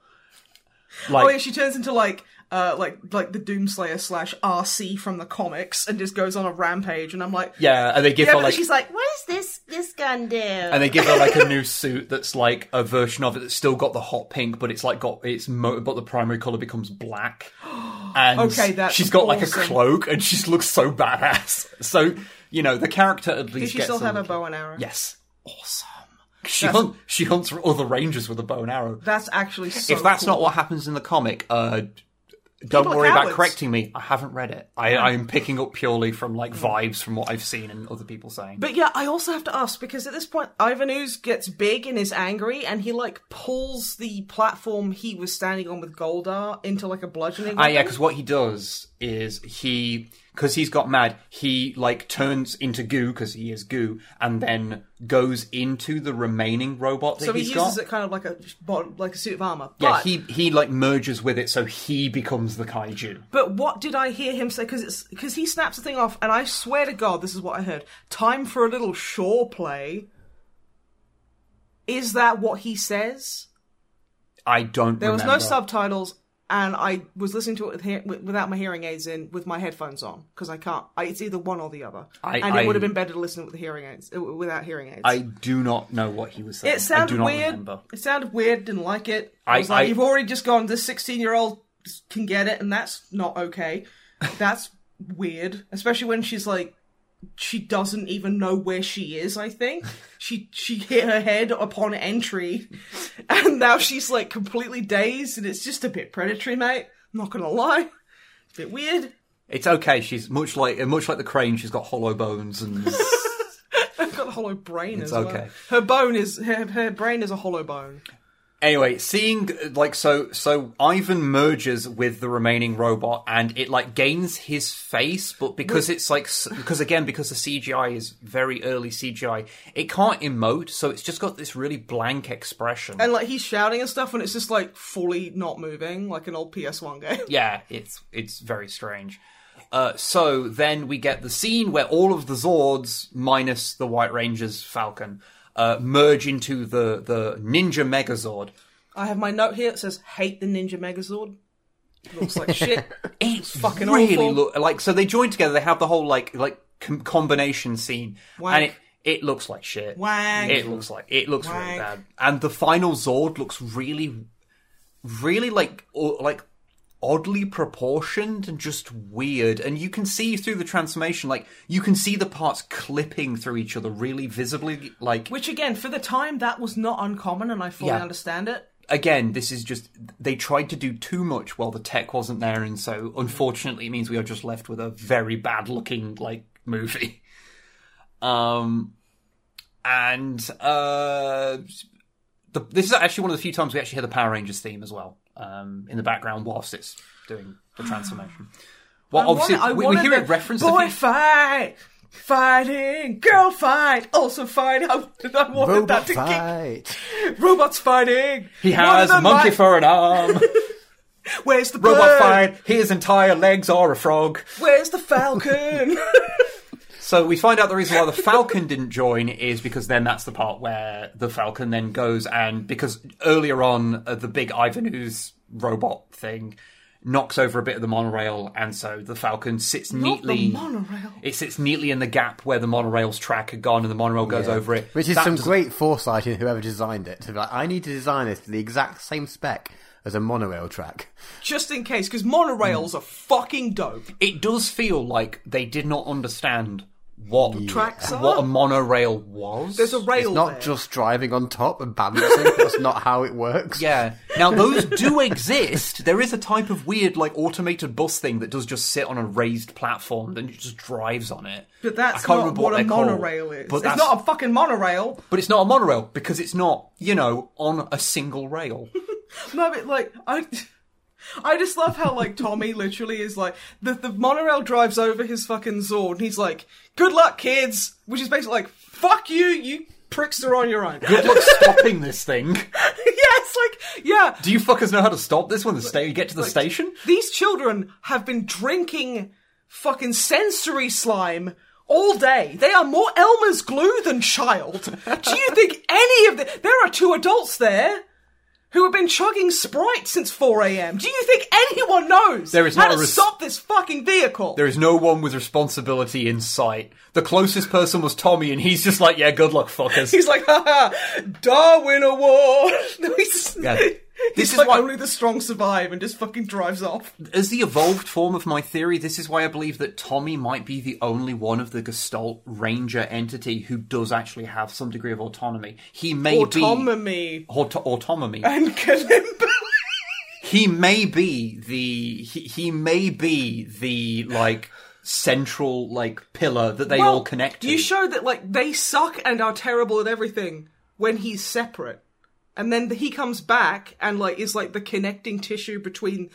Speaker 3: Like
Speaker 2: Oh yeah, she turns into like uh like like the Doomslayer slash RC from the comics and just goes on a rampage and I'm like
Speaker 3: yeah, and they give
Speaker 2: Yeah,
Speaker 3: her
Speaker 2: but
Speaker 3: like
Speaker 2: she's like, What does this this gun do?
Speaker 3: and they give her like a new suit that's like a version of it that's still got the hot pink, but it's like got it's mo- but the primary color becomes black. And
Speaker 2: Okay, that's
Speaker 3: she's got like
Speaker 2: awesome.
Speaker 3: a cloak, and she looks so badass. So you know the character at least
Speaker 2: Does she
Speaker 3: gets
Speaker 2: still
Speaker 3: a
Speaker 2: have her
Speaker 3: little-
Speaker 2: bow and arrow?
Speaker 3: Yes, awesome. She hunt, she hunts for other rangers with a bow and arrow.
Speaker 2: That's actually so
Speaker 3: if that's
Speaker 2: cool.
Speaker 3: not what happens in the comic, uh, don't
Speaker 2: People are
Speaker 3: worry about
Speaker 2: cowards.
Speaker 3: correcting me. I haven't read it. I, I am picking up purely from like
Speaker 2: Mm.
Speaker 3: vibes from what I've seen and other people saying.
Speaker 2: But yeah, I also have to ask because at this point, Ivan Ooze gets big and is angry, and he like pulls the platform he was standing on with Goldar into like a bludgeoning.
Speaker 3: Ah, yeah,
Speaker 2: weapon.
Speaker 3: because what he does is he, because he's got mad, he like turns into goo because he is goo, and then goes into the remaining robot that
Speaker 2: so he
Speaker 3: has
Speaker 2: uses
Speaker 3: got.
Speaker 2: it kind of like a bod- like a suit of armor.
Speaker 3: yeah,
Speaker 2: but
Speaker 3: he he like merges with it, so he becomes the kaiju.
Speaker 2: But what did I hear him say? Because it's because he snaps the thing off, and I swear to God, this is what I heard. Time for a little shore play. Is that what he says?
Speaker 3: I don't.
Speaker 2: There was no
Speaker 3: remember.
Speaker 2: subtitles, and I was listening to it with hear- with- without my hearing aids in, with my headphones on, because I can't. I, it's either one or the other,
Speaker 3: I-
Speaker 2: and it
Speaker 3: I-
Speaker 2: would have been better to listen with the hearing aids uh, without hearing aids.
Speaker 3: I do not know what he was saying.
Speaker 2: it
Speaker 3: I do
Speaker 2: sounded
Speaker 3: not
Speaker 2: weird.
Speaker 3: remember.
Speaker 2: It sounded weird. Didn't like it.
Speaker 3: I-
Speaker 2: I was like,
Speaker 3: I-
Speaker 2: you've already just gone. This sixteen-year-old can get it, and that's not okay. That's weird, especially when she's like. She doesn't even know where she is. I think she she hit her head upon entry, and now she's like completely dazed, and it's just a bit predatory, mate. I'm not gonna lie, it's a bit weird.
Speaker 3: It's okay. She's much like uh, much like the crane. She's got hollow bones and
Speaker 2: I've got a hollow brain as well.
Speaker 3: okay.
Speaker 2: Her bone is her her brain is a hollow bone.
Speaker 3: Anyway, seeing like so so Ivan merges with the remaining robot and it like gains his face, but because it's like s- because again because the CGI is very early CGI, it can't emote, so it's just got this really blank expression.
Speaker 2: and like he's shouting and stuff, and it's just like fully not moving, like an old PS1 game.
Speaker 3: yeah, it's it's very strange. Uh, so then we get the scene where all of the Zords minus the White Ranger's Falcon uh, merge into the the Ninja Megazord.
Speaker 2: I have my note here that says "Hate the Ninja Megazord." Looks like shit.
Speaker 3: It's
Speaker 2: fucking
Speaker 3: really
Speaker 2: awful.
Speaker 3: look like so they join together. They have the whole like like com- combination scene,
Speaker 2: Wank.
Speaker 3: and it it looks like shit.
Speaker 2: Wank.
Speaker 3: It looks like it looks really
Speaker 2: Wank.
Speaker 3: bad. And the final Zord looks really, really like o- like oddly proportioned and just weird. And you can see through the transformation, like you can see the parts clipping through each other really visibly. Like
Speaker 2: Which again, for the time, that was not uncommon, and I fully
Speaker 3: Yeah.
Speaker 2: understand it.
Speaker 3: again, this is just they tried to do too much while the tech wasn't there, and so unfortunately, it means we are just left with a very bad looking like movie. Um, and uh, the, this is actually one of the few times we actually hear the Power Rangers theme as well um, in the background whilst it's doing the transformation. Well,
Speaker 2: I
Speaker 3: obviously,
Speaker 2: wanted- I
Speaker 3: we, we hear
Speaker 2: wanted
Speaker 3: it
Speaker 2: the
Speaker 3: referenced. a
Speaker 2: Boy
Speaker 3: few-
Speaker 2: fight, fighting, girl fight, also fight. I, I wanted that
Speaker 4: Robot
Speaker 2: to
Speaker 4: fight.
Speaker 2: kick. Robots fighting.
Speaker 3: he has a monkey for an arm.
Speaker 2: Where's the
Speaker 3: Robot
Speaker 2: bird?
Speaker 3: fight. His entire legs are a frog.
Speaker 2: Where's the falcon?
Speaker 3: So we find out the reason why the Falcon didn't join is because then that's the part where the Falcon then goes and because earlier on uh, the big Ivan Ooze robot thing knocks over a bit of the monorail and so the Falcon sits
Speaker 2: Not the
Speaker 3: neatly
Speaker 2: monorail.
Speaker 3: It sits neatly in the gap where the monorail's track had gone and the monorail goes over it.
Speaker 4: Which is
Speaker 3: That
Speaker 4: some
Speaker 3: does-
Speaker 4: great foresight in whoever designed it. To be like, I need to design this to the exact same spec as a monorail track.
Speaker 2: Just in case, because monorails are fucking dope.
Speaker 3: It does feel like they did not understand what
Speaker 2: Tracks are?
Speaker 3: what a monorail was.
Speaker 2: There's a rail
Speaker 4: It's not
Speaker 2: there.
Speaker 4: just driving on top and balancing. That's not how it works.
Speaker 3: Yeah. Now those do exist. There is a type of weird, like automated bus thing that does just sit on a raised platform and it just drives on it.
Speaker 2: But
Speaker 3: I
Speaker 2: that's
Speaker 3: can't
Speaker 2: not
Speaker 3: remember
Speaker 2: what, a
Speaker 3: they're called,
Speaker 2: monorail is.
Speaker 3: But
Speaker 2: it's
Speaker 3: that's-
Speaker 2: not a fucking monorail.
Speaker 3: But it's not a monorail because it's not, you know, on a single rail.
Speaker 2: No, but like I, I just love how like Tommy literally is like the the monorail drives over his fucking Zord, and he's like, "Good luck, kids," which is basically like, "Fuck you, you pricks are on your own." yeah,
Speaker 3: Good luck stopping this thing.
Speaker 2: it's like yeah,
Speaker 3: Do you fuckers know how to stop this when the sta- you get to the station?
Speaker 2: these children have been drinking fucking sensory slime. All day. They are more Elmer's glue than child. Do you think any of the. There are two adults there who have been chugging Sprite since 4am. Do you think anyone knows
Speaker 3: There is
Speaker 2: how
Speaker 3: not
Speaker 2: to
Speaker 3: a res-
Speaker 2: stop this fucking vehicle?
Speaker 3: There is no one with responsibility in sight. The closest person was Tommy, and he's just like, "Yeah, good luck, fuckers."
Speaker 2: He's like, haha, Darwin Award. No, he's,
Speaker 3: Yeah. This
Speaker 2: he's
Speaker 3: is
Speaker 2: like,
Speaker 3: why-
Speaker 2: only the strong survive and just fucking drives off.
Speaker 3: as the evolved form of my theory, this is why I believe that Tommy might be the only one of the Gestalt Ranger entity who does actually have some degree of autonomy. He may
Speaker 2: Autonomy
Speaker 3: be auto- autonomy.
Speaker 2: and Kalimba.
Speaker 3: he may be the he, he may be the like central like pillar that they all connect to.
Speaker 2: You show that like they suck and are terrible at everything when he's separate, and then he comes back and like is like the connecting tissue between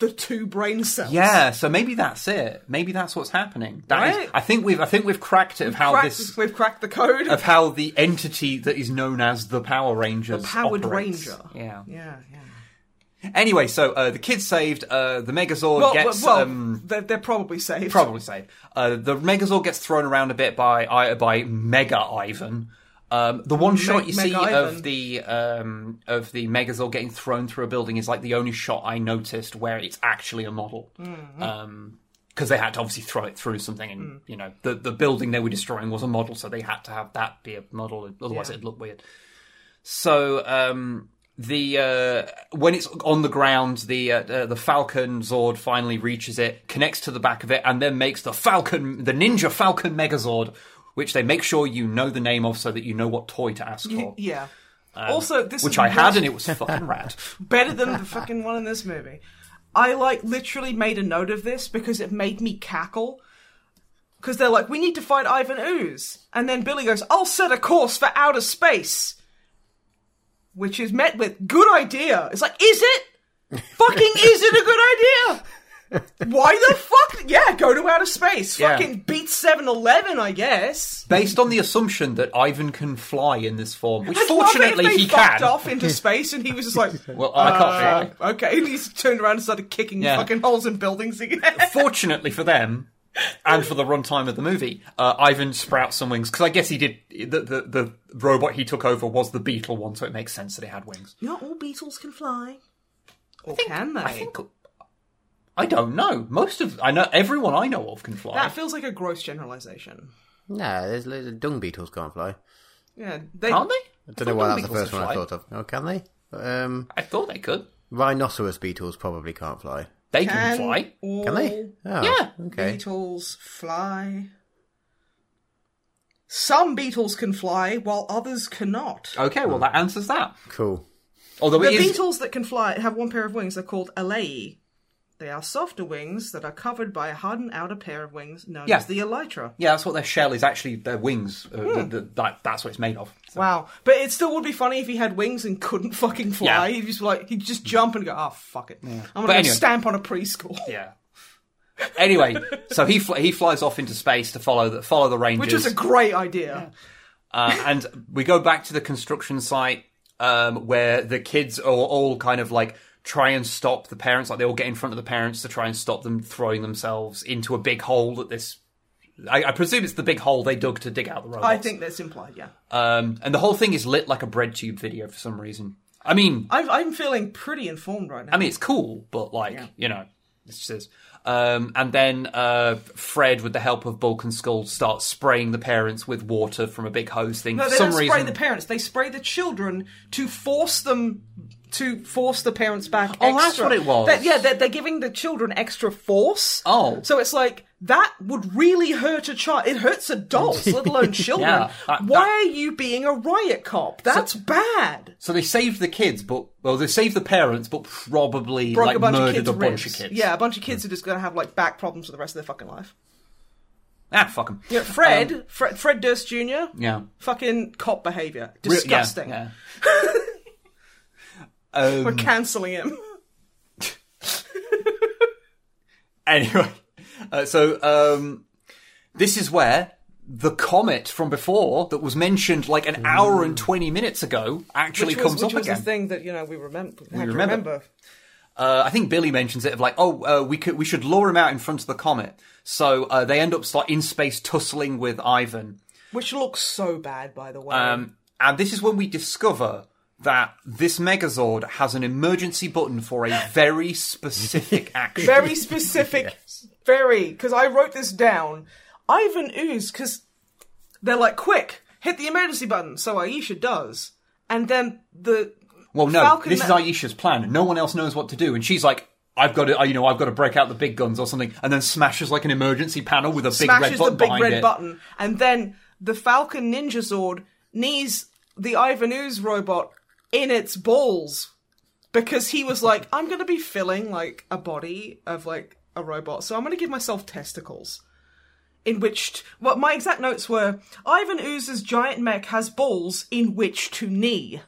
Speaker 2: the two brain cells.
Speaker 3: yeah, so maybe that's it. Maybe that's what's happening. That is-
Speaker 2: Right.
Speaker 3: I think we've I think we've cracked it of how
Speaker 2: Cracked-
Speaker 3: this
Speaker 2: we've cracked the code.
Speaker 3: of how the entity that is known as the Power Rangers
Speaker 2: Powered
Speaker 3: operates.
Speaker 2: Ranger.
Speaker 3: Yeah.
Speaker 2: yeah, yeah.
Speaker 3: Anyway, so uh, the kid's saved. Uh, the Megazord
Speaker 2: Well,
Speaker 3: gets
Speaker 2: well,
Speaker 3: um,
Speaker 2: they're, they're probably safe.
Speaker 3: probably saved. Uh, the Megazord gets thrown around a bit by I by Mega Ivan, Um, the one shot you
Speaker 2: Meg
Speaker 3: see
Speaker 2: Ivan.
Speaker 3: of the um, of the Megazord getting thrown through a building is like the only shot I noticed where it's actually a model, because
Speaker 2: Mm-hmm.
Speaker 3: they had to obviously throw it through something, and
Speaker 2: Mm.
Speaker 3: you know the the building they were destroying was a model, so they had to have that be a model, otherwise it'd look weird. So um, the uh, when it's on the ground, the uh, uh, the Falcon Zord finally reaches it, connects to the back of it, and then makes the Falcon, the Ninja Falcon Megazord, which they make sure you know the name of, so that you know what toy to ask for.
Speaker 2: Yeah. also, this
Speaker 3: Um, Which
Speaker 2: is
Speaker 3: I had,
Speaker 2: worse-
Speaker 3: and it was fucking rad.
Speaker 2: better than the fucking one in this movie. I like literally made a note of this because it made me cackle. Because they're like, we need to find Ivan Ooze. And then Billy goes, I'll set a course for outer space. Which is met with, good idea. It's like, is it? fucking is it a good idea? Why the fuck? Yeah, go to outer space.
Speaker 3: Yeah.
Speaker 2: Fucking beat 7 Eleven, I guess.
Speaker 3: Based on the assumption that Ivan can fly in this form, which
Speaker 2: I'd love it if
Speaker 3: fortunately
Speaker 2: they
Speaker 3: he
Speaker 2: fucked
Speaker 3: can.
Speaker 2: off Uh, into space and he was just like,
Speaker 3: Well, I can't fly.
Speaker 2: Oh, Okay, and he's turned around and started kicking
Speaker 3: Yeah.
Speaker 2: fucking holes in buildings again.
Speaker 3: Fortunately for them, and for the runtime of the movie, uh, Ivan sprouts some wings because I guess he did. The, the the robot he took over was the beetle one, so it makes sense that it had wings.
Speaker 2: Not all beetles can fly. Or can they?
Speaker 3: I think I don't know. Most of I know everyone I know of can fly.
Speaker 2: that feels like a gross generalization.
Speaker 4: No, there's little dung beetles can't fly.
Speaker 2: Yeah, they
Speaker 3: Can't they?
Speaker 4: I don't know why
Speaker 3: Dung
Speaker 4: that's the
Speaker 3: beetles
Speaker 4: first
Speaker 3: can
Speaker 4: one I
Speaker 3: fly.
Speaker 4: thought of. Oh, can they? Um,
Speaker 3: I thought they could.
Speaker 4: rhinoceros beetles probably can't fly.
Speaker 3: They
Speaker 2: can
Speaker 3: can, fly.
Speaker 2: all
Speaker 4: Can they? Oh,
Speaker 3: Yeah.
Speaker 4: Okay.
Speaker 2: beetles fly. Some beetles can fly, while others cannot.
Speaker 3: Okay, well that answers that.
Speaker 4: Cool.
Speaker 3: Although
Speaker 2: The
Speaker 3: Oh, it is
Speaker 2: beetles that can fly have one pair of wings. They're called alae. They are softer wings that are covered by a hardened outer pair of wings known
Speaker 3: Yeah.
Speaker 2: as the elytra.
Speaker 3: yeah, that's what their shell is actually. Their wings. Uh,
Speaker 2: Hmm.
Speaker 3: the, the, that, that's what it's made of. So-
Speaker 2: Wow. But it still would be funny if he had wings and couldn't fucking fly.
Speaker 3: Yeah.
Speaker 2: He'd just like he'd just jump and go, oh fuck it. I'm gonna
Speaker 3: But
Speaker 2: go
Speaker 3: anyway.
Speaker 2: stamp on a preschool.
Speaker 3: Yeah. Anyway, so he fl- he flies off into space to follow the follow the rangers.
Speaker 2: Which is a great idea.
Speaker 3: Uh, and we go back to the construction site um, where the kids are all kind of like try and stop the parents. Like they all get in front of the parents to try and stop them throwing themselves into a big hole that this. I, I presume it's the big hole they dug to dig out the robots.
Speaker 2: I think that's implied, yeah.
Speaker 3: Um, and the whole thing is lit like a bread tube video for some reason. I mean,
Speaker 2: I've, I'm feeling pretty informed right now.
Speaker 3: I mean, it's cool, but like you know, it's just. this. Um, and then uh, Fred, with the help of Bulk and Skull, starts spraying the parents with water from a big hose thing.
Speaker 2: no,
Speaker 3: for
Speaker 2: they
Speaker 3: some
Speaker 2: don't
Speaker 3: reason,
Speaker 2: spray the parents, they spray the children to force them to force the parents back
Speaker 3: Oh, that's
Speaker 2: extra.
Speaker 3: what it was.
Speaker 2: That- yeah, they're, they're giving the children extra force.
Speaker 3: Oh.
Speaker 2: So it's like, that would really hurt a child. It hurts adults, let alone children.
Speaker 3: Yeah, that-
Speaker 2: Why
Speaker 3: that-
Speaker 2: are you being a riot cop? That's bad.
Speaker 3: So they saved the kids, but well, they saved the parents, but probably
Speaker 2: Broke
Speaker 3: like
Speaker 2: a bunch of
Speaker 3: murdered
Speaker 2: kids'
Speaker 3: a bunch of
Speaker 2: ribs.
Speaker 3: kids. Hmm.
Speaker 2: Yeah, a bunch of kids are just going to have like back problems for the rest of their fucking life.
Speaker 3: ah, fuck them.
Speaker 2: Yeah, Fred,
Speaker 3: Um,
Speaker 2: Fred, Fred Durst Jr.
Speaker 3: yeah,
Speaker 2: Fucking cop behavior.
Speaker 3: Re- yeah,
Speaker 2: Disgusting.
Speaker 3: yeah. Hmm.
Speaker 2: We're cancelling him.
Speaker 3: Anyway, uh, so um, this is where the comet from before that was mentioned like an hour and twenty minutes ago actually
Speaker 2: Which was,
Speaker 3: comes
Speaker 2: which
Speaker 3: up
Speaker 2: was the
Speaker 3: again.
Speaker 2: thing that you know we remember. We, had to
Speaker 3: remember.
Speaker 2: remember.
Speaker 3: uh, I think Billy mentions it of like, oh, uh, we could we should lure him out in front of the comet. So uh, they end up like in space tussling with Ivan.
Speaker 2: which looks so bad, by the way.
Speaker 3: Um, and this is when we discover that this Megazord has an emergency button for a very specific action.
Speaker 2: very specific, very because I wrote this down. Ivan ooze because they're like, quick, hit the emergency button. So Aisha does, and then the
Speaker 3: well, Oh, no,
Speaker 2: Falcon
Speaker 3: this
Speaker 2: Ma-
Speaker 3: is Aisha's plan. No one else knows what to do, and she's like, "I've got to, uh, you know, I've got to break out the big guns or something," and then smashes like an emergency panel with a big
Speaker 2: smashes
Speaker 3: red button
Speaker 2: the big
Speaker 3: behind
Speaker 2: red
Speaker 3: it.
Speaker 2: button, and then the Falcon Ninja Zord knees the Ivan Ooze robot in its balls because he was like, "I'm going to be filling like a body of like a robot, so I'm going to give myself testicles." In which, t- what my exact notes were: Ivan Ooze's giant mech has balls in which to knee.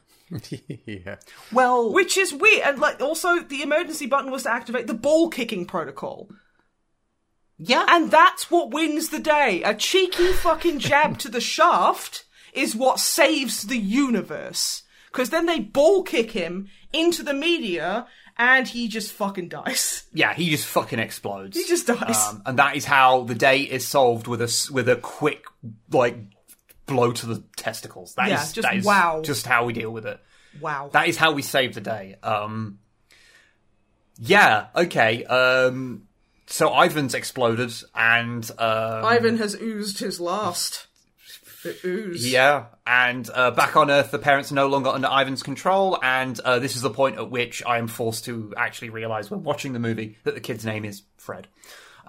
Speaker 4: yeah.
Speaker 3: Well,
Speaker 2: Which is weird, and like also the emergency button was to activate the ball kicking protocol.
Speaker 3: yeah,
Speaker 2: And that's what wins the day. A cheeky fucking jab to the shaft is what saves the universe. Because then they ball kick him into the media and he just fucking dies.
Speaker 3: yeah, he just fucking explodes.
Speaker 2: He just dies.
Speaker 3: Um, and that is how the day is solved with a s- with a quick like blow to the testicles. That is
Speaker 2: Yeah, just
Speaker 3: that is
Speaker 2: wow.
Speaker 3: just how we deal with it.
Speaker 2: Wow.
Speaker 3: That is how we save the day. Um, yeah, okay. Um, so Ivan's exploded, and um,
Speaker 2: Ivan has oozed his last. The ooze.
Speaker 3: Yeah, and uh, back on Earth, the parents are no longer under Ivan's control, and uh, this is the point at which I am forced to actually realize when watching the movie that the kid's name is Fred.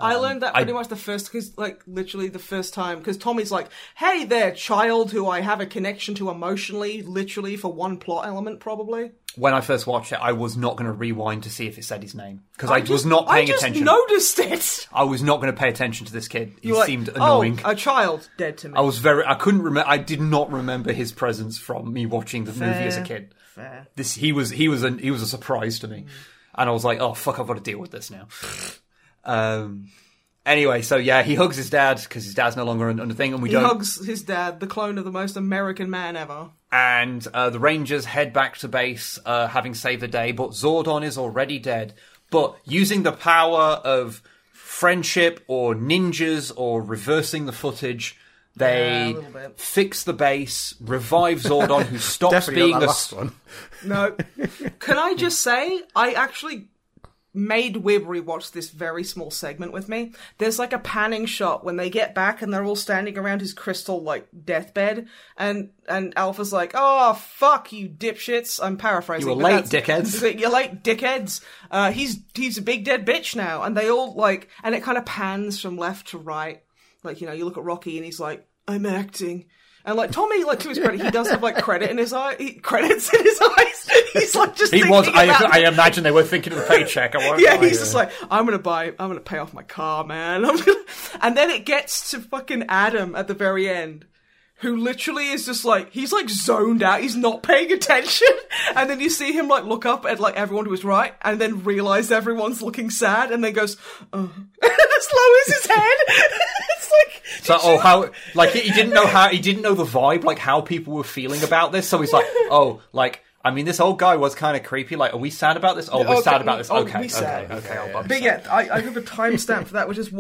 Speaker 2: I learned that
Speaker 3: Um, I-
Speaker 2: pretty much the first, because like literally the first time, because Tommy's like, "Hey there, child, who I have a connection to emotionally, literally for one plot element, probably."
Speaker 3: When I first watched it, I was not going to rewind to see if it said his name because I, was not
Speaker 2: I
Speaker 3: paying
Speaker 2: just
Speaker 3: attention.
Speaker 2: noticed it.
Speaker 3: I was not going to pay attention to this kid. He
Speaker 2: You're like,
Speaker 3: seemed annoying.
Speaker 2: Oh, a child dead to me.
Speaker 3: I was very. I couldn't remember. I did not remember his presence from me watching the movie as a
Speaker 2: Fair.
Speaker 3: kid.
Speaker 2: Fair. Mm.
Speaker 3: This he was. He was. An, he was a surprise to me, and I was like, "Oh fuck! I've got to deal with this now." um. Anyway, so yeah, he hugs his dad because his dad's no longer under thing, and we
Speaker 2: He
Speaker 3: don't.
Speaker 2: hugs his dad, the clone of the most American man ever.
Speaker 3: and uh, the Rangers head back to base, uh, having saved the day. But Zordon is already dead. But using the power of friendship or ninjas or reversing the footage,
Speaker 2: Yeah, a
Speaker 3: they
Speaker 2: little bit.
Speaker 3: fix the base, revive Zordon, who stops
Speaker 4: Definitely
Speaker 3: being
Speaker 4: not
Speaker 3: a
Speaker 4: that
Speaker 3: s-
Speaker 4: last one.
Speaker 2: No. Can I just say, I actually made Wib rewatch this very small segment with me. There's like a panning shot when they get back and they're all standing around his crystal like deathbed and and Alpha's like, "Oh fuck you dipshits." I'm paraphrasing.
Speaker 3: You were
Speaker 2: but
Speaker 3: late,
Speaker 2: that's-
Speaker 3: dickheads.
Speaker 2: You're late, dickheads. Uh he's he's a big dead bitch now and they all like and it kind of pans from left to right. Like, you know, you look at Rocky and he's like, "I'm acting." And like Tommy, like to his credit, he does have like credit in his eye, he, credits in his eyes. He's like just
Speaker 3: He was.
Speaker 2: thinking
Speaker 3: I,
Speaker 2: about-
Speaker 3: I imagine they were thinking of the paycheck. I won't
Speaker 2: yeah,
Speaker 3: lie.
Speaker 2: he's just like, I'm gonna buy, I'm gonna pay off my car, man. I'm gonna... And then it gets to fucking Adam at the very end, who literally is just like, he's like zoned out, he's not paying attention. And then you see him like look up at like everyone to his right, and then realize everyone's looking sad, and then goes, oh. as low as his head. it's like,
Speaker 3: So, oh, how like he he didn't know how he didn't know the vibe, like how people were feeling about this. So he's like, oh, like I mean, this old guy was kind of creepy. Like, are we sad about this? Oh, we're
Speaker 2: Okay,
Speaker 3: sad about this.
Speaker 2: oh,
Speaker 3: Okay,
Speaker 2: we
Speaker 3: okay,
Speaker 2: sad.
Speaker 3: okay, I'll bump
Speaker 2: But yeah, I, I have a timestamp for that, which is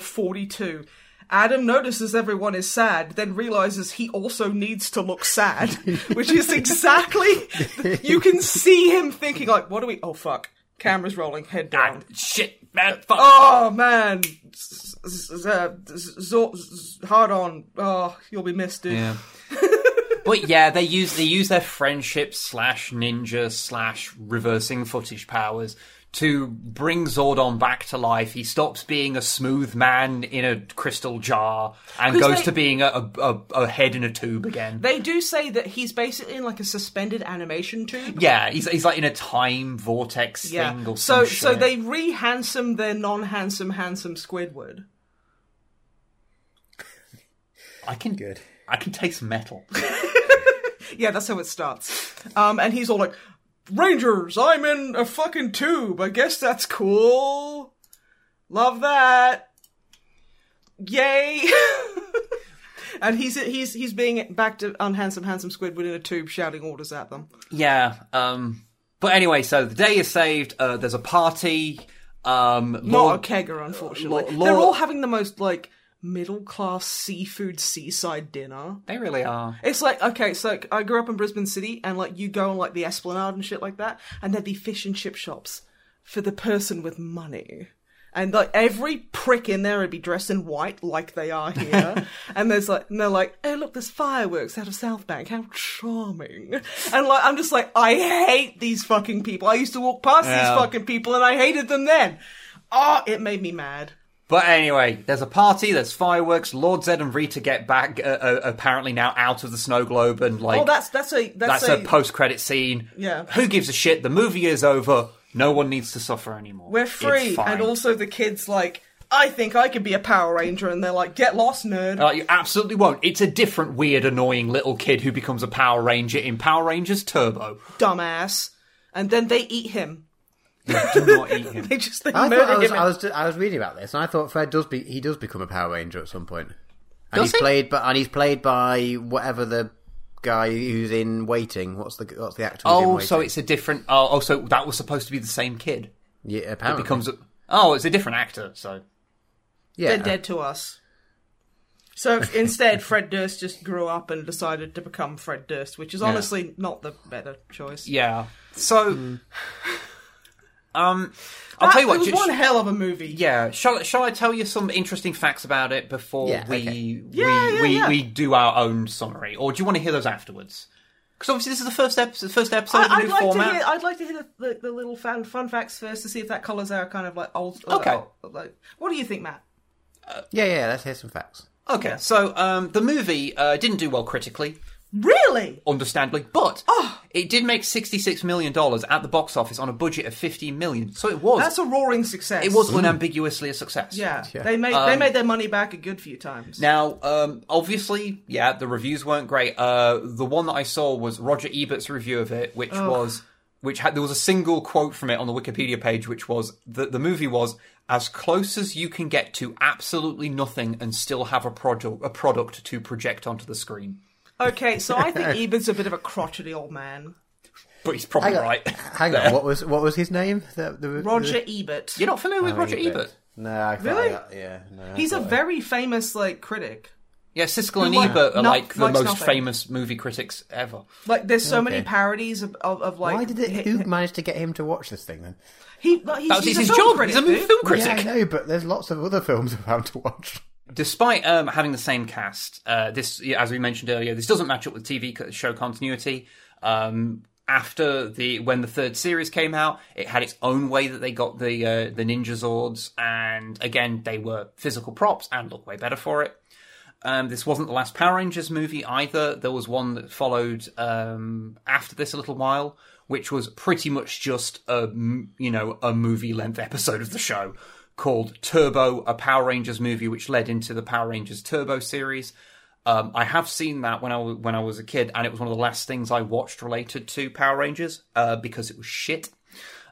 Speaker 2: 124.42. Adam notices everyone is sad, then realizes he also needs to look sad, which is exactly. You can see him thinking, like, what do we. Oh, fuck. Camera's rolling, head down.
Speaker 3: Ah, shit, man, fuck.
Speaker 2: Oh, man. Z- z- z- uh, z- z- z- Hard on. Oh, you'll be missed, dude.
Speaker 3: Yeah. but yeah, they use they use their friendship slash ninja slash reversing footage powers to bring Zordon back to life. He stops being a smooth man in a crystal jar and
Speaker 2: 'Cause
Speaker 3: goes
Speaker 2: they-
Speaker 3: to being a, a, a, a head in a tube again.
Speaker 2: They do say that he's basically in like a suspended animation tube.
Speaker 3: Yeah, he's, he's like in a time vortex thing or
Speaker 2: so
Speaker 3: some shit.
Speaker 2: so they re-handsome their non-handsome handsome Squidward.
Speaker 3: I can
Speaker 4: Good.
Speaker 3: I can taste metal.
Speaker 2: Yeah, that's how it starts. Um, and he's all like, "Rangers, I'm in a fucking tube. I guess that's cool. Love that. Yay!" and he's he's he's being back to unhandsome handsome Squidward in a tube, shouting orders at them.
Speaker 3: yeah. Um. But anyway, so the day is saved. Uh, there's a party. Um.
Speaker 2: Not a
Speaker 3: Lord-
Speaker 2: kegger, unfortunately.
Speaker 3: Lord- Lord-
Speaker 2: They're all having the most like middle class seafood seaside dinner.
Speaker 3: They really are.
Speaker 2: It's like okay, so like, I grew up in Brisbane City, and like you go on like the Esplanade and shit like that, and there'd be fish and chip shops for the person with money. And like every prick in there would be dressed in white, like they are here. and there's like, and they're like, oh look, there's fireworks out of South Bank. How charming! And like, I'm just like, I hate these fucking people. I used to walk past
Speaker 3: Yeah.
Speaker 2: these fucking people, and I hated them then. Oh, it made me mad.
Speaker 3: But anyway, there's a party. There's fireworks. Lord Zed and Rita get back. Uh, uh, apparently now out of the snow globe and like
Speaker 2: Oh, that's that's a that's,
Speaker 3: that's a post-credit scene.
Speaker 2: Yeah.
Speaker 3: Who gives a shit? The movie is over. No one needs to suffer anymore.
Speaker 2: We're
Speaker 3: It's
Speaker 2: free.
Speaker 3: fine.
Speaker 2: And also the kids like, I think I could be a Power Ranger and they're like, get lost, nerd.
Speaker 3: Uh, you absolutely won't. It's a different, weird, annoying little kid who becomes a Power Ranger in Power Rangers Turbo.
Speaker 2: Dumbass. And then they eat him.
Speaker 3: Do not eat him.
Speaker 2: They just they
Speaker 4: I, thought
Speaker 2: murdered
Speaker 4: I, was,
Speaker 2: him.
Speaker 4: I, was, I was reading about this, and I thought Fred does be he does become a Power Ranger at some point, and
Speaker 3: Does
Speaker 4: he's
Speaker 3: he?
Speaker 4: played by and he's played by whatever the guy who's in Waiting. What's the what's the actor? who's in
Speaker 3: Oh,
Speaker 4: Waiting?
Speaker 3: so it's a different. Oh, oh, so that was supposed to be the same kid.
Speaker 4: yeah, apparently
Speaker 3: Becomes a. Oh, it's a different actor. So
Speaker 4: yeah.
Speaker 2: They're dead to us. So f- instead, Fred Durst just grew up and decided to become Fred Durst, which is honestly not the better choice.
Speaker 3: Yeah. So, um, I'll tell you
Speaker 2: it
Speaker 3: what.
Speaker 2: Hmm. was
Speaker 3: ju-
Speaker 2: one hell of a movie.
Speaker 3: yeah. Shall Shall I tell you some interesting facts about it before
Speaker 4: Yeah,
Speaker 3: we
Speaker 4: okay.
Speaker 3: we
Speaker 2: Yeah, yeah,
Speaker 3: we,
Speaker 2: yeah.
Speaker 3: we do our own summary, or do you want to hear those afterwards? Because obviously this is the first episode, first episode of the
Speaker 2: I,
Speaker 3: new
Speaker 2: would like
Speaker 3: format.
Speaker 2: to hear. I'd like to hear the, the, the little fun, fun facts first to see if that colours our kind of like old. uh,
Speaker 3: Okay.
Speaker 2: uh, like, what do you think, Matt?
Speaker 4: Yeah, yeah, let's hear some facts.
Speaker 3: Okay, so um, the movie uh, didn't do well critically,
Speaker 2: Really?
Speaker 3: understandably, but
Speaker 2: Oh!
Speaker 3: it did make sixty-six million dollars at the box office on a budget of fifty million. So it was
Speaker 2: That's a roaring success.
Speaker 3: it was unambiguously a success.
Speaker 2: Yeah,
Speaker 4: Yeah.
Speaker 2: they made they made their money back a good few times.
Speaker 3: Um, Now, um, obviously, yeah, the reviews weren't great. Uh, the one that I saw was Roger Ebert's review of it, which was which had there was a single quote from it on the Wikipedia page, which was that the movie was as close as you can get to absolutely nothing and still have a product a product to project onto the screen.
Speaker 2: okay, so I think Ebert's a bit of a crotchety old man.
Speaker 3: But he's probably
Speaker 4: Hang on,
Speaker 3: right.
Speaker 4: hang on. What was what was his name? The, the,
Speaker 2: Roger
Speaker 4: the-
Speaker 2: Ebert.
Speaker 3: You're not familiar with Roger Ebert?
Speaker 4: No, I thought
Speaker 2: Really?
Speaker 4: I- yeah, no.
Speaker 2: He's a very famous like critic.
Speaker 3: Yeah, Siskel and
Speaker 2: Who like-
Speaker 3: Ebert are
Speaker 2: no-
Speaker 3: like the
Speaker 2: likes
Speaker 3: most
Speaker 2: nothing.
Speaker 3: famous movie critics ever.
Speaker 2: Like there's so many
Speaker 4: Okay.
Speaker 2: parodies of, of, of like
Speaker 4: Why did it?
Speaker 2: he-
Speaker 4: Who managed to get him to watch this thing then?
Speaker 2: he, like, he's,
Speaker 3: That was
Speaker 2: he's
Speaker 3: his,
Speaker 2: a film
Speaker 3: job.
Speaker 2: critic.
Speaker 3: he's a
Speaker 2: dude.
Speaker 3: film critic.
Speaker 4: Yeah, I know, but there's lots of other films around to watch.
Speaker 3: despite um, having the same cast, uh, this, yeah, as we mentioned earlier, this doesn't match up with TV co- show continuity. Um, after the when the third series came out, it had its own way that they got the uh, the Ninja Zords, and again they were physical props and look way better for it. Um, this wasn't the last Power Rangers movie either. There was one that followed um, after this a little while, which was pretty much just a m- you know a movie length episode of the show called Turbo, a Power Rangers movie, which led into the Power Rangers Turbo series. Um, I have seen that when I w- when I was a kid, and it was one of the last things I watched related to Power Rangers uh, because it was shit.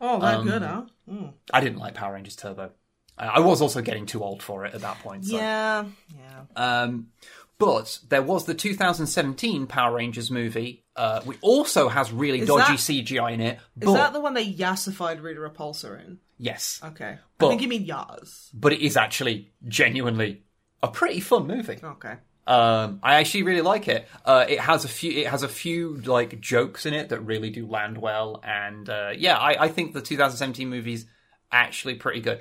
Speaker 2: Oh, that good,
Speaker 3: Um,
Speaker 2: huh?
Speaker 3: I didn't like Power Rangers Turbo. I I was also getting too old for it at that point. So.
Speaker 2: Yeah, yeah.
Speaker 3: Um, but there was the 2017 Power Rangers movie, uh, which also has really dodgy
Speaker 2: that-
Speaker 3: CGI in it. But
Speaker 2: Is that the Uh, one they yassified Rita Repulsor in?
Speaker 3: yes,
Speaker 2: Okay, I
Speaker 3: But-
Speaker 2: think you mean Yas.
Speaker 3: but it is actually genuinely a pretty fun movie.
Speaker 2: Okay.
Speaker 3: Um, I actually really like it. Uh, it has a few, it has a few like jokes in it that really do land well, and uh, yeah, I, I think the 2017 movie's actually pretty good.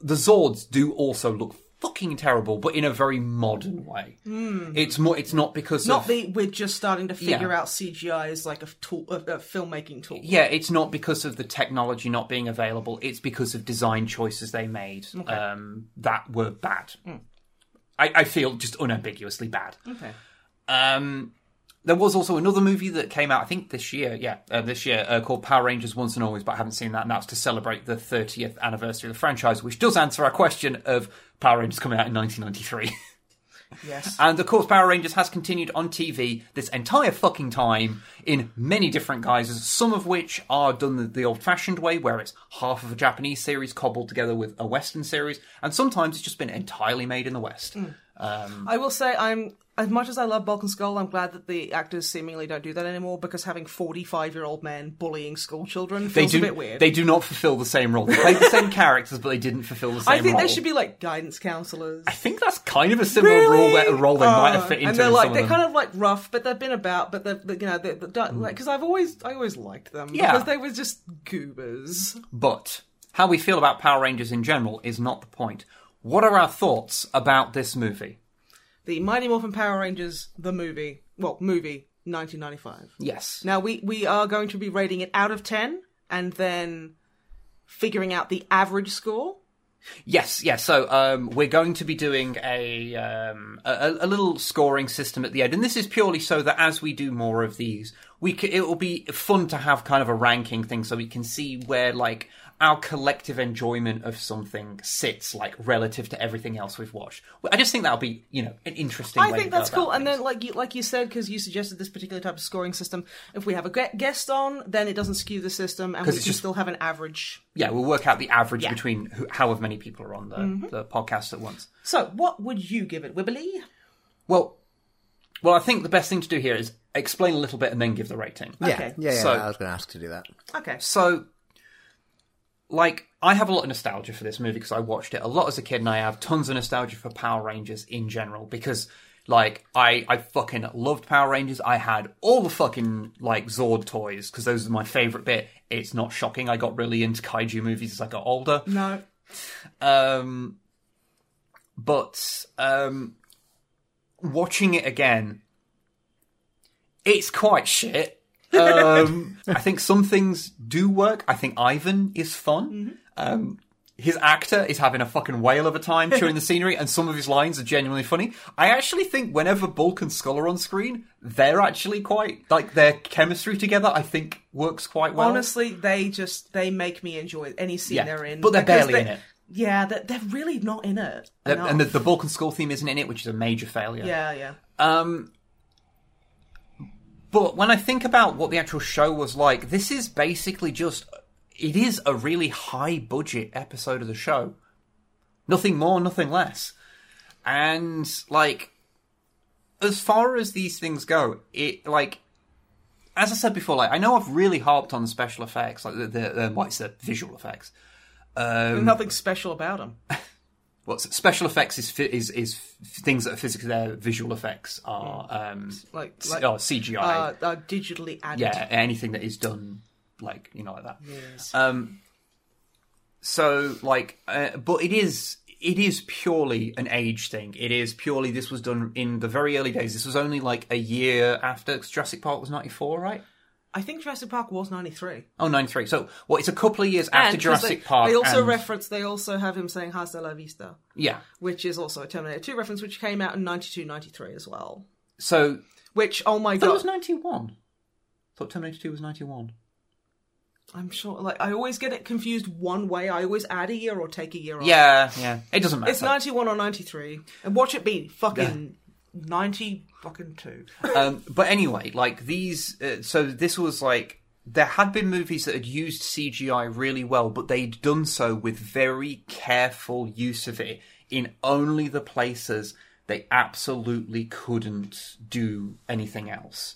Speaker 3: The Zords do also look fucking terrible, but in a very modern way. It's more, it's not because
Speaker 2: Hmm. Not
Speaker 3: of,
Speaker 2: the we're just starting to figure
Speaker 3: Yeah.
Speaker 2: out CGI as like a f- tool, a, a filmmaking tool.
Speaker 3: yeah, it's not because of the technology not being available. It's because of design choices they made um, that were bad. I, I feel just unambiguously bad.
Speaker 2: Okay.
Speaker 3: Um, there was also another movie that came out, I think this year, yeah, uh, this year, uh, called Power Rangers Once and Always, but I haven't seen that, and that's to celebrate the 30th anniversary of the franchise, which does answer our question of Power Rangers coming out in 1993.
Speaker 2: Yes.
Speaker 3: And of course, Power Rangers has continued on TV this entire fucking time in many different guises, some of which are done the, the old fashioned way, where it's half of a Japanese series cobbled together with a Western series, and sometimes it's just been entirely made in the West.
Speaker 2: Mm. I will say I'm as much as I love Balkan Skull, I'm glad that the actors seemingly don't do that anymore because having 45 year old men bullying school children
Speaker 3: They
Speaker 2: feels
Speaker 3: do,
Speaker 2: a bit weird.
Speaker 3: they do not fulfill the same role. They play the same characters, but they didn't fulfill the same
Speaker 2: I think
Speaker 3: role.
Speaker 2: they should be like guidance counselors. Oh.
Speaker 3: I think that's kind of a similar role that a role they might have fit into.
Speaker 2: And they're
Speaker 3: in
Speaker 2: like
Speaker 3: some
Speaker 2: they're
Speaker 3: of them. Hmm.
Speaker 2: kind of like rough, but they've been about, but they're, they're, you know they're, they're like because I've always I always liked them
Speaker 3: Yeah.
Speaker 2: because they were just goobers.
Speaker 3: But how we feel about Power Rangers in general is not the point. What are our thoughts about this movie?
Speaker 2: The Mighty Morphin Power Rangers the movie, well movie 1995.
Speaker 3: Yes.
Speaker 2: Now we we are going to be rating it out of 10 and then figuring out the average score.
Speaker 3: Yes, yes. So um, we're going to be doing a, um, a a little scoring system at the end, and this is purely so that as we do more of these, we c- it will be fun to have kind of a ranking thing, so we can see where like our collective enjoyment of something sits, like relative to everything else we've watched. Well, I just think that'll be you know an interesting.
Speaker 2: I
Speaker 3: way to
Speaker 2: think
Speaker 3: go
Speaker 2: that's
Speaker 3: about
Speaker 2: cool. And
Speaker 3: things.
Speaker 2: then, like you like you said, because you suggested this particular type of scoring system. If we have a gue- guest on, then it doesn't skew the system, and we can
Speaker 3: it's just-
Speaker 2: still have an average.
Speaker 3: yeah, we'll work out the average between who, however many people are on the,
Speaker 2: Mm-hmm.
Speaker 3: the podcast at once.
Speaker 2: So, what would you give it, Wibbly?
Speaker 3: Well, well, I think the best thing to do here is explain a little bit and then give the rating.
Speaker 4: Yeah,
Speaker 2: Okay.
Speaker 4: yeah, yeah.
Speaker 3: So-
Speaker 4: I was going to ask to do that.
Speaker 2: Okay,
Speaker 3: So like I have a lot of nostalgia for this movie because I watched it a lot as a kid, and I have tons of nostalgia for Power Rangers in general because like I I fucking loved Power Rangers. I had all the fucking like Zord toys because those are my favorite bit. It's not shocking I got really into kaiju movies as I got older.
Speaker 2: No.
Speaker 3: Um, but um, watching it again, it's quite shit. Um, I think some things do work. I think Ivan is fun.
Speaker 2: Mm-hmm.
Speaker 3: Um, his actor is having a fucking whale of a time chewing the scenery, and some of his lines are genuinely funny. I actually think whenever Bulk and Skull are on screen, they're actually quite like their chemistry together. I think works quite well.
Speaker 2: Honestly, they just they make me enjoy any scene
Speaker 3: Yeah,
Speaker 2: they're in.
Speaker 3: but they're
Speaker 2: because
Speaker 3: barely in it.
Speaker 2: Yeah, they're, they're really not in it.
Speaker 3: and, and the,
Speaker 2: enough.
Speaker 3: the Bulk and Skull theme isn't in it, which is a major failure.
Speaker 2: yeah, yeah.
Speaker 3: Um, but when I think about what the actual show was like, this is basically just it is a really high budget episode of the show. Nothing more, nothing less. And like as far as these things go, it like as I said before, like I know I've really harped on the special effects, like the, the, the well, it's the visual effects.
Speaker 2: Nothing special about them.
Speaker 3: What's special effects is fi- is is f- things that are physically there. Visual effects are um,
Speaker 2: Like,
Speaker 3: c-
Speaker 2: Mm. like
Speaker 3: oh, CGI.
Speaker 2: uh, uh, digitally added.
Speaker 3: yeah anything that is done like you know like that um so like uh, but it is it is purely an age thing it is purely this was done in the very early days this was only like a year after 'cause jurassic park was 94 right
Speaker 2: I think Jurassic Park was ninety three.
Speaker 3: oh 93 so well it's a couple of years after
Speaker 2: And 'cause
Speaker 3: jurassic
Speaker 2: they,
Speaker 3: park
Speaker 2: They also
Speaker 3: and-
Speaker 2: reference. They also have him saying "Hasta la vista,"
Speaker 3: yeah
Speaker 2: which is also a Terminator Two reference, which came out in 92, 93 as well.
Speaker 3: so
Speaker 2: Which, oh my
Speaker 3: I thought it
Speaker 2: god,
Speaker 3: was 91 I thought terminator 2 was 91
Speaker 2: I'm sure. Like, I always get it confused one way. I always add a year or take a year off.
Speaker 3: yeah yeah it doesn't matter
Speaker 2: it's ninety one or ninety three, and watch it be fucking ninety fucking two.
Speaker 3: um, but anyway, like these, uh, so this was like there had been movies that had used CGI really well, but they'd done so with very careful use of it in only the places they absolutely couldn't do anything else.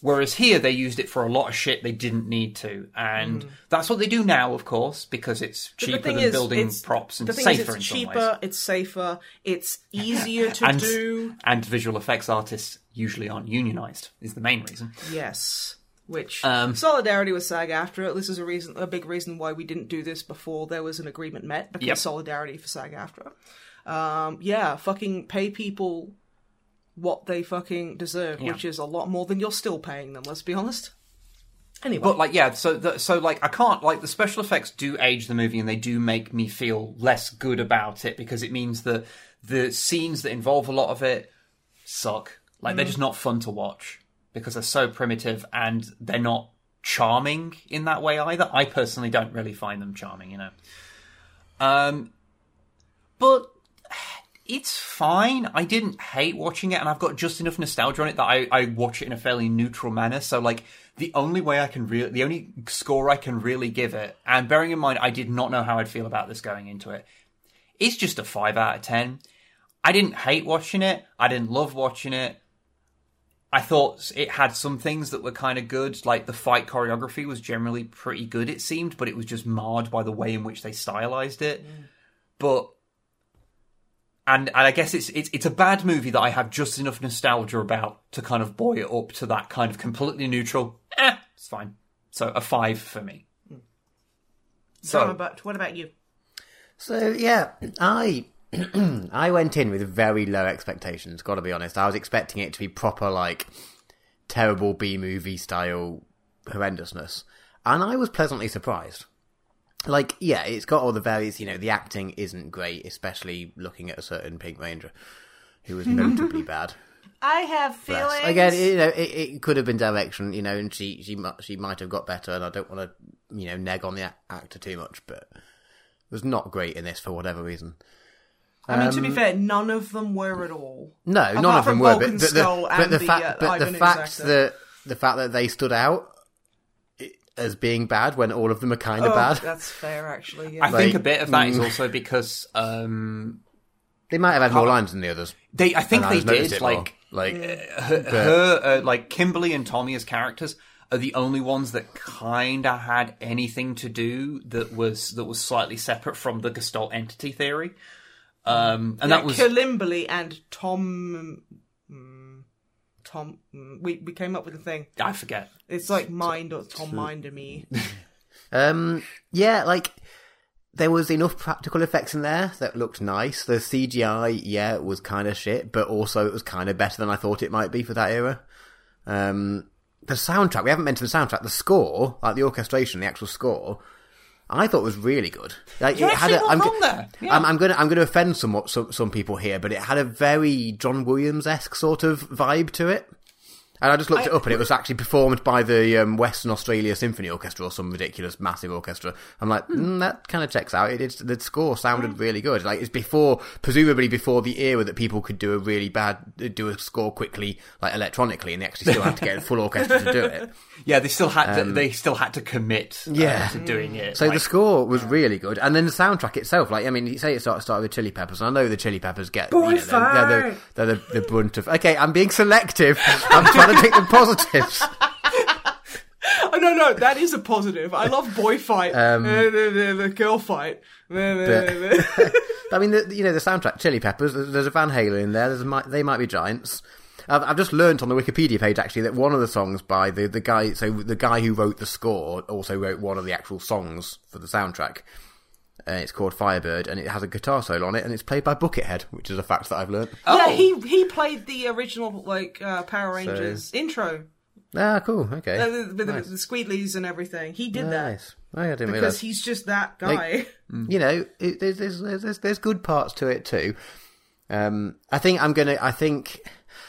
Speaker 3: Whereas here they used it for a lot of shit they didn't need to, and that's what they do now, of course, because it's
Speaker 2: Hmm. But
Speaker 3: cheaper than building
Speaker 2: it's-
Speaker 3: props and
Speaker 2: the thing
Speaker 3: safer
Speaker 2: is,
Speaker 3: in
Speaker 2: it's
Speaker 3: some
Speaker 2: cheaper,
Speaker 3: ways.
Speaker 2: it's safer, it's easier to
Speaker 3: And,
Speaker 2: do.
Speaker 3: and visual effects artists usually aren't unionized is the main reason.
Speaker 2: Yes. Which
Speaker 3: Um,
Speaker 2: solidarity with SAG-AFTRA. This is a reason, a big reason why we didn't do this before there was an agreement met because
Speaker 3: Yep.
Speaker 2: solidarity for SAG-AFTRA. Um, yeah, fucking pay people what they fucking deserve,
Speaker 3: Yeah.
Speaker 2: which is a lot more than you're still paying them. Let's be honest. Anyway,
Speaker 3: But like, yeah, so the, so like, I can't like the special effects do age the movie, and they do make me feel less good about it because it means that the scenes that involve a lot of it suck. Like they're just not fun to watch because they're so primitive and they're not charming in that way either. I personally don't really find them charming, you know. Um, but it's fine. I didn't hate watching it, and I've got just enough nostalgia on it that I, I watch it in a fairly neutral manner. So, like, the only way I can really, the only score I can really give it, and bearing in mind I did not know how I'd feel about this going into it, it's just a 5 out of 10. I didn't hate watching it, I didn't love watching it. I thought it had some things that were kind of good, like the fight choreography was generally pretty good, it seemed, but it was just marred by the way in which they stylized it. But and and I guess it's it's it's a bad movie that I have just enough nostalgia about to kind of buoy it up to that kind of completely neutral. Eh, it's fine. So a five for me.
Speaker 2: Tom,
Speaker 3: So
Speaker 2: about- what about you?
Speaker 4: So yeah, I I went in with very low expectations. Got to be honest, I was expecting it to be proper like terrible B movie style horrendousness, and I was pleasantly surprised. Like yeah, it's got all the various. You know, the acting isn't great, especially looking at a certain Pink Ranger who was notably bad.
Speaker 2: I have
Speaker 4: Yes.
Speaker 2: feelings.
Speaker 4: Again, you know, it, it could have been direction, you know, and she she mu- she might have got better. And I don't want to, you know, nag on the a- actor too much, but it was not great in this for whatever reason.
Speaker 2: I mean, to be fair, none of them were at all.
Speaker 4: No, none
Speaker 2: Apart
Speaker 4: of them
Speaker 2: from
Speaker 4: were,
Speaker 2: Vulcan
Speaker 4: but the,
Speaker 2: Skull
Speaker 4: the, but
Speaker 2: and
Speaker 4: the
Speaker 2: the,
Speaker 4: fact,
Speaker 2: uh,
Speaker 4: but the
Speaker 2: Ivan
Speaker 4: fact
Speaker 2: Exacta.
Speaker 4: that the fact that they stood out i- as being bad when all of them are kind of
Speaker 2: Oh,
Speaker 4: bad.
Speaker 2: That's fair, actually. Yeah.
Speaker 3: I think
Speaker 4: Like,
Speaker 3: a bit of that is also because um
Speaker 4: They might have had more lines than the others.
Speaker 3: they I think
Speaker 4: and I
Speaker 3: they
Speaker 4: just noticed
Speaker 3: did
Speaker 4: it more.
Speaker 3: like
Speaker 4: like
Speaker 3: her uh, like Kimberly and Tommy as characters are the only ones that kind of had anything to do that was that was slightly separate from the Gestalt entity theory. Um, and that was
Speaker 2: Kalimbali and Tom. mm, Tom, mm, we we came up with a thing.
Speaker 3: I forget.
Speaker 2: It's like mind or Tom Minder me.
Speaker 4: Um, yeah, like there was enough practical effects in there that looked nice. The CGI, yeah, was kind of shit, but also it was kind of better than I thought it might be for that era. Um, the soundtrack, we haven't mentioned the soundtrack. The score, like the orchestration, the actual score, I thought was really good. Like
Speaker 3: You're actually not
Speaker 4: I'm,
Speaker 3: wrong there. Yeah.
Speaker 4: I'm, I'm gonna, I'm gonna offend somewhat some, some people here, but it had a very John Williams esque sort of vibe to it. And I just looked it up, and it was actually performed by the um, Western Australia Symphony Orchestra or some ridiculous massive orchestra. I'm like, mm, that kind of checks out. It, it's, the score sounded really good. Like it's before, presumably before the era that people could do a really bad, do a score quickly, like electronically, and they actually still had to get a full orchestra to do it.
Speaker 3: Yeah, they still had to. They still had to commit. uh,
Speaker 4: Um, Yeah.
Speaker 3: to doing it.
Speaker 4: So
Speaker 3: like-
Speaker 4: the score was really good, and then the soundtrack itself. Like, I mean, you say it started started with Chili Peppers, and I know the Chili Peppers get you know, they're, they're the, they're the, the brunt of. Okay, I'm being selective. I'm trying to pick the positives.
Speaker 2: Oh, no, no, that is a positive. I love boy fight, Uh, the, the, the girl fight.
Speaker 4: Um, But- I mean, the, you know, the soundtrack Chili Peppers. There's, there's a Van Halen in there. There's a, Mi- they might be giants. I've, I've just learnt on the Wikipedia page actually that one of the songs by the, the guy, so the guy who wrote the score also wrote one of the actual songs for the soundtrack. Uh, it's called Firebird, and it has a guitar solo on it, and it's played by Buckethead, which is a fact that I've learnt.
Speaker 2: Yeah, he he played the original like uh, Power Rangers intro
Speaker 4: Ah, cool. Okay.
Speaker 2: uh, with the, the squeedleys and everything. He did that
Speaker 4: nice. Oh, yeah, I didn't
Speaker 2: because
Speaker 4: realize.
Speaker 2: he's just that guy.
Speaker 4: You know, it, there's, there's there's there's good parts to it too. Um, I think I'm gonna. I think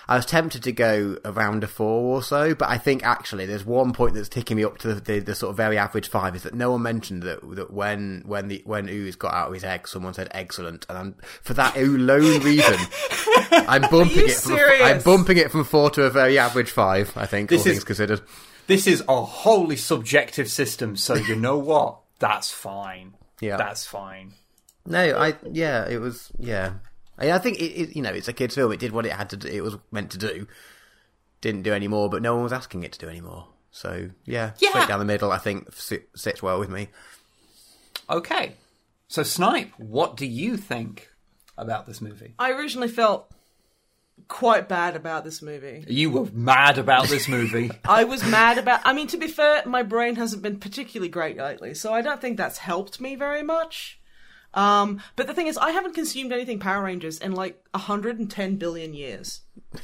Speaker 4: I was tempted to go around a four or so, but I think actually there's one point that's ticking me up to the, the, the sort of very average five is that no one mentioned that that when when the when Ooze got out of his egg, someone said excellent, and I'm, for that Ooh lone reason, I'm bumping
Speaker 2: you
Speaker 4: it. From a,
Speaker 2: serious?
Speaker 4: I'm bumping it from four to a very average five. I think all
Speaker 3: This is-
Speaker 4: things considered.
Speaker 3: this is a wholly subjective system. So you know what? That's fine.
Speaker 4: Yeah.
Speaker 3: that's fine.
Speaker 4: No, I yeah, it was yeah. I, I think it, it, you know it's a kids' film. It did what it had to. do. It was meant to do. Didn't do any more, but no one was asking it to do any more. So yeah, straight down the middle. I think sit, sits well with me.
Speaker 3: Okay. So Snipe, what do you think about this movie?
Speaker 2: I originally felt quite bad about this movie.
Speaker 3: You were mad about this movie.
Speaker 2: I was mad about. I mean, to be fair, my brain hasn't been particularly great lately, so I don't think that's helped me very much. Um, but the thing is, I haven't consumed anything Power Rangers in like 110 billion years.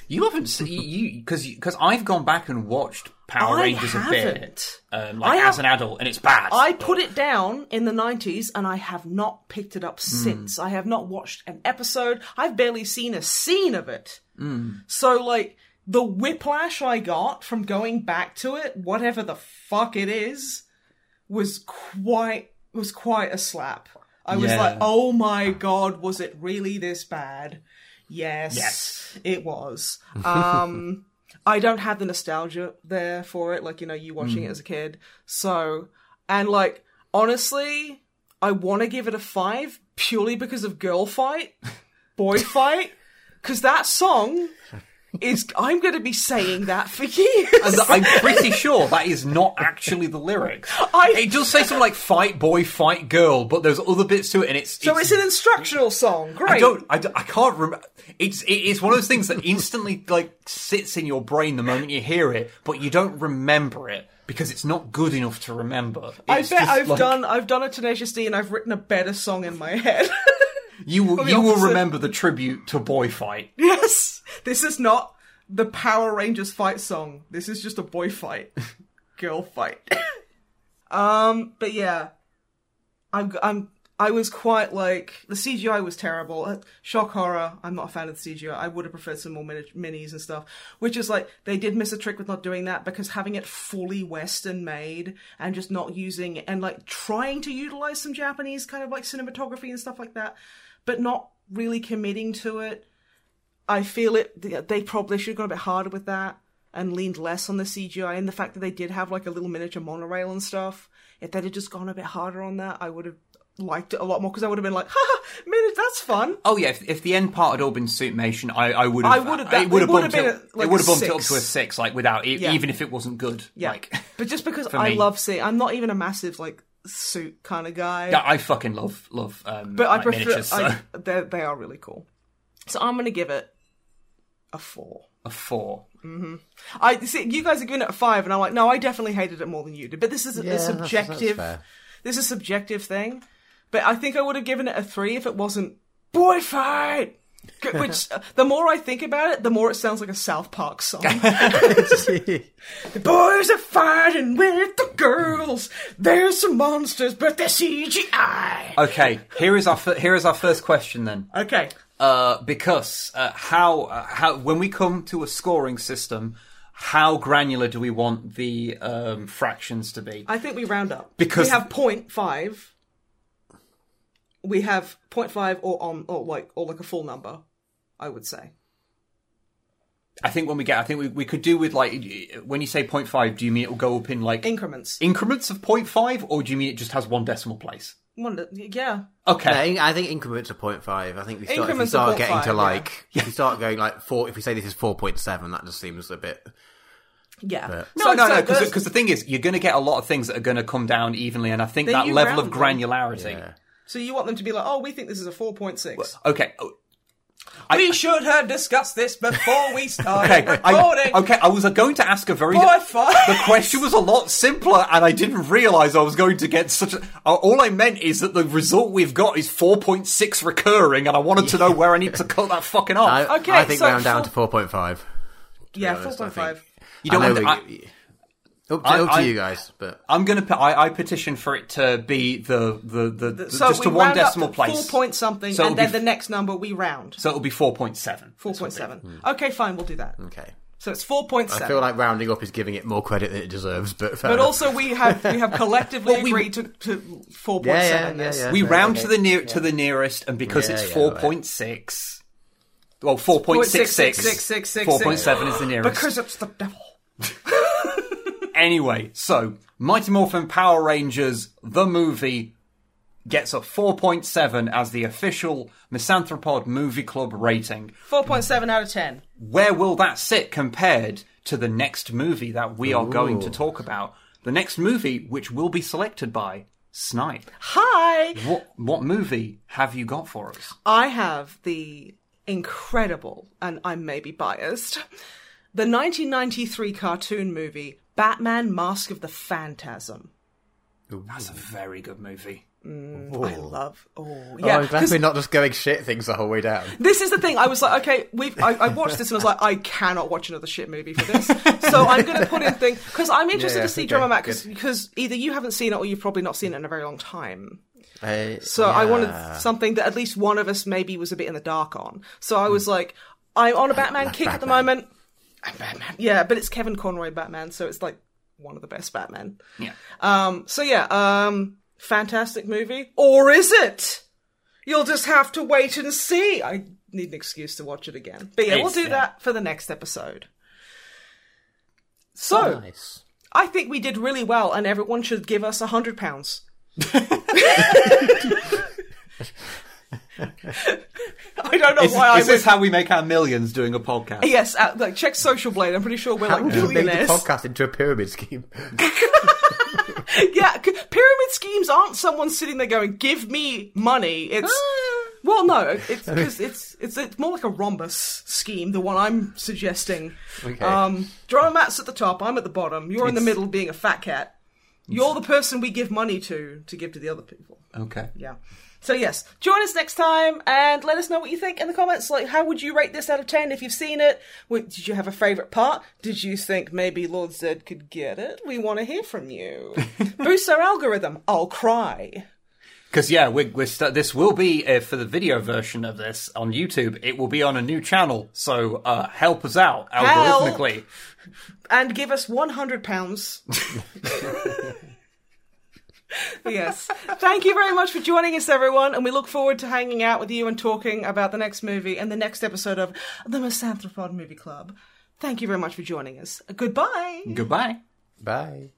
Speaker 3: you haven't seen you because because I've gone back and watched Power
Speaker 2: I
Speaker 3: Rangers a bit,
Speaker 2: haven't.
Speaker 3: um, like
Speaker 2: I
Speaker 3: as
Speaker 2: have-
Speaker 3: an adult, and it's bad.
Speaker 2: I put it down in the 90s and I have not picked it up since. I have not watched an episode. I've barely seen a scene of it. So, like, the whiplash I got from going back to it, whatever the fuck it is, was quite was quite a slap. I was
Speaker 3: Yeah.
Speaker 2: like, "Oh my god, was it really this bad?" Yes,
Speaker 3: Yes.
Speaker 2: it was. Um, I don't have the nostalgia there for it, like you know, you watching
Speaker 3: Mm.
Speaker 2: it as a kid. So, and like honestly, I want to give it a five purely because of girl fight, boy fight, because that song is. I'm going to be saying that for years.
Speaker 3: And I'm pretty sure that is not actually the lyrics.
Speaker 2: I-
Speaker 3: It does say something like "fight boy, fight girl," but there's other bits to it, and it's
Speaker 2: so it's an instructional song. Great.
Speaker 3: I don't, I, don't- I can't remember. It's it is one of those things that instantly like sits in your brain the moment you hear it, but you don't remember it because it's not good enough to remember.
Speaker 2: I
Speaker 3: It's
Speaker 2: bet
Speaker 3: just
Speaker 2: I've
Speaker 3: like-
Speaker 2: done I've done a Tenacious D and I've written a better song in my head.
Speaker 3: You will
Speaker 2: the
Speaker 3: you will
Speaker 2: opposite.
Speaker 3: remember the tribute to boy fight.
Speaker 2: yes, this is not the Power Rangers fight song. This is just a boy fight, girl fight. um, but yeah, I'm I'm I was quite like the CGI was terrible. Uh, Shock horror. I'm not a fan of the CGI. I would have preferred some more mini- minis and stuff. Which is like they did miss a trick with not doing that because having it fully Western made and just not using and like trying to utilize some Japanese kind of like cinematography and stuff like that, but not really committing to it. I feel it. th- They probably should have gone a bit harder with that and leaned less on the CGI and the fact that they did have like a little miniature monorail and stuff. If they'd have just gone a bit harder on that, I would have liked it a lot more because I would have been like, ha, minute, that's fun.
Speaker 3: Oh yeah, if, if the end part had all been Suitmation, I, I would have.
Speaker 2: I would've- that-
Speaker 3: It would
Speaker 2: it
Speaker 3: have
Speaker 2: would've
Speaker 3: bumped
Speaker 2: been
Speaker 3: it.
Speaker 2: a- like
Speaker 3: it would
Speaker 2: a
Speaker 3: have bumped it up
Speaker 2: six.
Speaker 3: to a six, like without e
Speaker 2: Yeah.
Speaker 3: even if it wasn't good.
Speaker 2: Yeah.
Speaker 3: Like,
Speaker 2: but just because
Speaker 3: for
Speaker 2: I
Speaker 3: me.
Speaker 2: love seeing, I'm not even a massive like suit kind of guy.
Speaker 3: I I fucking love love. Um,
Speaker 2: but I
Speaker 3: like,
Speaker 2: prefer.
Speaker 3: miniatures, so.
Speaker 2: I, they're- they are really cool. So I'm gonna give it a four.
Speaker 3: a four.
Speaker 2: I see you guys are giving it a five, and I'm like, no, I definitely hated it more than you did. But this is a, a
Speaker 4: Yeah, that's- that's
Speaker 2: subjective.
Speaker 4: fair.
Speaker 2: This is a subjective thing. But I think I would have given it a three if it wasn't boy fight. G- Which uh, the more I think about it, the more it sounds like a South Park song. the boys are fighting with the girls. There's some monsters, but they're CGI.
Speaker 3: Okay, here is our fir- here is our first question then.
Speaker 2: Okay.
Speaker 3: Uh, because uh, how uh, how when we come to a scoring system, how granular do we want the um, fractions to be?
Speaker 2: I think we round up.
Speaker 3: Because-
Speaker 2: we have 0.5. We have 0.5 or on or like or like a full number, I would say.
Speaker 3: I think when we get, I think we, we could do with like when you say 0.5, do you mean it will go up in like
Speaker 2: Increments.
Speaker 3: increments of 0.5, or do you mean it just has one decimal place?
Speaker 2: Wonder- yeah.
Speaker 3: Okay,
Speaker 4: I think- I think increments are 0.5. I think we start, if we
Speaker 2: Increments are
Speaker 4: start getting
Speaker 2: 0.5,
Speaker 4: to like, if we start going like four, if we say this is 4.7, that just seems a bit.
Speaker 2: Yeah.
Speaker 3: No,
Speaker 2: So-
Speaker 3: no,
Speaker 2: so
Speaker 3: no, because
Speaker 2: that's-
Speaker 3: the thing is, you're going to get a lot of things that are going to come down evenly, and I think
Speaker 2: Then
Speaker 3: that
Speaker 2: you
Speaker 3: level of
Speaker 2: round them.
Speaker 3: granularity.
Speaker 4: Yeah.
Speaker 2: So you want them to be like, oh, we think this is a 4.6.
Speaker 3: Okay, oh,
Speaker 2: we should have discussed this before we started
Speaker 3: okay, I, okay. I was uh, going to ask a very.
Speaker 2: Boy, fine.
Speaker 3: The question was a lot simpler, and I didn't realize I was going to get such. a... uh, All I meant is that the result we've got is 4.6 recurring, and I wanted to know where I need to cut that fucking off.
Speaker 4: I,
Speaker 2: Okay,
Speaker 4: I think
Speaker 2: so
Speaker 4: round down
Speaker 2: four-
Speaker 4: to 4.5.
Speaker 2: yeah,
Speaker 4: honest, I
Speaker 2: 4.5.
Speaker 4: think-
Speaker 3: you don't.
Speaker 4: I
Speaker 3: want
Speaker 4: know
Speaker 3: to, I-
Speaker 4: we- up to,
Speaker 3: I-
Speaker 4: up to
Speaker 3: I-
Speaker 4: you guys, but
Speaker 3: I'm gonna. pe- I, I petition for it to be the the the, the-
Speaker 2: So
Speaker 3: just
Speaker 2: we
Speaker 3: to one
Speaker 2: round up
Speaker 3: decimal
Speaker 2: to
Speaker 3: place.
Speaker 2: Four point something,
Speaker 3: So
Speaker 2: and
Speaker 3: it'll
Speaker 2: then
Speaker 3: be
Speaker 2: the next number we round.
Speaker 3: So it'll be four point seven.
Speaker 2: 4.7. Okay, fine, we'll do that.
Speaker 4: okay.
Speaker 2: So it's 4.7.
Speaker 4: Hmm. I feel like rounding up is giving it more credit than it deserves, but fair
Speaker 2: but
Speaker 4: enough.
Speaker 2: also we have we have collectively
Speaker 3: Well, we-
Speaker 2: agreed to, to 4.7
Speaker 4: Yeah, yeah,
Speaker 2: this.
Speaker 4: yeah, yeah.
Speaker 3: We
Speaker 4: Okay,
Speaker 3: round to
Speaker 4: okay.
Speaker 3: the near to the nearest, and because
Speaker 4: Yeah,
Speaker 3: it's
Speaker 4: yeah,
Speaker 3: four
Speaker 4: right.
Speaker 3: point six. Well, four point six six six six six. Four point seven is the nearest.
Speaker 2: Because it's the devil.
Speaker 3: anyway, so Mighty Morphin Power Rangers the movie gets a four point seven as the official Misanthropod Movie Club rating.
Speaker 2: 4.7 out of 10.
Speaker 3: Where will that sit compared to the next movie that we are going to talk about? The next movie, which will be selected by Snipe.
Speaker 2: Hi!
Speaker 3: What what movie have you got for us?
Speaker 2: I have the incredible, and I may be biased, the 1993 cartoon movie Batman Mask of the Phantasm.
Speaker 3: That's a very good movie.
Speaker 2: I love. Oh,
Speaker 4: Oh,
Speaker 2: yeah.
Speaker 4: I'm glad
Speaker 2: 'cause
Speaker 4: we're not just going shit things the whole way down.
Speaker 2: this is the thing. I was like, okay, we've. I, I watched this and I was like, I cannot watch another shit movie for this. So I'm going to put in thing because I'm interested
Speaker 4: Yeah,
Speaker 2: to see
Speaker 4: okay,
Speaker 2: Drama Matt because
Speaker 4: good.
Speaker 2: because either you haven't seen it or you've probably not seen it in a very long time.
Speaker 4: Uh,
Speaker 2: So I
Speaker 4: yeah.
Speaker 2: wanted something that at least one of us maybe was a bit in the dark on. So I was like, I'm on a Batman kick at the
Speaker 4: Batman.
Speaker 2: moment. I'm Batman. Yeah, but it's Kevin Conroy Batman, so it's like one of the best Batman.
Speaker 3: Yeah.
Speaker 2: Um, so yeah, um, fantastic movie. Or is it? You'll just have to wait and see. I need an excuse to watch it again. But yeah, we'll
Speaker 3: It's-
Speaker 2: do
Speaker 3: yeah.
Speaker 2: that for the next episode. So,
Speaker 4: Nice.
Speaker 2: I think we did really well, and everyone should give us a hundred pounds. I don't know
Speaker 3: Is,
Speaker 2: why I
Speaker 3: is this
Speaker 2: was.
Speaker 3: how we make our millions doing a podcast?
Speaker 2: yes, uh, like check Social Blade. I'm pretty sure we're
Speaker 4: How
Speaker 2: like
Speaker 4: would you make the
Speaker 2: billionaires.
Speaker 4: podcast into a pyramid scheme?
Speaker 2: yeah, c- pyramid schemes aren't someone sitting there going, "Give me money." It's well, no, it's 'cause it's it's it's more like a rhombus scheme, the one I'm suggesting.
Speaker 4: Okay.
Speaker 2: Um, drama mats at the top. I'm at the bottom. You're in the middle, being a fat cat. You're the person we give money to to give to the other people.
Speaker 3: Okay.
Speaker 2: Yeah. So yes, join us next time and let us know what you think in the comments. Like, how would you rate this out of ten if you've seen it? What, did you have a favorite part? Did you think maybe Lord Zed could get it? We want to hear from you. Boost our algorithm. I'll cry.
Speaker 3: Because yeah, we're, we're st- this will be uh, for the video version of this on YouTube. It will be on a new channel, so uh, help us out algorithmically.
Speaker 2: and give us 100 pounds. yes. Thank you very much for joining us, everyone, and we look forward to hanging out with you and talking about the next movie and the next episode of the Misanthropod Movie Club. Thank you very much for joining us. Goodbye.
Speaker 3: Goodbye.
Speaker 4: Bye.